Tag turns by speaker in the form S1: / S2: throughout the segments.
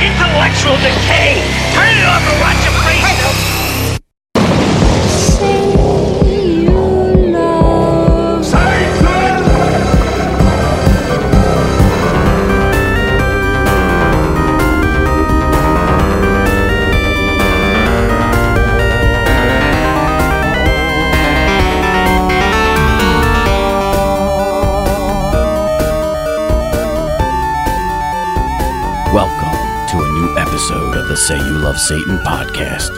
S1: Intellectual decay! Turn it off and watch your face!
S2: Welcome to a new episode of the Say You Love Satan podcast.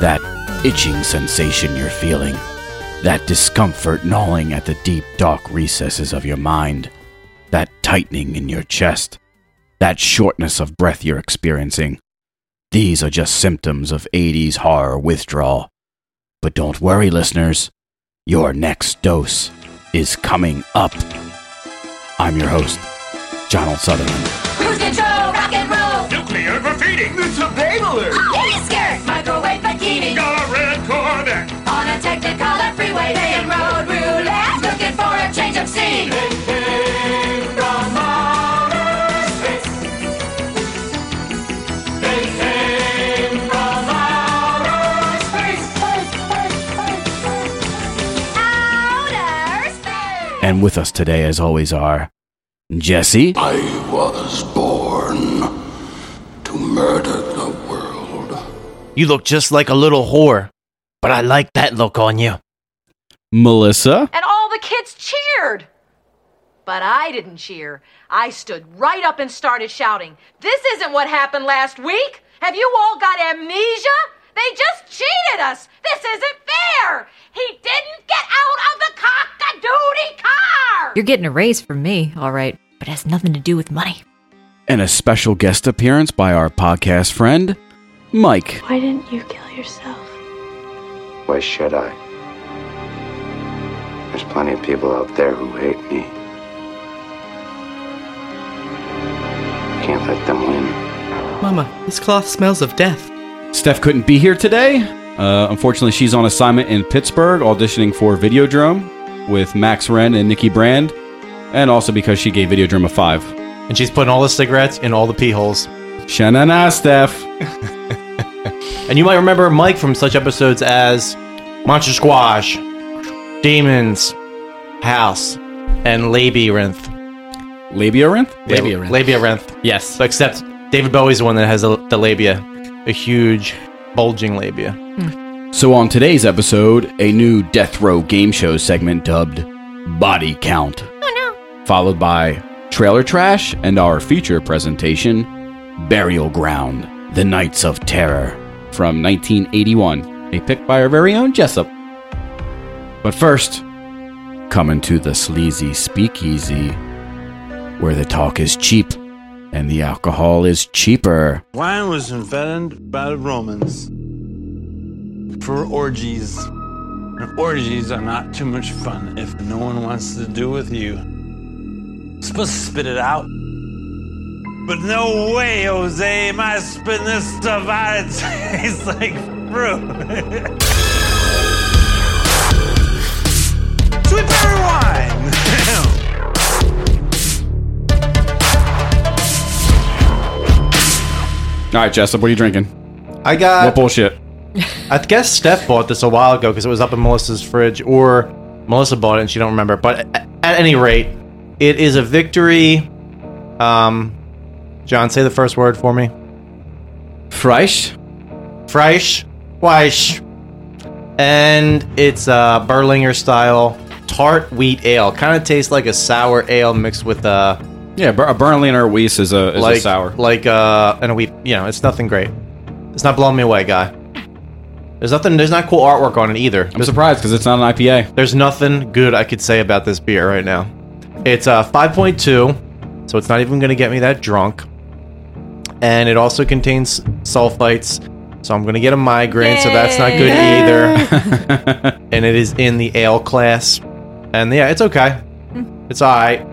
S2: That itching sensation you're feeling, that discomfort gnawing at the deep, dark recesses of your mind, that tightening in your chest, that shortness of breath you're experiencing. These are just symptoms of 80s horror withdrawal. But don't worry, listeners, your next dose is coming up. I'm your host, Donald Sutherland.
S3: Cruise control, rock and roll. Ah,
S1: Nuclear graffiti! It's a babbler!
S3: Mini skirt, microwave bikini.
S1: Got a red Corvette!
S3: On a Technicolor freeway, playing road roulette. Looking for a change of scene. Outer space.
S2: And with us today, as always, are Jesse,
S4: I was born to murder the world.
S5: You look just like a little whore, but I like that look on you.
S2: Melissa,
S6: and all the kids cheered. But I didn't cheer. I stood right up and started shouting, This isn't what happened last week! Have you all got amnesia? They just cheated us! This isn't fair! He didn't get out of the cock a doody car!
S7: You're getting a raise from me, all right, but it has nothing to do with money.
S2: and a special guest appearance by our podcast friend, Mike.
S8: Why didn't you kill yourself?
S4: Why should I? There's plenty of people out there who hate me. Can't let them win.
S9: Mama, this cloth smells of death.
S2: Steph couldn't be here today. Uh, unfortunately, she's on assignment in Pittsburgh auditioning for Videodrome with Max Wren and Nikki Brand, and also because she gave Videodrome a five.
S5: And she's putting all the cigarettes in all the pee holes.
S2: Shanana, Steph.
S5: And you might remember Mike from such episodes as Monster Squash, Demons, House, and Labyrinth.
S2: Labyrinth?
S5: Yeah, Labyrinth.
S9: Yes.
S5: So except David Bowie's the one that has a, the labia, a huge, bulging labia.
S2: So, on today's episode, a new death row game show segment dubbed Body Count. Oh no. Followed by Trailer Trash and our feature presentation, Burial Ground The Nights of Terror from 1981, a pick by our very own Jessup. But first, coming to the sleazy speakeasy, where the talk is cheap and the alcohol is cheaper.
S10: Wine was invented by the Romans for orgies. And orgies are not too much fun if no one wants to do with you. supposed to spit it out. But no way, Jose, am I spitting this stuff out? It tastes like fruit. Sweet berry wine!
S2: All right, Jessup, what are you drinking?
S5: I got.
S2: What bullshit?
S5: I guess Steph bought this a while ago because it was up in Melissa's fridge, or Melissa bought it and she don't remember. But a- at any rate, it is a victory. Um, John, say the first word for me.
S2: Freisch?
S5: Freisch, Weish, and it's a Berlinger style tart wheat ale. Kind of tastes like a sour ale mixed with a
S2: Yeah, Ber- a Berliner Weiss is a, is
S5: like
S2: a sour.
S5: like uh and a wheat. You know, it's nothing great. It's not blowing me away, guy. There's nothing. There's not cool artwork on it either.
S2: I'm surprised because it's not an IPA.
S5: There's nothing good I could say about this beer right now. It's uh, 5.2, so it's not even going to get me that drunk. And it also contains sulfites, so I'm going to get a migraine, so that's not good either. and it is in the ale class. And yeah, it's okay. It's all right.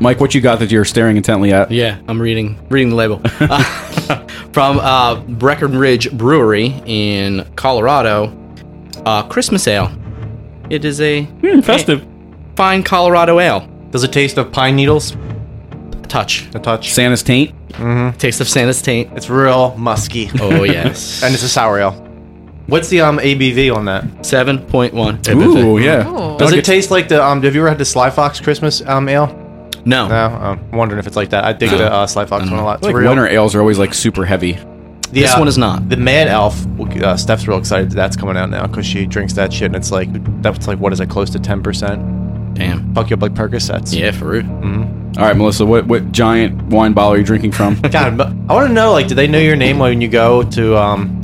S2: Mike, what you got that you're staring intently at?
S9: Yeah, I'm reading reading the label Uh, from uh, Breckenridge Brewery in Colorado. Uh, Christmas ale. It
S5: Hmm,
S9: is a festive, fine Colorado ale.
S5: Does it taste of pine needles?
S10: touch.
S5: A touch.
S2: Santa's taint.
S10: Taste of Santa's taint.
S5: It's real musky.
S10: Oh yes.
S5: And it's a sour ale. What's the um ABV on that?
S10: seven point one.
S2: Ooh, yeah.
S10: Oh.
S6: Ooh.
S5: Does
S2: Does
S5: it taste like the um? Have you ever had the Sly Fox Christmas um ale?
S10: No.
S5: No, I'm wondering if it's like that. I dig the uh, Sly Fox one a lot. It's
S2: like
S5: real.
S2: winter ales are always like super heavy.
S5: The,
S10: This
S5: uh,
S10: one is not.
S5: The Man Elf. Uh, Steph's real excited. that That's coming out now because she drinks that shit, and it's like that's like what is it? Close to ten percent.
S10: Damn.
S5: Fuck you up like Percocets.
S10: Yeah, for real.
S2: All right, Melissa, what what giant wine bottle are you drinking from?
S5: God, but I want to know. Like, do they know your name when you go to um?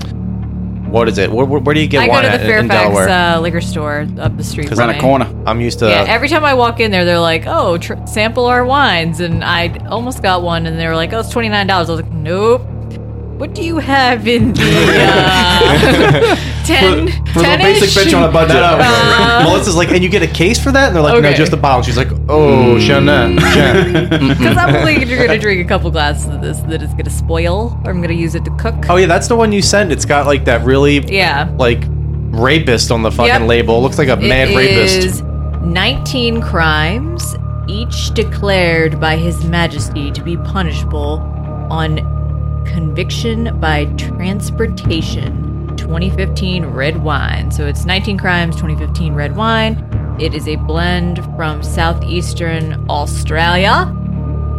S5: What is it? Where, where, where do you get
S3: I go
S5: wine
S3: to the
S5: at in- in
S3: Fairfax
S5: Delaware?
S3: uh, liquor store up the street.
S2: Around
S3: from
S2: a
S3: me.
S2: corner.
S5: I'm used to.
S3: Yeah, every time I walk in there, they're like, "Oh, tr- sample our wines," and I almost got one, and they were like, "Oh, it's twenty nine dollars." I was like, "Nope." What do you have in the uh, ten?
S5: for the basic bitch on a budget.
S3: Uh,
S5: Melissa's like, and you get a case for that? And they're like, no,
S3: Okay.
S5: just a bottle. She's like,
S10: Mm.
S5: oh, Shannon. Shan.
S3: Because I'm only you're gonna drink a couple glasses of this that is gonna spoil, or I'm gonna use it to cook.
S5: oh yeah, that's the one you sent. It's got like that really
S3: yeah,
S5: like rapist on the fucking
S3: Yep.
S5: label. Looks like a mad
S3: it
S5: rapist.
S3: is nineteen crimes, each declared by His Majesty to be punishable on conviction by transportation. 2015 red wine. So it's 19 crimes, 2015 red wine. It is a blend from southeastern Australia.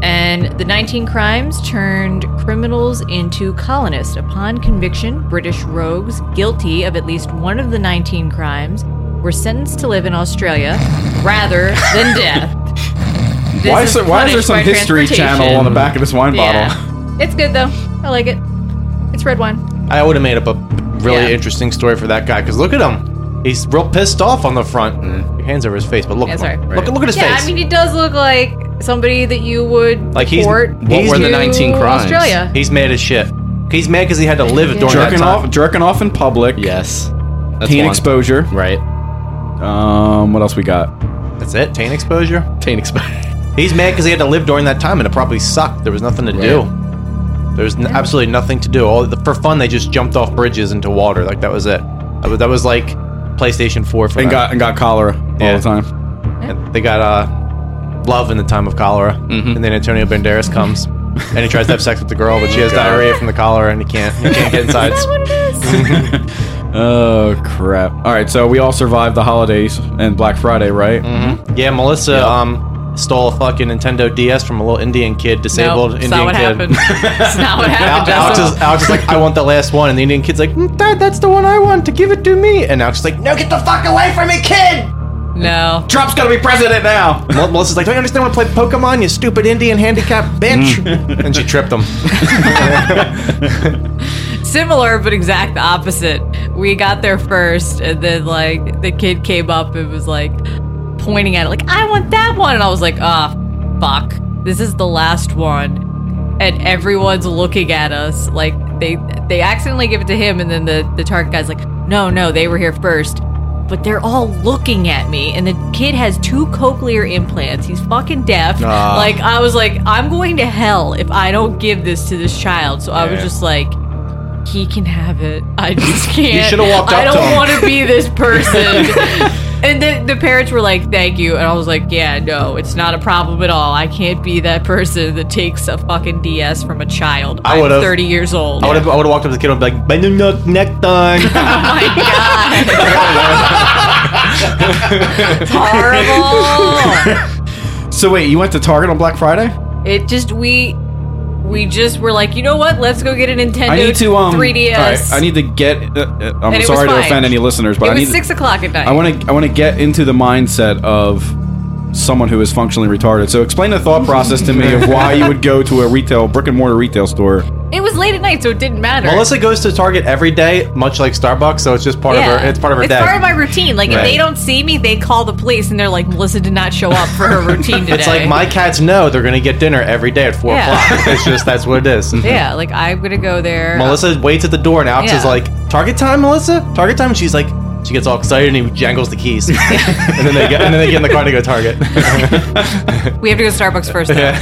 S3: And the 19 crimes turned criminals into colonists. Upon conviction, British rogues guilty of at least one of the 19 crimes were sentenced to live in Australia rather than death. This
S2: Why is, there, why is there
S3: punished
S2: some
S3: by
S2: History Channel
S3: transportation.
S2: on the back of this wine bottle?
S3: Yeah. It's good though. I like it. It's red wine.
S5: I would have made up a really
S3: Yeah.
S5: interesting story for that guy because look at him. He's real pissed off on the front. Your hands over his face, but look,
S3: Mm. Yeah,
S5: at him.
S3: sorry.
S5: look, look at his
S3: Yeah,
S5: face.
S3: I mean, he does look like somebody that you would
S5: Like, he's-
S3: port
S5: what were the
S3: to
S10: 19 crimes?
S3: Australia.
S5: He's mad as shit. He's mad because he had to live during that
S2: Jerking
S5: time.
S2: off, jerking off in public.
S10: Yes. That's
S2: Teen
S10: one.
S2: exposure.
S10: Right.
S2: Um, what else we got?
S5: That's it. Taint exposure.
S10: Teen exposure.
S5: He's mad because he had to live during that time, and it probably sucked. There was nothing to do. There was n- absolutely nothing to do. All for fun, they just jumped off bridges into water. Like that was it. That was, that was like PlayStation Four for
S2: And
S5: them.
S2: got and got cholera
S5: Yeah.
S2: all the time.
S5: And they got uh, love in the time of cholera, and then Antonio Banderas comes. and he tries to have sex with the girl, but she has diarrhea from the cholera, and he can't. He can't get inside.
S2: Oh crap! All right, so we all survived the holidays and Black Friday, right?
S5: yeah, Melissa um stole a fucking Nintendo DS from a little Indian kid, disabled
S3: Nope, it's
S5: Indian
S3: not what
S5: kid.
S3: happened. it's not what
S5: Al-
S3: happened.
S5: Alex,
S3: Justin.
S5: is, Alex is like, I want the last one, and the Indian kid's like, "Mm, Dad, that's the one I want. To give it to me. And Alex is like, No, get the fuck away from me, kid.
S3: No.
S2: Trump's gonna be president now.
S5: Mel- Melissa's like, Don't you understand what play Pokemon? You stupid Indian handicapped bitch.
S2: Mm.
S5: and she tripped him.
S3: Similar, but exact opposite. We got there first, and then like the kid came up and was like pointing at it, like I want that one, and I was like, ah, fuck, this is the last one, and everyone's looking at us like they they accidentally give it to him, and then the the target guy's like, no, no, they were here first. But they're all looking at me, and the kid has two cochlear implants. He's fucking deaf. Like I was like, I'm going to hell if I don't give this to this child. So I was just like, he can have it. I just can't.
S5: shoulda walked up
S3: I
S5: to
S3: don't
S5: him.
S3: want to be this person. and then the parents were like, "Thank you," and I was like, "Yeah, no, it's not a problem at all. I can't be that person that takes a fucking DS from a child.
S5: I
S3: I'm
S5: would've-
S3: 30 years old.
S5: I would have I would've walked up to the kid and be like, Banana necktie.
S3: oh my god, it's horrible.
S2: So wait, you went to Target on Black Friday?
S3: It just we." We just were like, you know what? Let's go get a Nintendo
S2: I need to um.
S3: 3DS.
S2: all right, I need to get. Uh, uh,
S3: And it
S2: I'm
S3: was
S2: sorry to
S3: fine.
S2: offend any listeners, but
S3: it
S2: I
S3: was
S2: need.
S3: six o'clock at night.
S2: I want to. I want to get into the mindset of someone who is functionally retarded. So explain the thought process to me of why you would go to a retail brick and mortar retail store.
S3: it was late at night, so it didn't matter.
S5: Melissa goes to Target every day, much like Starbucks, so it's just part of her it's part of her
S3: it's
S5: day.
S3: part of my routine. Like if
S5: Right.
S3: they don't see me, they call the police and they're like, Melissa did not show up for her routine today.
S5: it's like my cats know they're gonna get dinner every day at four
S3: Yeah.
S5: o'clock. It's just that's what it is.
S3: Yeah, like I'm gonna go there.
S5: Melissa waits at the door and Alex is
S3: Yeah.
S5: like, "Target time, Melissa. Target time." And she's like, she gets all excited and he jangles the keys, and then they get and then they get in the car to go to Target.
S3: we have to go to Starbucks first. Though.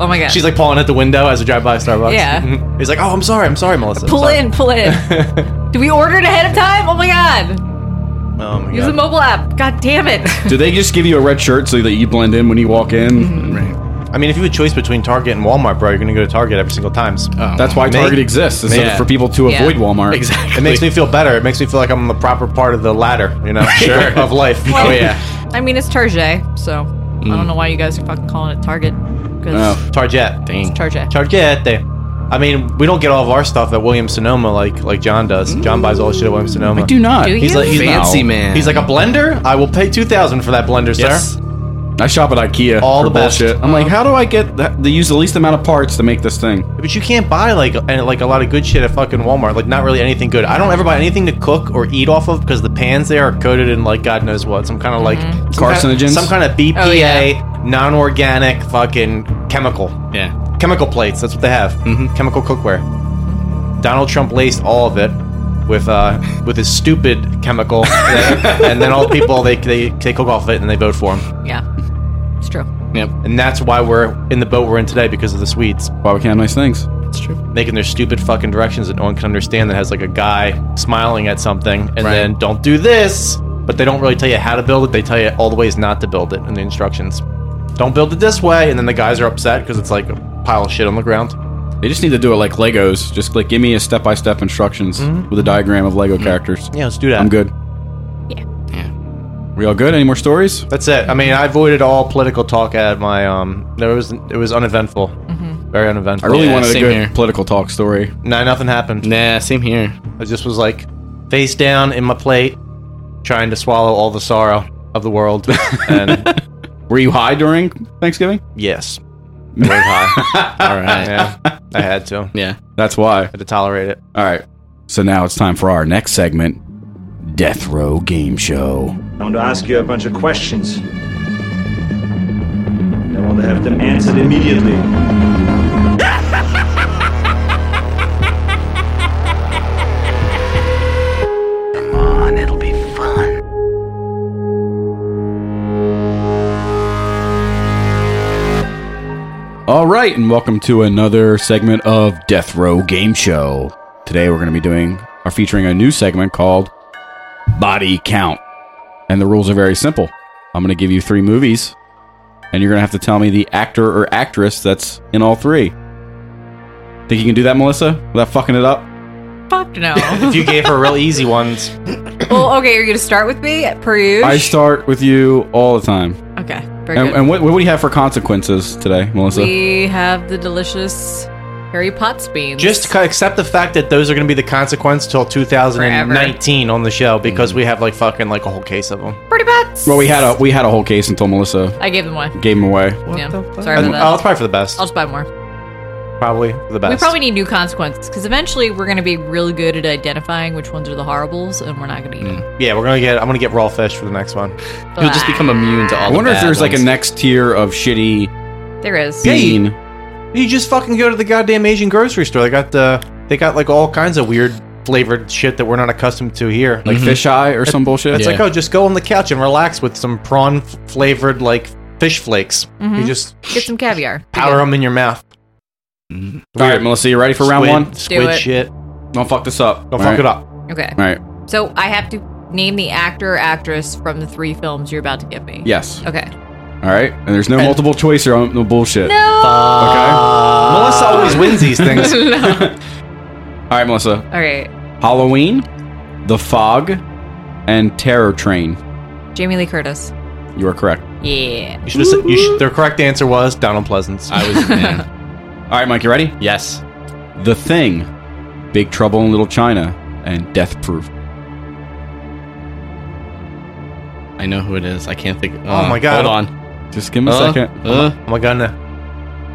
S3: Oh my god.
S5: she's like pulling at the window as we drive by Starbucks.
S3: Yeah.
S5: he's like, "Oh, I'm sorry, I'm sorry, Melissa." I'm
S3: pull
S5: sorry."
S3: in, pull in. Do we order it ahead of time? Oh my god.
S5: Oh my
S3: Use the
S5: god.
S3: mobile app. God damn it. Mm-hmm.
S2: Do they just give you a red shirt so that you blend in when you walk in?
S5: I mean, if you have a choice between Target and Walmart, bro, you're going to go to Target every single time.
S3: Oh,
S2: That's why Target exists, is so for people to Yeah. avoid Walmart.
S5: Exactly. It makes me feel better. It makes me feel like I'm on the proper part of the ladder, you know,
S1: Sure.
S5: of life. Oh,
S3: Well, I mean, it's Target, so I
S5: Mm.
S3: don't know why you guys are fucking calling it Target. 'cause-
S5: Oh. Target.
S3: It's Target.
S5: Target. I mean, we don't get all of our stuff at Williams Sonoma like like John does. John buys all his shit at Williams Sonoma.
S2: I do not. Do
S5: he's
S2: you?
S5: like he's
S2: Fancy man.
S5: He's like a blender. I will pay two thousand for that blender,
S2: Yes.
S5: sir.
S2: I shop at IKEA. All
S5: the best.
S2: bullshit. I'm like, how do I get that, to use the least amount of parts to make this thing?
S5: But you can't buy like and like a lot of good shit at fucking Walmart. Like not really anything good. I don't ever buy anything to cook or eat off of because the pans there are coated in like God knows what. Some kind of like some
S2: Carcinogens?
S5: kind some kind of BPA, non-organic fucking chemical.
S1: Yeah,
S5: chemical plates. That's what they have. Mm-hmm. Chemical cookware. Donald Trump laced all of it with uh with his stupid chemical, and then all the people they they they cook off it and they vote for him.
S3: Yeah, it's true.
S1: Yep.
S5: And that's why we're in the boat we're in today because of the Swedes.
S2: Why we can't have nice things.
S1: That's true.
S5: Making their stupid fucking directions that no one can understand that has like a guy smiling at something and then don't do this, but they don't really tell you how to build it. They tell you all the ways not to build it in the instructions. Don't build it this way. And then the guys are upset because it's like a pile of shit on the ground.
S2: They just need to do it like Legos. Just like give me a step by step instructions with a diagram of Lego characters.
S5: Mm-hmm. Yeah, let's do that.
S2: I'm good. Yeah. Yeah. We all good? Any more stories?
S5: That's it. I mean, I avoided all political talk at my um. There was it was uneventful, very
S2: I
S5: uneventful.
S2: really wanted a good political talk story.
S5: Nah, nothing happened.
S1: Nah, same here.
S5: I just was like face down in my plate, trying to swallow all the sorrow of the world. And
S2: Were you high during Thanksgiving?
S5: yes, very high.
S1: all right.
S5: Yeah, I had to.
S1: Yeah.
S2: That's why.
S5: had to tolerate it.
S2: All right. So now it's time for our next segment Death Row Game Show.
S11: I want to ask you a bunch of questions. I want to have them answered immediately.
S12: on, it'll be fun.
S2: All right, and welcome to another segment of Death Row Game Show. Today we're going to be doing or featuring a new segment called Body Count. And the rules are very simple. I'm going to give you 3 movies and you're going to have to tell me the actor or actress that's in all 3. Think you can do that, Melissa? Without fucking it up?
S3: Fuck no.
S5: If you gave her real easy ones,
S3: well, okay, you're gonna start with me at Peruge.
S2: I start with you all the time.
S3: okay, very
S2: And,
S3: good.
S2: and what, what do you have for consequences today, Melissa?
S3: we have the delicious Harry Potts beans.
S5: just ca- accept the fact that those are going to be the consequence till 2019 on the show
S1: Mm-hmm.
S5: because we have like fucking like a whole case of them.
S3: pretty bats.
S2: well, we had a we had a whole case until Melissa
S3: I gave them away.
S2: gave him away.
S3: yeah, sorry about that.
S5: Oh, it's probably for the best.
S3: I'll just buy more.
S5: Probably for the best.
S3: We probably need new consequences because eventually we're going to be really good at identifying which ones are the horribles, and we're not going to eat them.
S5: Yeah, we're gonna get. I'm gonna get raw fish for the next one.
S3: You'll just become
S1: immune to all.
S2: I
S5: the
S2: wonder if
S5: bad
S2: there's like a
S5: ones.
S2: next tier of shitty
S3: There is.
S2: bean.
S5: You just fucking go to the goddamn Asian grocery store. They got the. They got like all kinds of weird flavored shit that we're not accustomed to here,
S2: like fisheye or some bullshit.
S5: It's Mm-hmm. like oh, just go on the couch and relax with some prawn f- flavored like fish flakes. You just
S3: Mm-hmm. Get some caviar.
S5: powder them in your mouth.
S2: All right, Melissa, you ready for round
S5: Squid-
S2: one?
S5: Squid
S3: it.
S5: shit.
S2: Don't fuck this up.
S5: Don't fuck it up.
S3: Okay.
S2: All right.
S3: So I have to name the actor or actress from the three films you're about to give me.
S2: Yes.
S3: Okay.
S2: All right. And there's no multiple choice or no bullshit.
S3: No.
S5: Melissa always wins these things.
S3: no.
S2: All right, Melissa.
S3: All right.
S2: Halloween, The Fog, and Terror Train.
S3: Jamie Lee Curtis.
S2: You are correct.
S3: Yeah.
S5: You should have said. You should, their correct answer was Donald Pleasance.
S1: I was. Man.
S2: All right, Mike, you ready?
S1: yes.
S2: The Thing, Big Trouble in Little China, and Death Proof.
S1: I know who it is. I can't think.
S5: Oh
S1: uh,
S5: my God.
S1: Hold on.
S2: Just give him a
S1: Uh,
S2: second.
S1: uh,
S5: Oh my god,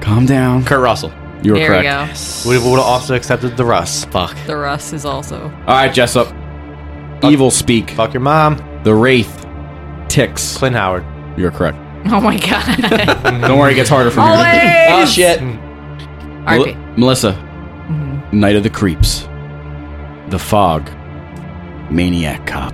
S2: Calm down.
S1: Kurt Russell.
S2: You are
S3: there
S2: correct.
S3: we
S5: we would have also accepted the Russ.
S1: Fuck.
S3: go. The Russ is also.
S2: All right, Jessup. Evil Speak,
S5: Fuck your mom,
S2: The Wraith, Ticks.
S5: Clint Howard.
S2: You are correct.
S3: Oh my god.
S2: Don't worry, it gets harder from here.
S1: Oh shit.
S5: Mm.
S2: Mel-
S3: RP.
S2: Melissa.
S3: Mm-hmm.
S2: Night of the Creeps. The Fog. Maniac Cop.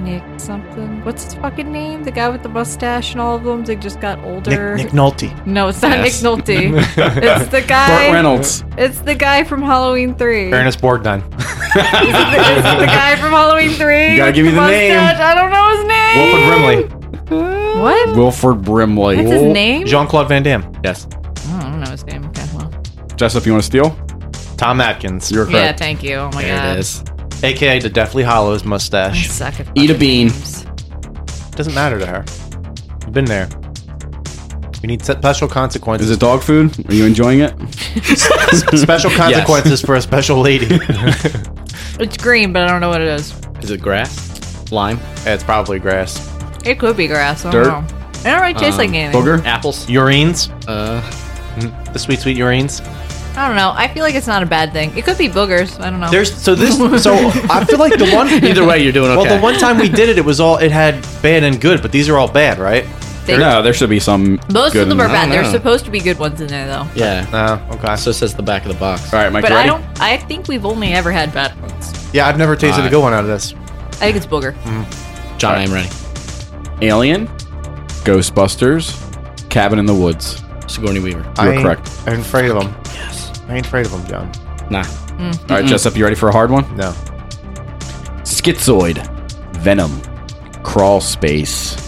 S3: Nick something. What's his fucking name? The guy with the mustache and all of them. They just got older.
S5: Nick, Nick Nolte.
S3: no, it's not
S1: Yes.
S3: Nick Nolte. it's the guy.
S2: Burt Reynolds.
S3: It's the guy from Halloween Three.
S5: Ernest Borgnine.
S3: Is it the guy from Halloween Three?
S2: You gotta
S3: with
S2: give me the
S3: mustache?
S2: name.
S3: I don't know his name.
S5: Wilford Brimley.
S3: What?
S2: Wilford Brimley.
S3: That's his name?
S5: Jean Claude Van Damme.
S2: Yes.
S3: Oh, I don't know his name. Okay, well.
S2: Jessup, you want to steal?
S5: Tom Atkins.
S2: You're
S3: Yeah,
S2: correct.
S3: thank you. Oh my
S5: There
S3: god.
S5: it is. AKA the Deathly Hollows mustache.
S3: I suck at
S2: Eat a bean.
S5: Doesn't matter to her. You've been there. You need se- special consequences.
S2: Is it dog food? Are you enjoying it?
S5: special consequences for a special lady.
S3: It's green, but I don't know what it is.
S1: Is it grass? Lime?
S5: Yeah, it's probably grass.
S3: It could be grass. I
S5: Dirt?
S3: don't know. It don't really tastes
S2: Um,
S3: like anything.
S1: Apples?
S5: Urines? Uh. The sweet, sweet urines?
S3: I don't know. I feel like it's not a bad thing. It could be boogers. I don't know.
S5: There's so this so I feel like the one
S1: Either way, you're doing
S5: Well,
S1: okay.
S5: the one time we did it, it was all it had bad and good, but these are all bad, right?
S3: They- No,
S2: there should be some.
S3: Most of them are bad. There's supposed to be good ones in there though.
S1: Yeah.
S5: Oh, okay.
S1: So it says the back of the box.
S2: All right, Mike.
S3: but I don't. I think we've only ever had bad ones.
S5: Yeah, I've never tasted
S1: All
S5: a
S1: right.
S5: good one out of this.
S3: I think it's booger.
S1: John, I am ready.
S2: Alien, Ghostbusters, Cabin in the Woods.
S1: Sigourney Weaver.
S5: I
S2: You're
S5: ain't-
S2: correct.
S5: I ain't afraid of them. Yes. I ain't afraid of them, John.
S1: Nah.
S2: All right, Jessup, you ready for a hard one?
S5: No.
S2: Schizoid, Venom, Crawl Space.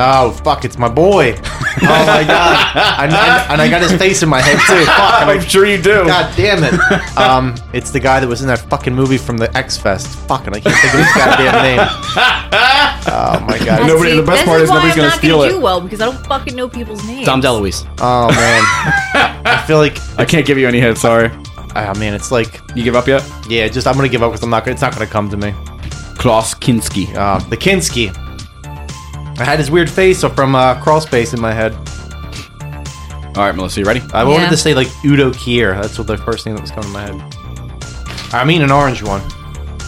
S5: Oh fuck! It's my boy. Oh my god! and, and, and I got his face in my head too. Fuck! and I-
S2: I'm sure you do.
S5: God damn it! Um, it's the guy that was in that fucking movie from the X Fest. Fucking, I can't think of his goddamn name. Oh my god!
S2: Nobody-
S3: See,
S2: the best
S3: this
S2: part is
S3: why
S2: nobody's
S3: I'm
S2: gonna
S3: not
S2: steal
S3: gonna
S2: it.
S3: Do well because I don't fucking know people's names.
S1: Tom DeLuise.
S5: Oh man, I feel like
S2: I can't give you any hints. Sorry.
S5: I mean it's like
S2: You give up yet?
S5: yeah, just I'm gonna give up because I'm not. gonna- It's not gonna come to me.
S2: Klaus Kinski.
S5: Uh, the Kinski. I had his weird face from uh, Crawl Space in my head.
S2: All right, Melissa, you ready?
S5: I wanted
S3: Yeah.
S5: to say like Udo Kier. That's what the first thing that was coming to my head. I mean an orange one.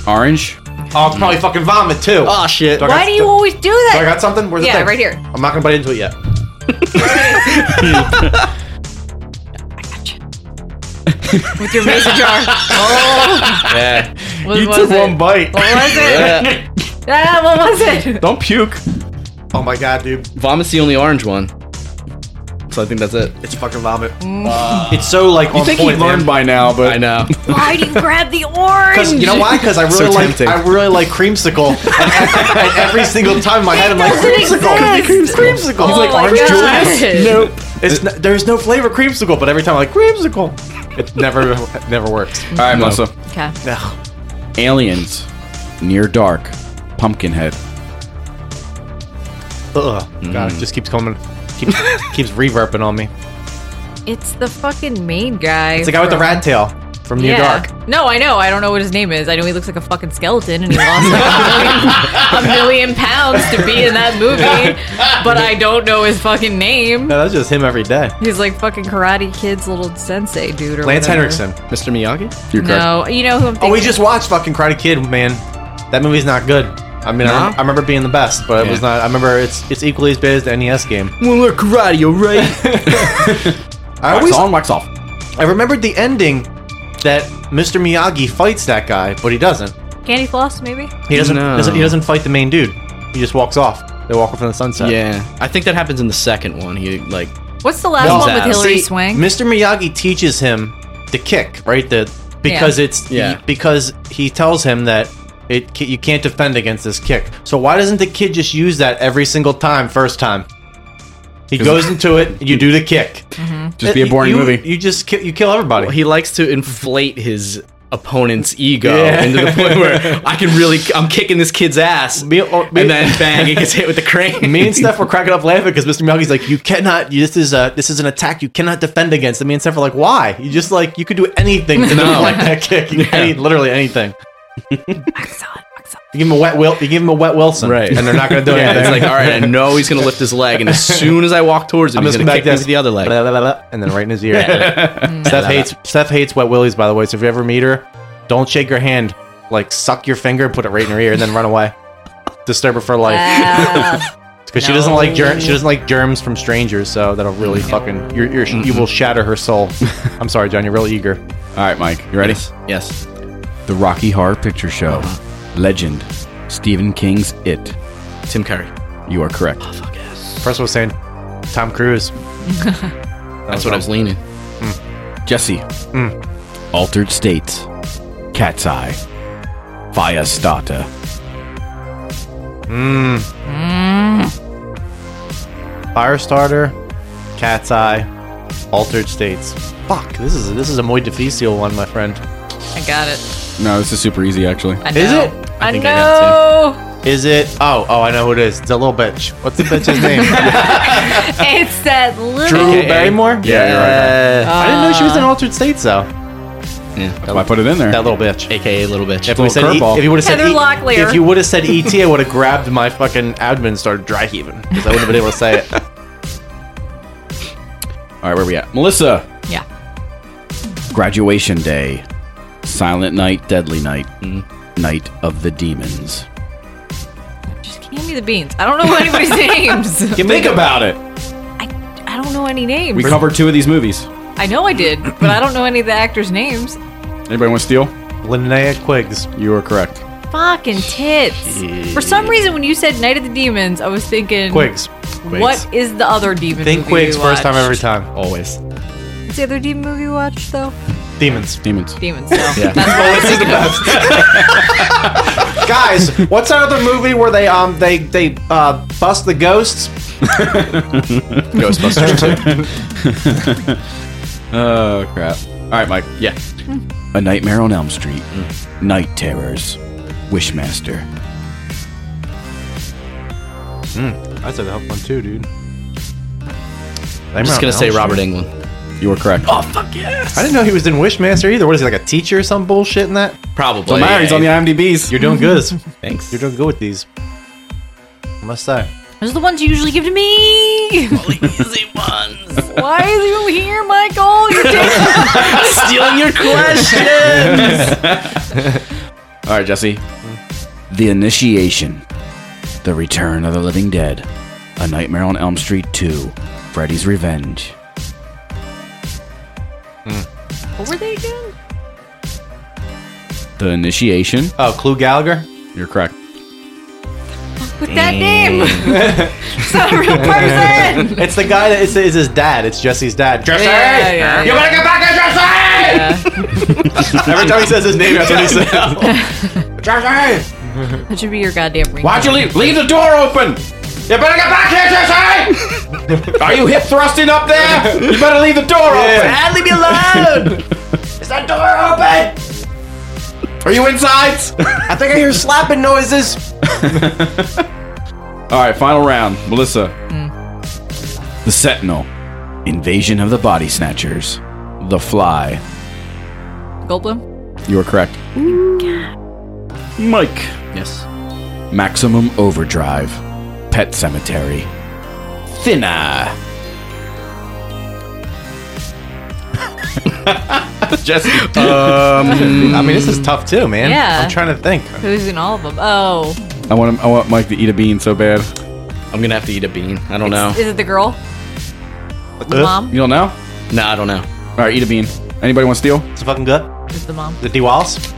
S2: Orange.
S5: Oh, I'll probably fucking vomit too.
S1: Oh, shit.
S5: Do I got-
S3: Why do you always do
S5: Do I
S3: that?
S5: got something? Where's the
S3: Yeah,
S5: thing?
S3: right here.
S5: I'm not gonna bite into it yet.
S3: With your mason jar. Oh,
S1: Yeah.
S3: what
S2: you
S3: was
S2: took
S3: it?
S2: one bite.
S3: What was it?
S1: yeah.
S3: ah, what was it?
S2: Don't puke.
S5: Oh my god, dude,
S1: Vomit's the only orange one. So I think that's it.
S5: it's fucking vomit.
S3: Mm.
S5: it's so like on
S2: You think
S5: point.
S2: he learned by now, but
S1: I know.
S3: Why do you grab the orange?
S5: Because you know why? Because I really
S2: So
S5: like
S2: tempting.
S5: I really like creamsicle, and, and every single time in my head I'm like
S3: doesn't
S5: creamsicle,
S3: exist.
S5: creamsicle.
S3: Oh
S5: He's like
S3: my
S5: orange
S3: God.
S5: Julius. Nope, it's n- there's no flavor creamsicle, but every time I'm like creamsicle, it never it never works.
S2: All right, Melissa.
S3: Okay.
S5: Ugh.
S2: Aliens, Near Dark, Pumpkinhead.
S5: Ugh. God, it
S3: Mm.
S5: just keeps coming, keeps keeps reverbing on me.
S3: It's the fucking main guy.
S5: It's the guy with the
S3: from-
S5: rat tail from New
S3: yeah.
S5: York.
S3: No, I know. I don't know what his name is. I know he looks like a fucking skeleton and he lost like a, million, a million pounds to be in that movie, but I don't know his fucking name.
S5: No, that's just him every day.
S3: He's like fucking Karate Kid's little sensei dude or
S5: Lance
S3: whatever.
S5: Henriksen.
S1: Mr. Miyagi?
S2: You're correct.
S3: No, you know who I'm thinking.
S5: Oh, we just watched fucking Karate Kid, man. That movie's not good. I mean, I,
S1: Nah?
S5: rem- I remember being the best, but it was
S1: Yeah.
S5: not. I remember it's it's equally as bad as the NES game.
S1: Well, look, karate, all right?
S5: I
S2: Wax
S5: always
S2: on, wax off.
S5: I remembered the ending that Mr. Miyagi fights that guy, but he doesn't.
S3: Candy Floss, maybe?
S5: He doesn't.
S1: No.
S5: doesn't he doesn't fight the main dude. He just walks off. They walk off in the sunset.
S1: yeah. I think that happens in the second one. He, like,
S3: What's the last
S1: No.
S3: one with Hillary
S5: See,
S3: Swank?
S5: Mr. Miyagi teaches him the kick, right? The because
S3: Yeah.
S5: it's
S1: Yeah.
S5: he- because he tells him that it ca- you can't defend against this kick. So why doesn't the kid just use that every single time? First time, he goes into it. You do the kick.
S3: Mm-hmm.
S2: Just be a
S5: You-
S2: boring
S5: you-
S2: movie.
S5: You just ki- you kill everybody.
S1: he likes to inflate his opponent's ego
S5: Yeah.
S1: into the point where I can really, I'm kicking this kid's ass.
S5: Me- oh, me-
S1: and then bang, he gets hit with the crane.
S5: me and Steph were cracking up laughing because Mr. Miyagi's like, "You cannot. You, this is a this is an attack. You cannot defend against." And me and Steph were like, "Why? You just like you could do anything to deflect that kick. You can- literally anything. You give him a wet Wil- You give him a wet Wilson,
S1: Right.
S5: And they're not going to do
S1: Yeah,
S5: anything.
S1: it's like, all right, I know he's gonna lift his leg, and as soon as I walk towards him,
S5: I'm
S1: he's
S5: just
S1: gonna
S5: back
S1: kick me with the other leg.
S5: and then right in his ear. Steph hates Steph hates wet willies. By the way, so if you ever meet her, don't shake her hand. Like suck your finger, put it right in her ear, and then run away. Disturb her for life.
S3: Ah,
S5: Because she doesn't like germs. She doesn't like germs from strangers, so that'll really fucking you're, you're, you will shatter her soul. I'm sorry, John. You're really eager.
S2: All right, Mike, you ready?
S1: Yes.
S2: The Rocky Horror Picture Show, Legend, Stephen King's It.
S1: Tim Curry.
S2: You are correct.
S5: First, I was saying Tom Cruise.
S1: That's what I Hmm. was leaning.
S2: Hmm. Jesse, Altered States, Cat's Eye, Via Stata.
S5: Firestarter, Cat's Eye, Altered States. Fuck, this is this is a muy difficile one, my friend.
S3: I got it.
S2: No, this is super easy actually.
S3: I
S5: Is
S3: know.
S5: it?
S3: I,
S5: think I got
S3: know.
S5: Is it? Oh, oh, I know who it is. It's a little bitch. What's the bitch's name?
S3: it's that little.
S5: Drew Barrymore.
S2: Yeah, you're right.
S5: I didn't know she
S3: Uh.
S5: was in Altered States though.
S1: Yeah,
S2: That's why I put it in there.
S5: That little bitch,
S1: aka little bitch.
S5: If we
S2: Little
S5: said, e-
S2: curveball.
S5: if you would have said,
S3: Heather
S5: E-
S3: Locklear.
S5: if you would have said ET, I would have grabbed my fucking abdomen and started dry heaving because I wouldn't have been able to say it.
S2: All right, where we at? Melissa.
S3: Yeah.
S13: Graduation Day, Silent Night, Deadly Night,
S1: Hmm.
S13: Night of the Demons.
S3: Just hand me the beans. I don't know anybody's names.
S2: You think about it.
S3: I don't know any names.
S2: We covered two of these movies.
S3: I know I did, but I don't know any of the actors' names.
S2: Anybody want to steal?
S5: Linnea Quiggs.
S2: You are correct.
S3: Fucking tits. For some reason, when you said Night of the Demons, I was thinking
S5: Quiggs.
S3: What is the other demon?
S5: Think
S3: movie
S5: Quiggs
S3: we
S5: first time
S3: watched?
S5: every time.
S1: Always.
S3: What's the other demon movie we watched though?
S5: Demons.
S2: Demons.
S3: Demons. No.
S1: Yeah.
S3: That's what I was thinking of.
S5: Guys, what's that other movie where they um they they uh bust the ghosts?
S2: Ghostbusters too. oh crap! All right, Mike. Yeah.
S13: A Nightmare on Elm Street,
S1: Hmm.
S13: Night Terrors, Wishmaster.
S5: That's a tough one too, dude. I'm
S1: I'm just gonna say Robert England.
S2: You are correct.
S5: I didn't know he was in Wishmaster either. What is he like a teacher or some bullshit in that?
S1: Probably.
S2: So now he's on the IMDb's.
S5: You're doing good.
S1: Thanks.
S5: You're doing good with these. I must say.
S3: Those are the ones you usually give to me. Why are you here, Michael? You're taking-
S1: stealing your question.
S2: All right, Jesse.
S13: The Initiation, The Return of the Living Dead, A Nightmare on Elm Street 2, Freddy's Revenge.
S3: what were they again?
S2: The initiation.
S5: Oh, Clue Gallagher?
S2: You're correct.
S3: With that name. it's not a real person.
S5: It's the guy that is is his dad. It's Jesse's dad. Jesse!
S3: Yeah, yeah,
S5: You
S3: yeah.
S5: better get back here, Jesse! Every time he says his name, that's what he says. Jesse!
S3: That should be your goddamn ring.
S2: Why'd you leave? Leave the door open.
S5: You better get back here, Jesse!
S2: Are you hip thrusting up there? You better leave the door
S5: Yeah.
S2: open. Leave me alone. Is that door open? Are you inside?
S5: I think I hear slapping noises.
S2: All right, final round, Melissa.
S1: Hmm.
S13: The Sentinel, Invasion of the Body Snatchers, The Fly.
S3: Goldblum.
S2: You are correct.
S13: Mike.
S1: Mm. yes.
S13: Maximum Overdrive, Pet Cemetery. Thinner.
S2: Jesse.
S5: um, I mean, this is tough too, man.
S3: Yeah.
S5: I'm trying to think.
S3: Who's in all of them? Oh,
S2: I want him, I want Mike to eat a bean so bad.
S1: I'm gonna have to eat a bean. I don't know.
S3: is it the girl? The
S5: Ugh.
S3: mom?
S2: You don't know?
S1: No, I don't know.
S2: All right, eat a bean. Anybody want to steal?
S5: It's fucking good.
S3: Is the mom?
S5: The D Wallace?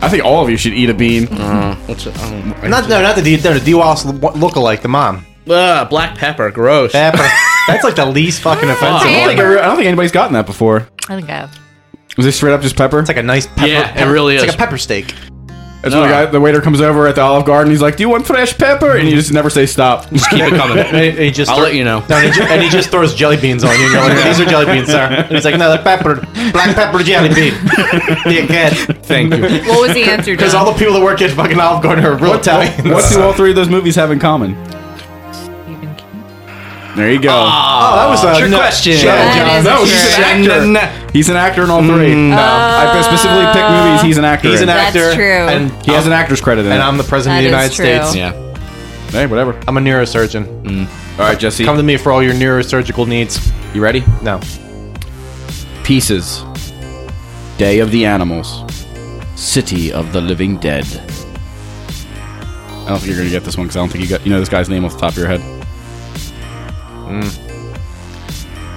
S2: I think all of you should eat a bean.
S1: Uh, what's it? Um,
S5: Not no, not the D. No, the D Wallace lo- lookalike, the mom.
S1: uh, black pepper. Gross.
S5: Pepper. That's like the least fucking offensive.
S2: I, don't
S5: one.
S2: think, I don't think anybody's gotten that before.
S3: I think I have.
S2: Is this straight up just pepper?
S5: It's like a nice pepper.
S1: Yeah, it
S5: pepper-
S1: really
S5: It's
S1: is.
S5: like a pepper steak.
S2: That's when the, guy, the waiter comes over at the Olive Garden. He's like, "Do you want fresh pepper?" And you just never say stop.
S1: Just keep it coming.
S5: And he just
S1: I'll let you know.
S5: No, and, he ju- and he just throws jelly beans on you. And you're like, these are jelly beans, sir. And he's like, no, they're pepper, black pepper jelly bean. Dickhead.
S2: Thank you.
S3: What was the answer?
S5: Because all the people that work at fucking Olive Garden are real Italians.
S2: What do all three of those movies have in common?
S3: Stephen King.
S2: There you go.
S5: Oh, that was a
S1: Your question.
S5: Yeah,
S3: That
S5: John.
S3: is
S5: No,
S3: a
S5: he's
S3: trick.
S5: an actor.
S2: He's an actor in all three.
S1: Mm, no.
S2: I specifically picked movies. He's an actor.
S5: Uh, He's an
S2: in.
S3: That's
S5: actor.
S3: true.
S5: And
S2: He has an actor's credit in
S5: And
S2: it.
S5: I'm the president of the
S3: That
S5: United
S3: is true.
S5: States.
S1: Yeah.
S2: hey, whatever.
S5: I'm a neurosurgeon.
S2: All right, Jesse.
S5: Come to me for all your neurosurgical needs.
S2: You ready?
S5: No.
S13: Pieces. Day of the Animals. City of the Living Dead.
S2: I don't think you're gonna get this one because I don't think you got you know this guy's name off the top of your head.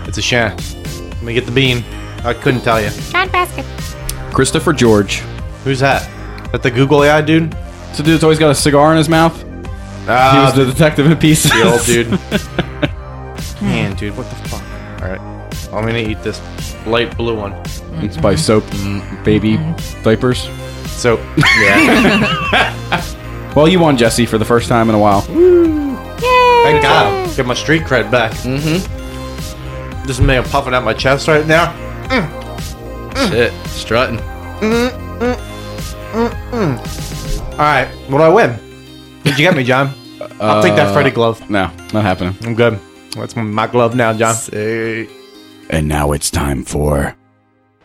S5: It's a sham. Let me get the bean. I couldn't tell you.
S2: Christopher George.
S5: Who's that? That the Google AI dude?
S2: So dude's always got a cigar in his mouth. he
S5: Ah,
S2: was the detective in Pieces.
S5: the old dude. Man, dude, what the fuck? All right, I'm gonna eat this light blue one.
S2: It's by soap, baby diapers.
S5: So yeah,
S2: Well, you won, Jesse, for the first time in a while.
S5: Thank God. Get my street cred back. Mm-hmm. This mayo puffing out my chest right now.
S1: Shit, strutting.
S5: All right, what do I win? Did you get me, John? I'll take that
S2: Uh,
S5: Freddy glove.
S2: No, not happening.
S5: I'm good. That's my glove now, John.
S13: And now it's time for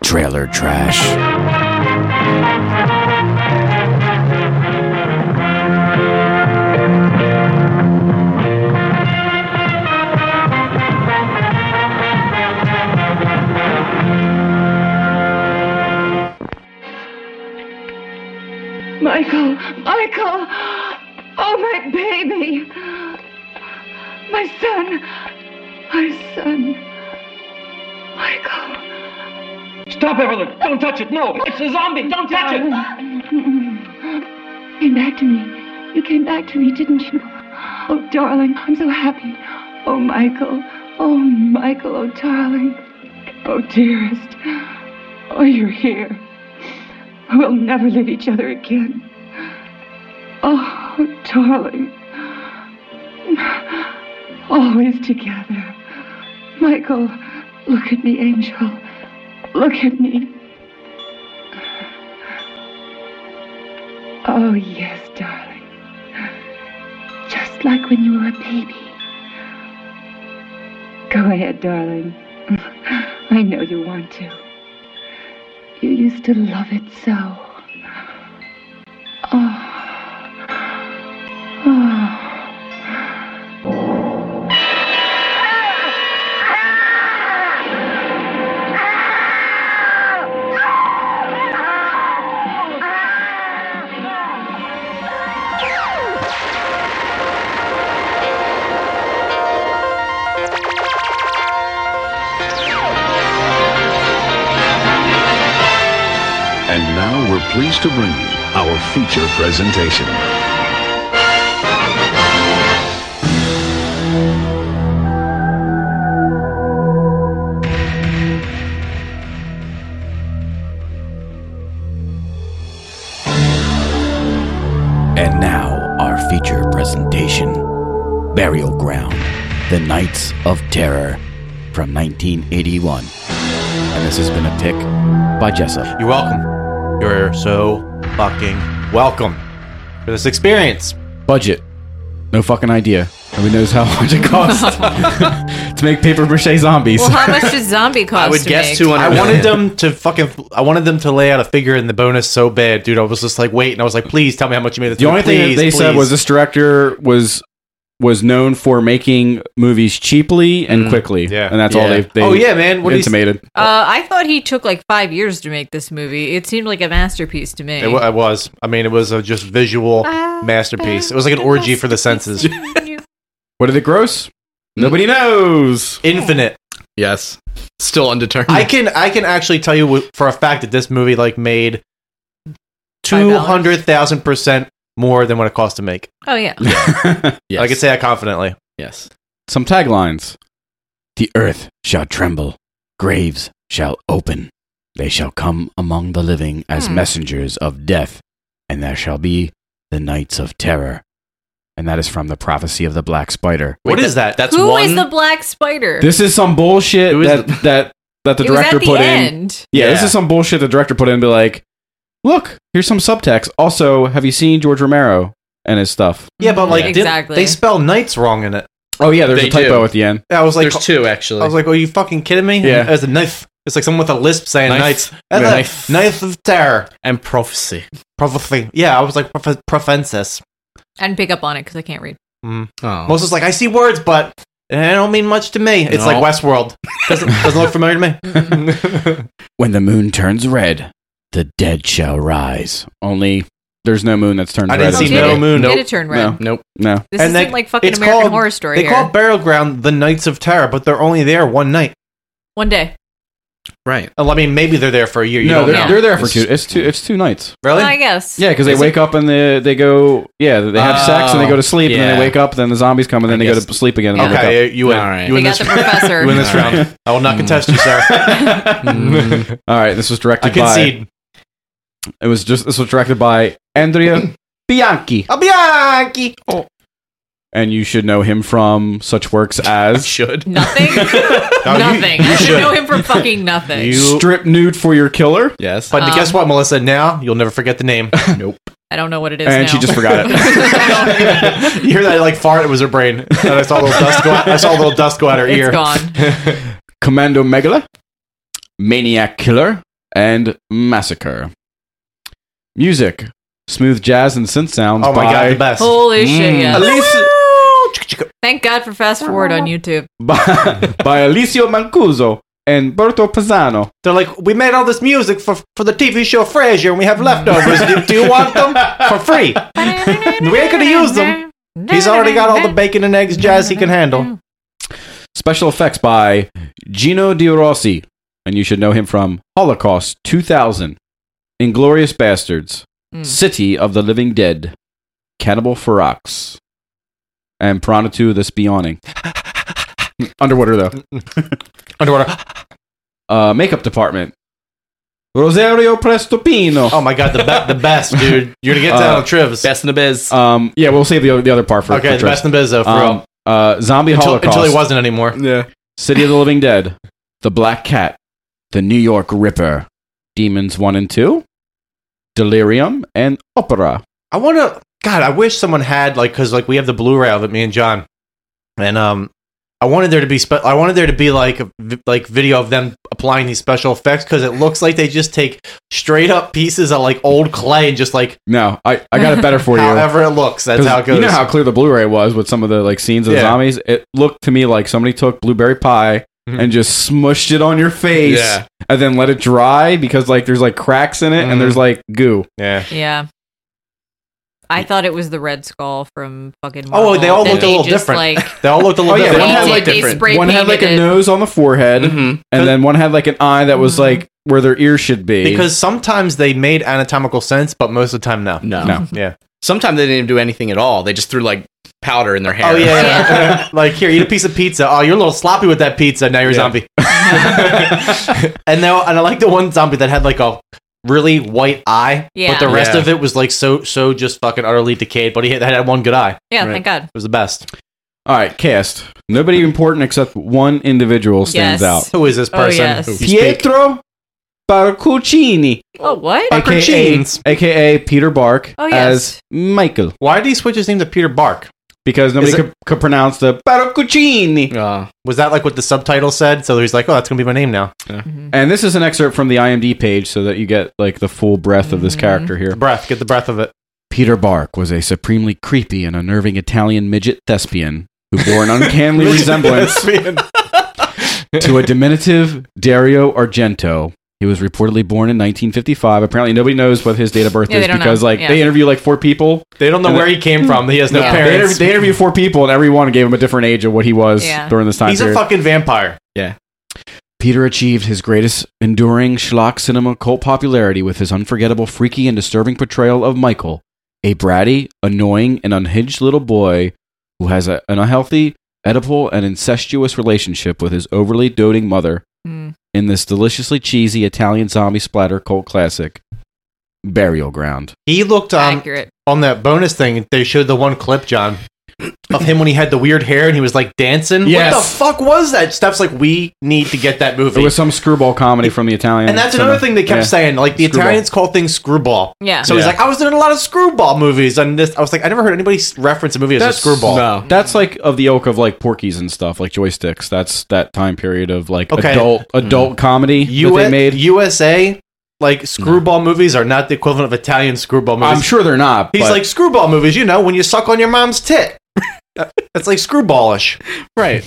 S13: trailer trash.
S10: Michael, Michael! Oh, my baby! My son! My son! Michael!
S12: Stop, Evelyn! Don't touch it! No! It's a zombie! Don't touch it!
S10: You came back to me. You came back to me, didn't you? Oh, darling, I'm so happy. Oh, Michael. Oh, Michael, oh, darling. Oh, dearest. Oh, you're here. We'll never leave each other again. Oh, darling. Always together. Michael, look at me, angel. Look at me. Oh, yes, darling. Just like when you were a baby. Go ahead, darling. I know you want to. You used to love it so. Oh. Oh.
S14: And now we're pleased to bring you our feature presentation.
S13: And now, our feature presentation Burial Ground The Knights of Terror from 1981. And this has been a pick by Jessup.
S5: You're welcome. You're so fucking welcome for this experience.
S2: Budget. No fucking idea. Nobody knows how much it costs to make paper mache zombies.
S3: Well, how much does zombie cost? to make?
S5: I wanted them to fucking. I wanted them to lay out a figure in the bonus so bad, dude. I was just like, wait, and I was like, please tell me how much you made this.
S2: The only
S5: movie.
S2: thing that
S5: Please,
S2: they said
S5: please.
S2: was this director was was known for making movies cheaply and quickly. Yeah, and that's all
S5: Mm. Yeah.
S2: they, they.
S5: Oh, yeah, man. What do you s-
S2: intimated?
S3: Uh, I thought he took like five years to make this movie. It seemed like a masterpiece to me.
S5: It, wa- it was. I mean, it was a just visual
S3: Ah,
S5: masterpiece. It was like an orgy for the senses.
S2: what did it
S5: Mm.
S2: gross? Nobody knows.
S5: Infinite.
S1: Yes. Still undetermined.
S5: I can. I can actually tell you wi- for a fact that this movie like made two hundred thousand percent more than what it cost to make.
S3: oh yeah.
S5: I can say that confidently.
S1: Yes.
S2: Some taglines.
S13: The earth shall tremble, graves shall open. They shall come among the living as
S3: Hmm.
S13: messengers of death, and there shall be the nights of terror. And that is from the prophecy of the black spider.
S5: What is that?
S3: Who is the black spider?
S2: This is some bullshit that, that that the
S3: It was
S2: director
S3: at the
S2: put
S3: end.
S2: in. Yeah, this
S3: Yeah.
S2: is some bullshit the director put in. and Be like, look, here's some subtext. Also, have you seen George Romero and his stuff?
S5: Yeah, but like, did-
S3: Exactly.
S5: they spell knights wrong in it.
S2: Oh yeah, there's
S5: They
S2: a typo
S5: do.
S2: at the end.
S5: I was like,
S1: There's two, actually.
S5: I was like, "Are you fucking kidding me?"
S2: Yeah.
S5: as a knife. It's like someone with a lisp saying
S1: Knife.
S5: knights. That's
S1: Yeah.
S5: a knife. of terror
S1: and prophecy.
S5: Prophecy. Yeah, I was like prof- prophensis.
S3: I didn't pick up on it because I can't read.
S5: Mm.
S1: Oh.
S5: Most is like, I see words, but they don't mean much to me. It's like
S13: No.
S5: Westworld. Doesn't doesn't look familiar to me.
S13: When the moon turns red, the dead shall rise.
S2: Only there's no moon that's turned.
S5: I didn't
S2: red.
S5: see Did no it- moon. did
S3: Oh, it turn red?
S1: Nope.
S2: No.
S3: This isn't like fucking
S5: it's
S3: American Horror Story
S5: They
S3: here.
S5: call Burial Ground the Knights of Terror, but they're only there one night.
S3: One day.
S1: Right.
S5: I mean, maybe they're there for a year. You
S2: No,
S5: don't
S2: they're,
S5: know.
S2: they're there for two. It's two. It's two nights.
S5: Really?
S3: I guess.
S2: Yeah, because they
S5: Is
S2: wake up and they they go. Yeah, they have sex and they go to sleep and then
S5: yeah.
S2: they wake up. Then the zombies come and then they go to sleep again. And they
S5: Okay,
S2: wake up.
S5: you win. You win this
S3: professor.
S5: You win this round. I will not contest you, sir.
S2: All right, this was directed.
S5: I concede.
S2: By, it was just this was directed by Andrea Bianchi.
S5: Bianchi. Oh,
S2: and you should know him from such works as
S1: should
S3: Nothing. nothing. I should know him from fucking nothing.
S2: strip nude for your killer.
S1: Yes,
S5: but
S3: Um,
S5: guess what, Melissa? Now you'll never forget the name.
S2: nope.
S3: I don't know what it is.
S5: And
S3: now.
S5: she just forgot it. you hear that like fart? It was her brain. And I saw a little dust go. Out, I saw a little dust go out her
S3: It's
S5: ear.
S3: gone.
S2: Commando Megala, Maniac Killer, and Massacre. Music, smooth jazz and synth sounds.
S5: Oh my God,
S2: by-
S5: the best.
S3: Holy shit!
S2: Mm.
S3: Yes.
S2: Alicia-
S3: Thank God for fast forward on YouTube.
S2: by, by Alicio Mancuso and Berto Pisano.
S5: They're like, we made all this music for for the TV show Frasier, and we have leftovers. do, do you want them for free? we ain't gonna use them. He's already got all the bacon and eggs jazz he can handle.
S2: Special effects by Gino Di Rossi, and you should know him from Holocaust 2000, Inglorious Bastards,
S3: Mm.
S2: City of the Living Dead, Cannibal Ferox, and Piranha 2: The Spioning. Underwater though.
S5: Underwater.
S2: Uh, makeup department. Rosario Prestopino.
S5: Oh my god, the be- the best, dude. You're gonna get that on Trivs.
S1: Uh, Best in the biz. Um,
S2: Um, yeah, we'll save the other, the other part for
S5: Okay,
S2: for
S5: the
S2: Trivs.
S5: best in the biz, though, for real.
S2: Uh, Zombie
S5: Until-
S2: Holocaust
S5: until he wasn't anymore.
S2: Yeah. City of the Living Dead, The Black Cat, The New York Ripper, Demons One and Two, Delirium, and Opera.
S5: I want to. God, I wish someone had like because like we have the Blu-ray of it, me and John, and um, I wanted there to be spe- I wanted there to be like a vi- like video of them applying these special effects because it looks like they just take straight up pieces of like old clay and just like
S2: No, I, I got it better for you.
S5: However it looks, that's
S2: 'Cause
S5: how it goes.
S2: You know how clear the Blu-ray was with some of the like scenes of the
S5: Yeah.
S2: zombies. It looked to me like somebody took blueberry pie and just smushed it on your face,
S5: Mm-hmm. Yeah.
S2: and then let it dry because like there's like cracks in it
S3: Mhm.
S2: and there's
S5: Mm-hmm.
S2: like goo.
S5: Yeah.
S3: Yeah. I thought it was the Red Skull from fucking. Marvel
S5: Oh, they all
S3: that
S5: looked a little
S3: just,
S5: different.
S3: Like,
S5: they all looked a little
S2: Oh, yeah,
S5: different.
S2: one had,
S3: like, They different. spray
S2: One had like a
S3: painted it. Mm-hmm.
S2: nose on the forehead,
S5: Mm-hmm.
S1: Mm-hmm.
S2: and then one had like an eye that was like where their ear should be.
S5: because sometimes they made anatomical sense, but most of the time, no,
S1: no,
S2: No.
S5: yeah.
S1: Sometimes they didn't do anything at all. They just threw like powder in their hair.
S5: Oh yeah, yeah. like here, eat a piece of pizza. Oh, you're a little sloppy with that pizza. Now you're a zombie. and now, and I like the one zombie that had like a really white eye,
S3: Yeah.
S5: but the rest
S3: Yeah.
S5: of it was like so so just fucking utterly decayed. But he had, had one good eye.
S3: yeah, thank God.
S5: It was the best.
S2: All right, cast. Nobody important except one individual stands
S3: Yes.
S2: out.
S5: Who is this
S3: Oh, person? yes. Who?
S2: Pietro Barcuccini,
S3: Oh, what?
S2: aka, aka Peter Bark,
S3: Oh, yes.
S2: as Michael.
S5: Why did he switch his name to Peter Bark?
S2: Because nobody
S5: Is it-
S2: could, could pronounce the Barcuccini.
S5: Was that like what the subtitle said? So he's like, oh, that's gonna be my name now.
S2: And this is an excerpt from the IMDb page so that you get like the full breadth of this
S5: Mm-hmm.
S2: character here.
S5: Breath, get the breath of it.
S2: Peter Bark was a supremely creepy and unnerving Italian midget thespian who bore an uncanny resemblance to a diminutive Dario Argento. He was reportedly born in 1955. Apparently, nobody knows what his date of birth
S5: Yeah, they
S2: is
S5: don't
S2: because,
S5: know.
S2: like,
S5: Yeah.
S2: they interview like four people.
S5: They don't know
S2: And
S5: where
S2: the-
S5: he came from. He has no
S2: Yeah. They,
S5: parents.
S2: interview, they interview four people, and everyone gave him a different age of what he was
S5: Yeah.
S2: during this time
S5: he's
S2: period.
S5: a fucking vampire.
S1: Yeah.
S2: Peter achieved his greatest enduring schlock cinema cult popularity with his unforgettable, freaky, and disturbing portrayal of Michael, a bratty, annoying, and unhinged little boy who has a, an unhealthy, edible, and incestuous relationship with his overly doting mother in this deliciously cheesy Italian zombie splatter cult classic, Burial Ground.
S5: He looked um, on that bonus thing. They showed the one clip, John, of him when he had the weird hair and he was like dancing. What the
S2: Yes.
S5: fuck was that? Steph's like, we need to get that
S2: It
S5: movie.
S2: was some screwball comedy from the Italian.
S5: and that's another thing they kept saying. Like the Italians call things screwball.
S2: Yeah.
S5: So he's
S2: Yeah.
S5: like, I was in a lot of screwball movies, and this I was like, I never heard anybody s- reference a movie as a screwball.
S2: No, that's like of the ilk of like Porkies and stuff, like joysticks. That's that time period of like
S5: Okay.
S2: adult adult comedy that
S5: US
S2: they made.
S5: USA. Like screwball movies are not the equivalent of Italian screwball movies.
S2: I'm sure they're not.
S5: He's
S2: but-
S5: like screwball movies, you know, when you suck on your mom's tit. That's like screwballish.
S1: Right.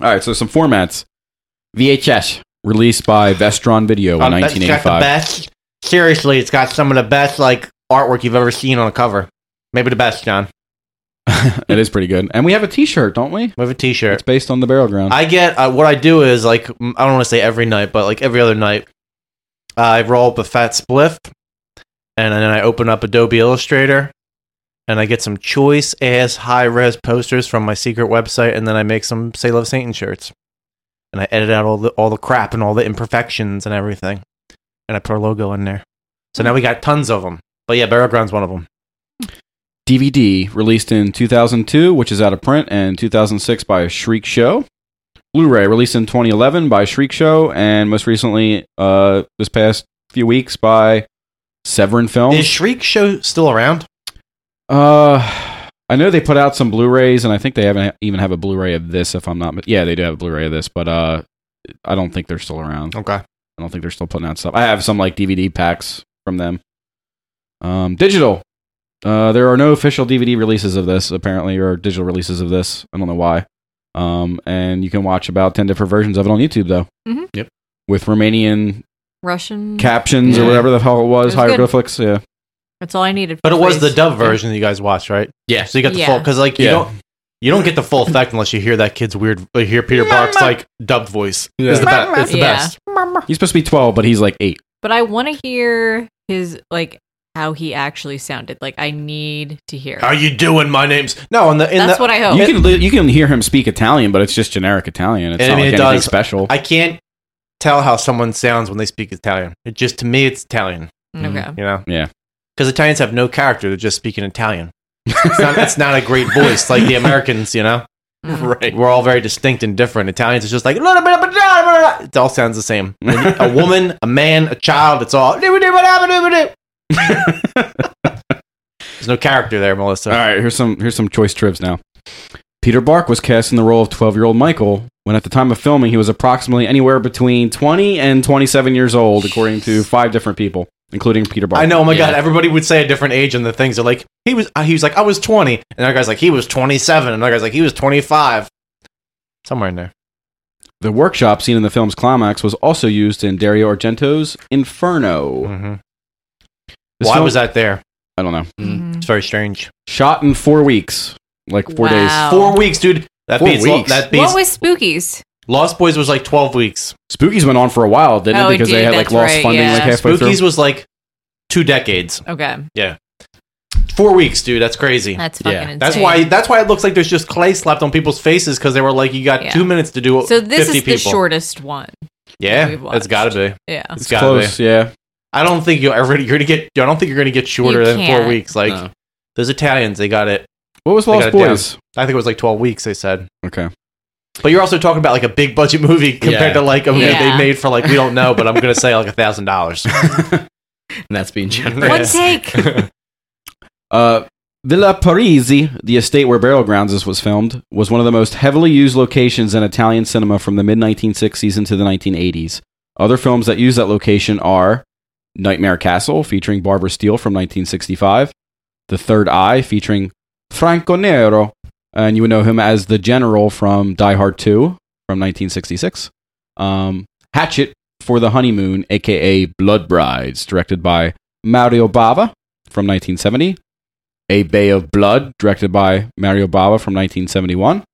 S2: all right. So some formats: VHS, released by Vestron Video in
S5: Um, that's got
S2: 1985.
S5: the best. Seriously, it's got some of the best like artwork you've ever seen on a cover. Maybe the best, John.
S2: it is pretty good, and we have a T-shirt, don't we? We
S5: have a T-shirt.
S2: It's based on the Burial Ground.
S5: I get uh, what I do is like m- I don't want to say every night, but like every other night, I roll up a fat spliff, and then I open up Adobe Illustrator, and I get some choice ass high res posters from my secret website, and then I make some Say Love Satan shirts, and I edit out all the all the crap and all the imperfections and everything, and I put our logo in there. So now we got tons of them. But yeah, Barrel Ground's one of them.
S2: DVD released in 2002, which is out of print, and 2006 by Shriek Show. Blu-ray released in 2011 by Shriek Show, and most recently, uh, this past few weeks by Severin Films.
S5: Is Shriek Show still around?
S2: Uh, I know they put out some Blu-rays, and I think they haven't even have a Blu-ray of this. If I'm not, but yeah, they do have a Blu-ray of this, but uh, I don't think they're still around.
S5: Okay, I
S2: don't think they're still putting out stuff. I have some like DVD packs from them. Um, digital. Uh, there are no official DVD releases of this apparently, or digital releases of this. I don't know why. Um, and you can watch about ten different versions of it on YouTube though.
S3: Mhm.
S1: Yep.
S2: With Romanian
S3: Russian
S2: captions
S3: Mm-hmm. Yeah.
S2: or whatever the hell it was,
S3: It was good.
S2: hieroglyphics. Yeah.
S3: That's all I needed.
S5: But it was the
S3: phrase.
S5: dub version that you guys watched, right?
S1: Yeah.
S5: So you got the
S3: Yeah.
S5: full because like you
S2: Yeah.
S5: don't you don't get the full effect unless you hear that kid's weird. Or hear Peter Bark's like dubbed voice. It's the, be- it's the
S3: Yeah.
S5: best.
S2: He's supposed to be twelve, but he's like eight.
S3: But I want to hear his like how he actually sounded. Like I need to hear. it.
S5: How you doing? My name's no. In the in
S3: That's
S5: the,
S3: what I hope.
S2: You can li- you can hear him speak Italian, but it's just generic Italian. It's
S5: And I
S2: not
S5: mean,
S2: like
S5: it
S2: anything
S5: does-
S2: special.
S5: I can't tell how someone sounds when they speak Italian. It just to me, it's Italian.
S3: Okay.
S5: You know,
S2: yeah.
S5: Because Italians have no character; they're just speaking Italian. It's not, it's not a great voice like the Americans. You know,
S1: right?
S5: We're all very distinct and different. Italians is just like it all sounds the same. a woman, a man, a child. It's all there's no character there, Melissa.
S2: All right, here's some here's some choice trivs now. Peter Bark was cast in the role of 12 year old Michael when, at the time of filming, he was approximately anywhere between 20 and 27 years old, according to five different people, including Peter Bark.
S5: I know. Oh my god! Everybody would say a different age on the things. They're like, he was, uh, he was like, I was twenty, and another guy's like, he was twenty-seven, and another guy's like, he was twenty-five. Somewhere in there.
S2: The workshop scene in the film's climax was also used in Dario Argento's Inferno. This
S5: Mm-hmm. Why
S2: film-
S5: was that there?
S2: I don't know.
S5: It's very strange.
S2: Shot in four weeks, like four
S3: Wow.
S2: days.
S5: Four weeks, dude. That
S2: Four
S5: beats.
S2: weeks.
S5: That beats.
S3: What was Spookies?
S5: Lost Boys was like twelve weeks.
S2: Spookies went on for a while, didn't
S3: Oh,
S2: it?
S3: it
S2: Because they
S3: did,
S2: had like
S3: that's
S2: lost
S3: right,
S2: funding
S3: yeah.
S2: like halfway through.
S5: Spookies was like two decades.
S3: Okay.
S5: Yeah. Four weeks, dude. That's crazy.
S3: That's fucking Yeah.
S5: That's
S3: insane.
S5: why. That's why it looks like there's just clay slapped on people's faces because they were like, "You got
S3: Yeah.
S5: two minutes to do it."
S3: So this
S5: 50
S3: is the
S5: people.
S3: shortest one.
S5: Yeah,
S3: we've
S5: it's got to be.
S3: Yeah.
S5: it's
S3: It's
S5: got
S2: close,
S5: Be.
S2: Yeah,
S5: I don't think you're ever. You're gonna get. I don't think you're gonna get shorter
S3: You
S5: than four
S3: can't.
S5: weeks. Like
S1: No.
S5: those Italians, they got it.
S2: What was
S5: they
S2: Lost
S5: got it down.
S2: Boys?
S5: I think it was like twelve weeks. They said.
S2: Okay.
S5: But you're also talking about like a big budget movie compared
S1: Yeah.
S5: to like a movie
S3: Yeah.
S5: they made for like we don't know, but I'm gonna say like a thousand dollars.
S1: And that's being generous.
S3: One take.
S2: Uh, Villa Parisi, the estate where Burial Grounds is- was filmed, was one of the most heavily used locations in Italian cinema from the mid 1960s into the 1980s. Other films that use that location are Nightmare Castle, featuring Barbara Steele from 1965, The Third Eye, featuring Franco Nero, and you would know him as the General from Die Hard 2 from 1966. Um, Hatchet for the Honeymoon, aka Blood Brides, directed by Mario Bava from 1970. A Bay of Blood, directed by Mario Bava from 1971.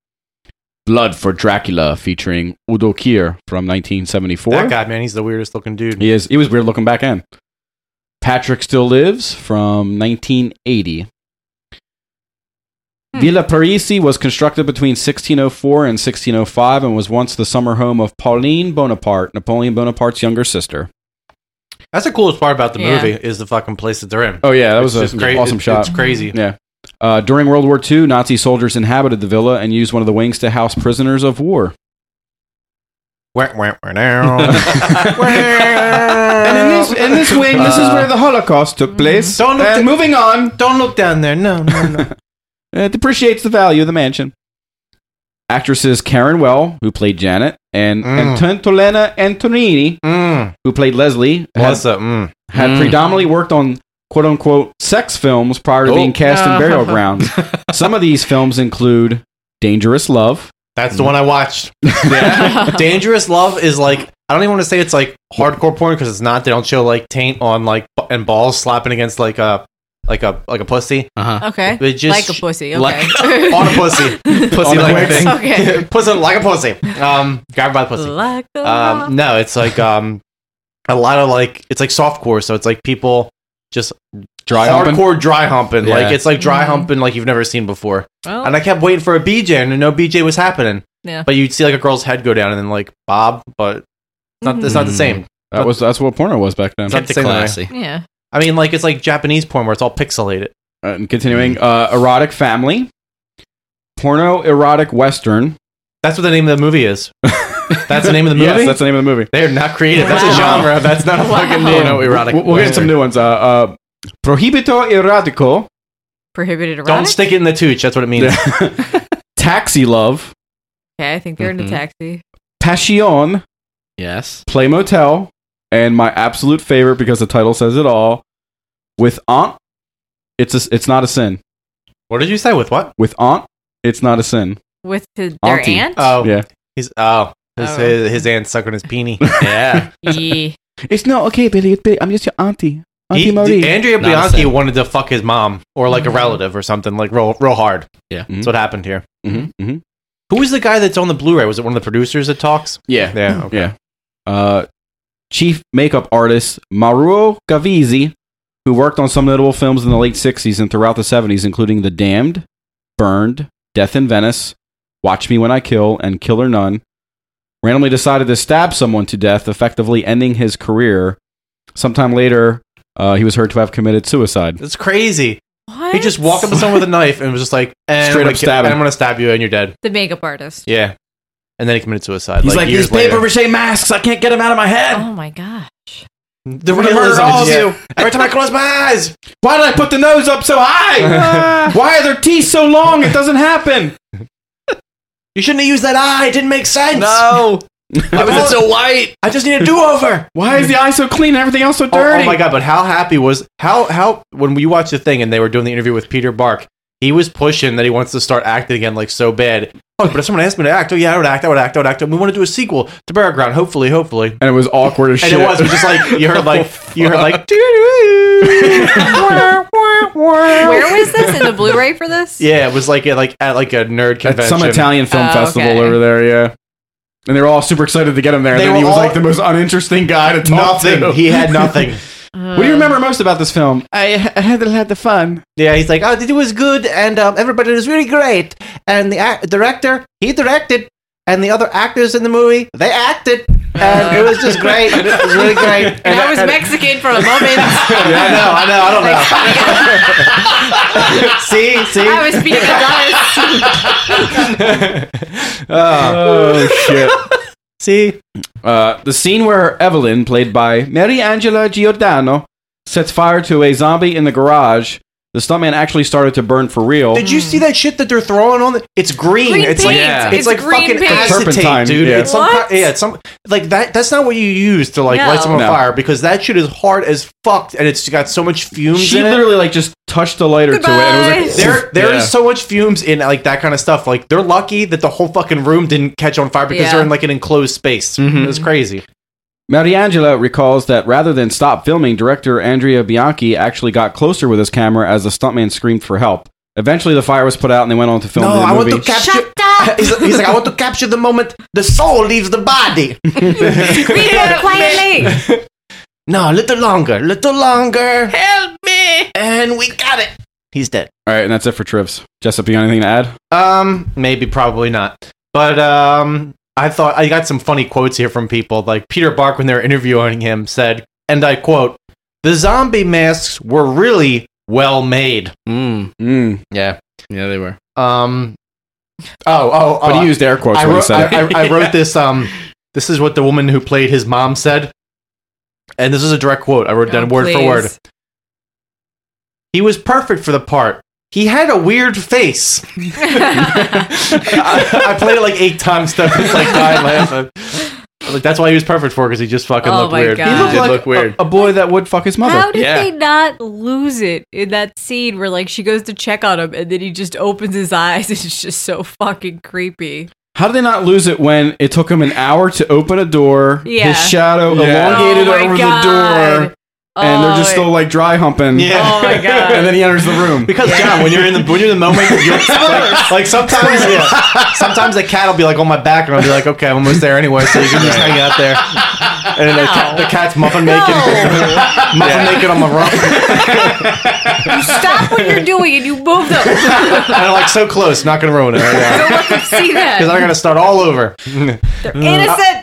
S2: Blood for Dracula, featuring Udo Kier from 1974.
S5: that guy, man, he's the weirdest looking dude.
S2: He is. He was weird looking back in. Patrick Still Lives from 1980. Villa Parisi was constructed between 1604 and 1605 and was once the summer home of Pauline Bonaparte, Napoleon Bonaparte's younger sister.
S5: That's the coolest part about the
S2: Yeah.
S5: movie is the fucking place that they're in.
S2: Oh yeah, that
S5: It's
S2: was
S5: just
S2: an
S5: cra-
S2: awesome
S5: it's-
S2: shot.
S5: It's crazy.
S2: Yeah. Uh, during World War II, Nazi soldiers inhabited the villa and used one of the wings to house prisoners of war.
S5: Wah, wah, wah, now.
S2: and in this, in this wing, this
S1: Uh.
S2: is where the Holocaust took place.
S5: Don't look
S2: And
S5: da-
S2: moving on.
S5: Don't look down there. No, no, no.
S2: It Uh, depreciates the value of the mansion. Actresses Karen Well, who played Janet, and
S5: Mm.
S2: Antonella Antonini, who played Leslie, had,
S5: Melissa, mm.
S2: had
S5: Mm.
S2: predominantly worked on "quote unquote" sex films prior to
S5: Oh.
S2: being cast in
S5: Ah.
S2: Burial Grounds. Some of these films include "Dangerous Love."
S5: That's the one I watched. Dangerous Love is like I don't even want to say it's like hardcore porn because it's not. They don't show like taint on like bu- and balls slapping against like a like a like a pussy.
S1: Uh-huh.
S3: Okay.
S5: They just-
S3: like a pussy. Okay.
S5: like- on a pussy,
S2: On
S5: pussy
S2: the
S5: like a
S2: bricks.
S5: thing.
S3: Okay.
S5: pussy like a pussy. Um, grabbed by the pussy.
S3: Like a
S5: Um, no, it's like um, a lot of like it's like softcore, so it's like people just
S2: Dry
S5: hardcore
S2: humping?
S5: dry humping.
S2: Yeah.
S5: Like it's like dry humping like you've never seen before.
S3: Well-
S5: Oh. and I kept waiting for a BJ, and no BJ was happening.
S3: Yeah.
S5: But you'd see like a girl's head go down, and then like Bob, but it's not it's
S2: Mm.
S5: not the same.
S2: That was that's what porno was back then.
S5: It's not the same anyway.
S3: yeah.
S5: I mean, like it's like Japanese porn where it's all pixelated.
S2: Uh, and continuing, uh, erotic family, porno erotic western.
S5: That's what the name of the movie is. That's the name of the
S2: Yes,
S5: movie?
S2: that's the name of the movie.
S5: They are not creative. That's a
S2: Wow.
S5: genre. That's not a
S2: Wow.
S5: fucking name.
S2: Porno erotic We'll, we'll get some new ones. Uh, uh, Prohibito erotico.
S3: Prohibited erotic.
S5: Don't stick it in the tooch. That's what it means.
S2: Taxi love.
S3: Okay, I think they're in
S5: Mm-hmm.
S2: Mhm.
S3: a taxi.
S2: Passion.
S1: Yes.
S2: Play Motel. And my absolute favorite because the title says it all. With Aunt, it's a, it's not a sin.
S5: What did you say? With what?
S2: With Aunt, it's not a sin.
S3: With his, their
S2: Auntie.
S3: aunt?
S5: Oh,
S2: Yeah.
S5: He's oh, his
S3: Oh.
S5: his, his aunt sucking his peenie. Yeah.
S3: Yeah.
S2: It's not okay, Billy. It's Billy. I'm just your auntie. Auntie
S5: He,
S2: Marie.
S5: Andrea
S2: Not a
S5: Bianchi
S2: sin.
S5: wanted to fuck his mom or like a relative or something like real, real hard.
S1: Yeah,
S2: Mm-hmm.
S5: that's what happened here.
S2: Mhm, mhm.
S5: Who was the guy that's on the Blu-ray? Was it one of the producers that talks?
S2: Yeah. Mm-hmm.
S5: yeah, okay.
S2: Yeah. Uh, chief makeup artist Maruo Gavizzi, who worked on some notable films in the late 60s and throughout the 70s, including The Damned, Burned, Death in Venice, Watch Me When I Kill, and Killer None, randomly decided to stab someone to death, effectively ending his career. Sometime later, uh, he was heard to have committed suicide.
S5: That's crazy. He just walked up to someone with a knife and was just like, and
S2: Straight
S5: I'm
S2: up
S5: gonna ki-
S2: stab him.
S5: and I'm gonna stab you and you're dead.
S3: The makeup artist.
S5: Yeah, and then he committed suicide.
S2: He's like,
S5: years
S2: these paper
S5: later.
S2: mache masks, I can't get them out of my head.
S3: Oh my gosh.
S5: The
S2: I'm gonna murder
S5: realism
S2: all of
S5: is-
S2: you.
S5: Every time I close my eyes,
S2: Why did I put the nose up so high? Why are their teeth so long? It doesn't happen.
S5: you shouldn't have used that eye. It didn't make sense.
S1: No.
S5: Why was it so
S1: white?
S5: I just need a do-over.
S2: Why is the eye so clean and everything else so
S5: Oh,
S2: dirty?
S5: Oh, my god! But how happy was how how when we watched the thing and they were doing the interview with Peter Bark, he was pushing that he wants to start acting again, like so bad. Oh, but if someone asked me to act, oh yeah, I would act, I would act, I would act. We want to do a sequel to Battleground, hopefully, hopefully.
S2: And it was awkward as
S5: And
S2: shit.
S5: it was, it was just like you heard like you heard like
S3: Where was this in the Blu-ray for this?
S5: yeah, it was like at like at like a nerd convention,
S2: at some Italian film
S3: Oh,
S2: festival
S3: okay.
S2: over there, yeah. And they were all super excited to get him there. And
S5: They
S2: then he
S5: were
S2: was
S5: all-
S2: like the most uninteresting guy to talk
S5: Nothing.
S2: to.
S5: He had nothing.
S2: what do you remember most about this film? I, I had had the fun.
S5: Yeah, he's like, oh, it was good, and um, everybody was really great. And the ac director, he directed, and the other actors in the movie, they acted, and it was just great. and it was really great.
S3: And I was Mexican for a moment.
S5: Yeah, I know, I know, I don't know. see,
S3: I
S5: see.
S3: was speaking Adonis.
S2: Oh, shit.
S5: See?
S2: Uh, the scene where Evelyn, played by Mary Angela Giordano, sets fire to a zombie in the garage. The stuntman actually started to burn for real.
S5: Did you see that shit that they're throwing on? The- it's green.
S2: Green
S5: it's like
S2: paint. Yeah.
S5: it's,
S2: It's
S5: like
S2: green
S5: fucking
S2: paint. Turpentine,
S5: acetate, dude.
S2: yeah.
S5: It's some
S2: What?
S5: ki- yeah, it's some like that. That's not what you use to like light
S2: No.
S5: someone on
S2: No.
S5: fire because that shit is hard as fucked, and it's got so much fumes.
S2: She
S5: in it.
S2: literally like just touched the lighter to it. And it was like,
S5: there there is
S2: Yeah.
S5: so much fumes in like that kind of stuff. Like they're lucky that the whole fucking room didn't catch on fire because
S2: Yeah.
S5: they're in like an enclosed space.
S2: Mhm.
S5: It was crazy.
S2: Mariangela recalls that rather than stop filming, director Andrea Bianchi actually got closer with his camera as the stuntman screamed for help. Eventually, the fire was put out and they went on to film the movie.
S5: capture. He's, he's like, I want to capture the moment the soul leaves the body.
S3: Read it quietly.
S5: No, a little longer, little longer.
S3: Help me.
S5: And we got it. He's dead.
S2: All right, and that's it for Trivs. Jessup, you got anything to add?
S5: Um, maybe, probably not. But um, I thought I got some funny quotes here from people. Like Peter Bark, when they were interviewing him, said, and I quote, "The zombie masks were really well made."
S1: Mm.
S2: Mm.
S5: Yeah.
S1: Yeah, they were.
S5: Um. Oh, oh, oh.
S2: But he used air quotes
S5: I
S2: when he
S5: wrote,
S2: said
S5: I,
S2: it.
S5: I- I wrote this. Um, this is what the woman who played his mom said, and this is a direct quote. I wrote down
S3: Oh,
S5: word for word.
S3: please.
S5: He was perfect for the part. He had a weird face. I, I played it like eight times. Stuff. It's like dying laughing. Like that's why he was perfect for because he just fucking
S3: Oh
S5: looked
S3: my
S5: weird.
S3: God. He looked
S5: did
S3: like
S5: look weird.
S2: A boy that would fuck his mother.
S3: How did
S5: Yeah.
S3: they not lose it in that scene where like she goes to check on him and then he just opens his eyes and it's just so fucking creepy.
S2: How did they not lose it when it took him an hour to open a door?
S3: Yeah.
S2: His shadow
S3: Yeah.
S2: elongated
S3: Oh my
S2: over
S3: God.
S2: the door. And they're just
S3: Oh.
S2: still like dry humping.
S5: Yeah. Oh my God.
S2: And then he enters the room.
S5: Because John, when you're in the when you're in the moment, you're, like, like sometimes, yeah, sometimes the cat will be like on my back, and I'll be like, okay, I'm almost there anyway, so you can just hang out there. And the, cat, the cat's muffin making, muffin making on my rump,
S3: You Oh, stop what you're doing and you move them.
S5: and I'm like so close, not gonna ruin it right now
S3: See that?
S5: because I'm gonna start all over.
S3: Innocent.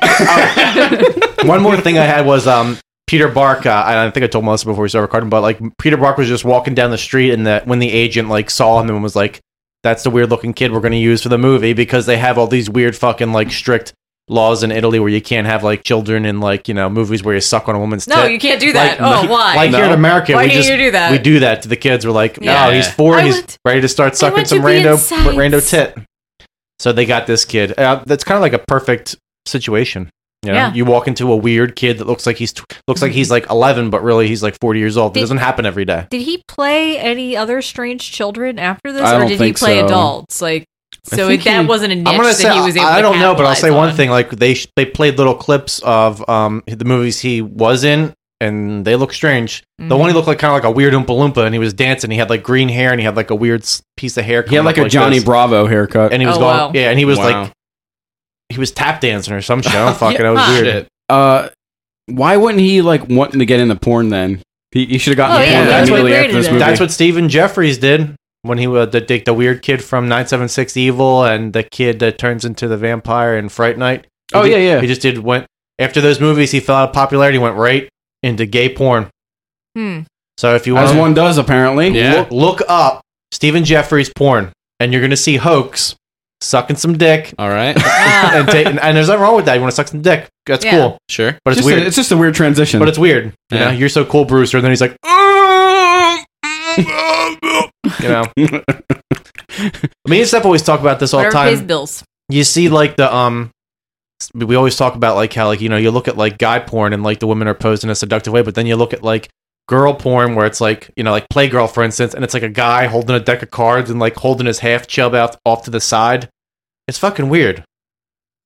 S5: One more thing I had was um, Peter Bark, uh, I I think I told Melissa before we started recording, but like Peter Bark was just walking down the street, and that when the agent like saw him and was like, "That's the weird looking kid we're going to use for the movie," because they have all these weird fucking like strict laws in Italy where you can't have like children in like you know movies where you suck on a woman's
S3: No,
S5: tit.
S3: you can't do that.
S5: Like,
S3: oh, why?
S5: Like here in America,
S3: why
S5: we
S3: can't
S5: just
S3: you do that?
S5: we do that to the kids. We're like, no,
S3: Yeah.
S5: he's four,
S3: I
S5: he's
S3: want-
S5: ready to start sucking
S3: want
S5: some
S3: to be
S5: rando
S3: inside.
S5: rando tit. So they got this kid. Uh, that's kind of like a perfect situation. You know,
S3: Yeah. Mm-hmm.
S5: you walk into a weird kid that looks like he's tw- looks like he's like 11, but really he's like 40 years old.
S3: Did-
S5: it doesn't happen every day.
S3: Did he play any other strange children after this,
S5: I
S3: or
S5: don't
S3: did he
S5: think
S3: play
S5: so.
S3: adults? Like,
S5: I
S3: so
S5: think
S3: it, that
S5: he-
S3: wasn't a niche
S5: I'm gonna
S3: that
S5: say
S3: he was able.
S5: I,
S3: to
S5: I don't know, but I'll
S3: capitalize
S5: say
S3: on.
S5: one thing: like they sh- they played little clips of um the movies he was in, and they look strange. The
S3: Mm-hmm.
S5: one he looked like kind of like a weird Oompa Loompa, and he was dancing. He had like green hair, and he had like a weird s- piece of hair.
S2: He had
S5: coming
S2: like
S5: up
S2: a Johnny
S5: this.
S2: Bravo haircut,
S5: and he
S3: Oh,
S5: was going, yeah, and he was like, he was tap dancing or some shit. I don't fucking. know. It was weird.
S2: Uh, why wouldn't he like wanting to get into porn then? He, he should have gotten
S5: Oh,
S2: into
S5: yeah,
S2: porn
S5: that's what-
S2: immediately after this movie.
S5: That's what Stephen Jeffries did when he was the, the, the weird kid from 976 Evil and the kid that turns into the vampire in Fright Night. He
S2: Oh,
S5: did-
S2: yeah, yeah.
S5: He just did went after those movies. He fell out of popularity. Went right into gay porn.
S3: Hmm.
S5: So if you want,
S2: as one does apparently.
S5: look, look up Stephen Jeffries porn, and you're gonna see hoax sucking some dick.
S1: All right,
S3: Ah.
S5: and, take, and, there's nothing wrong with that. You want to suck some dick? That's
S2: Yeah.
S5: cool.
S1: Sure,
S5: but it's
S2: Just a-
S5: weird.
S2: it's just a weird transition.
S5: But it's weird. You
S2: Yeah.
S5: know, you're so cool, Brewster. And then he's like, you know. Me and Steph always talk about this all the
S3: Whatever
S5: time.
S3: pays bills.
S5: You see, like the um, we always talk about like how like you know you look at like guy porn and like the women are posed in a seductive way, but then you look at like girl porn where it's like you know like Playgirl for instance, and it's like a guy holding a deck of cards and like holding his half chub out off to the side. It's fucking weird.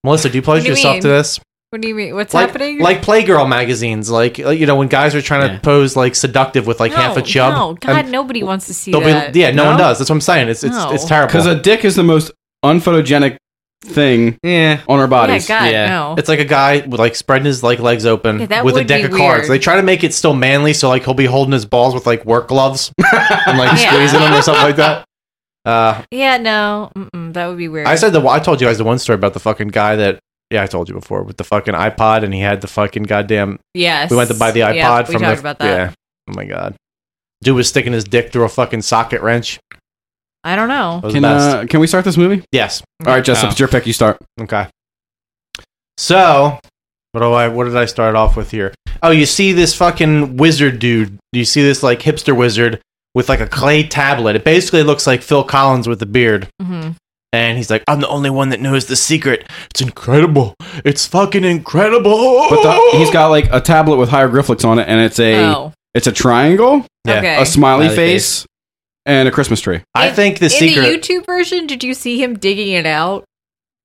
S5: Melissa, do you
S3: What
S5: pledge
S3: do you
S5: yourself
S3: mean?
S5: to this?
S3: What do you mean? What's
S5: like,
S3: happening?
S5: like Playgirl magazines, like uh, you know when guys are trying to pose like seductive with like
S3: no,
S5: half a chub.
S3: No, God, nobody wants to see
S5: they'll be-
S3: that.
S5: yeah, no, one does. That's what I'm saying. It's it's,
S3: No.
S5: it's terrible
S2: because a dick is the most unphotogenic thing on our bodies.
S3: Oh God, Yeah. no.
S5: It's like a guy with like spreading his like legs open
S3: Yeah, that
S5: with a
S3: would
S5: deck
S3: be
S5: of cards.
S3: weird.
S5: They try to make it still manly, so like he'll be holding his balls with like work gloves and like
S3: Yeah.
S5: squeezing them or something like that. Uh,
S3: Yeah, no, mm-mm, that would be weird.
S5: I said the I told you guys the one story about the fucking guy that yeah I told you before with the fucking iPod and he had the fucking goddamn
S3: Yes.
S5: we went to buy the iPod
S3: Yeah, we
S5: from the-
S3: talked about that.
S5: yeah oh my god dude was sticking his dick through a fucking socket wrench
S3: I don't know.
S5: That was
S2: Can,
S5: the best.
S2: uh, can we start this movie?
S5: yes
S2: All right, Jessup,
S5: Oh.
S2: it's your pick. You start.
S5: Okay. So, what do I? What did I start off with here? Oh, you see this fucking wizard dude. You see this like hipster wizard with like a clay tablet. It basically looks like Phil Collins with a beard.
S3: Mhm.
S5: And he's like, I'm the only one that knows the secret. It's incredible. It's fucking incredible.
S2: But the, he's got like a tablet with hieroglyphics on it, and it's a
S3: Oh.
S2: it's a triangle,
S5: Yeah. Okay.
S2: a smiley,
S5: Smiley
S2: face, and a Christmas tree.
S5: I think
S3: In the YouTube version, did you see him digging it out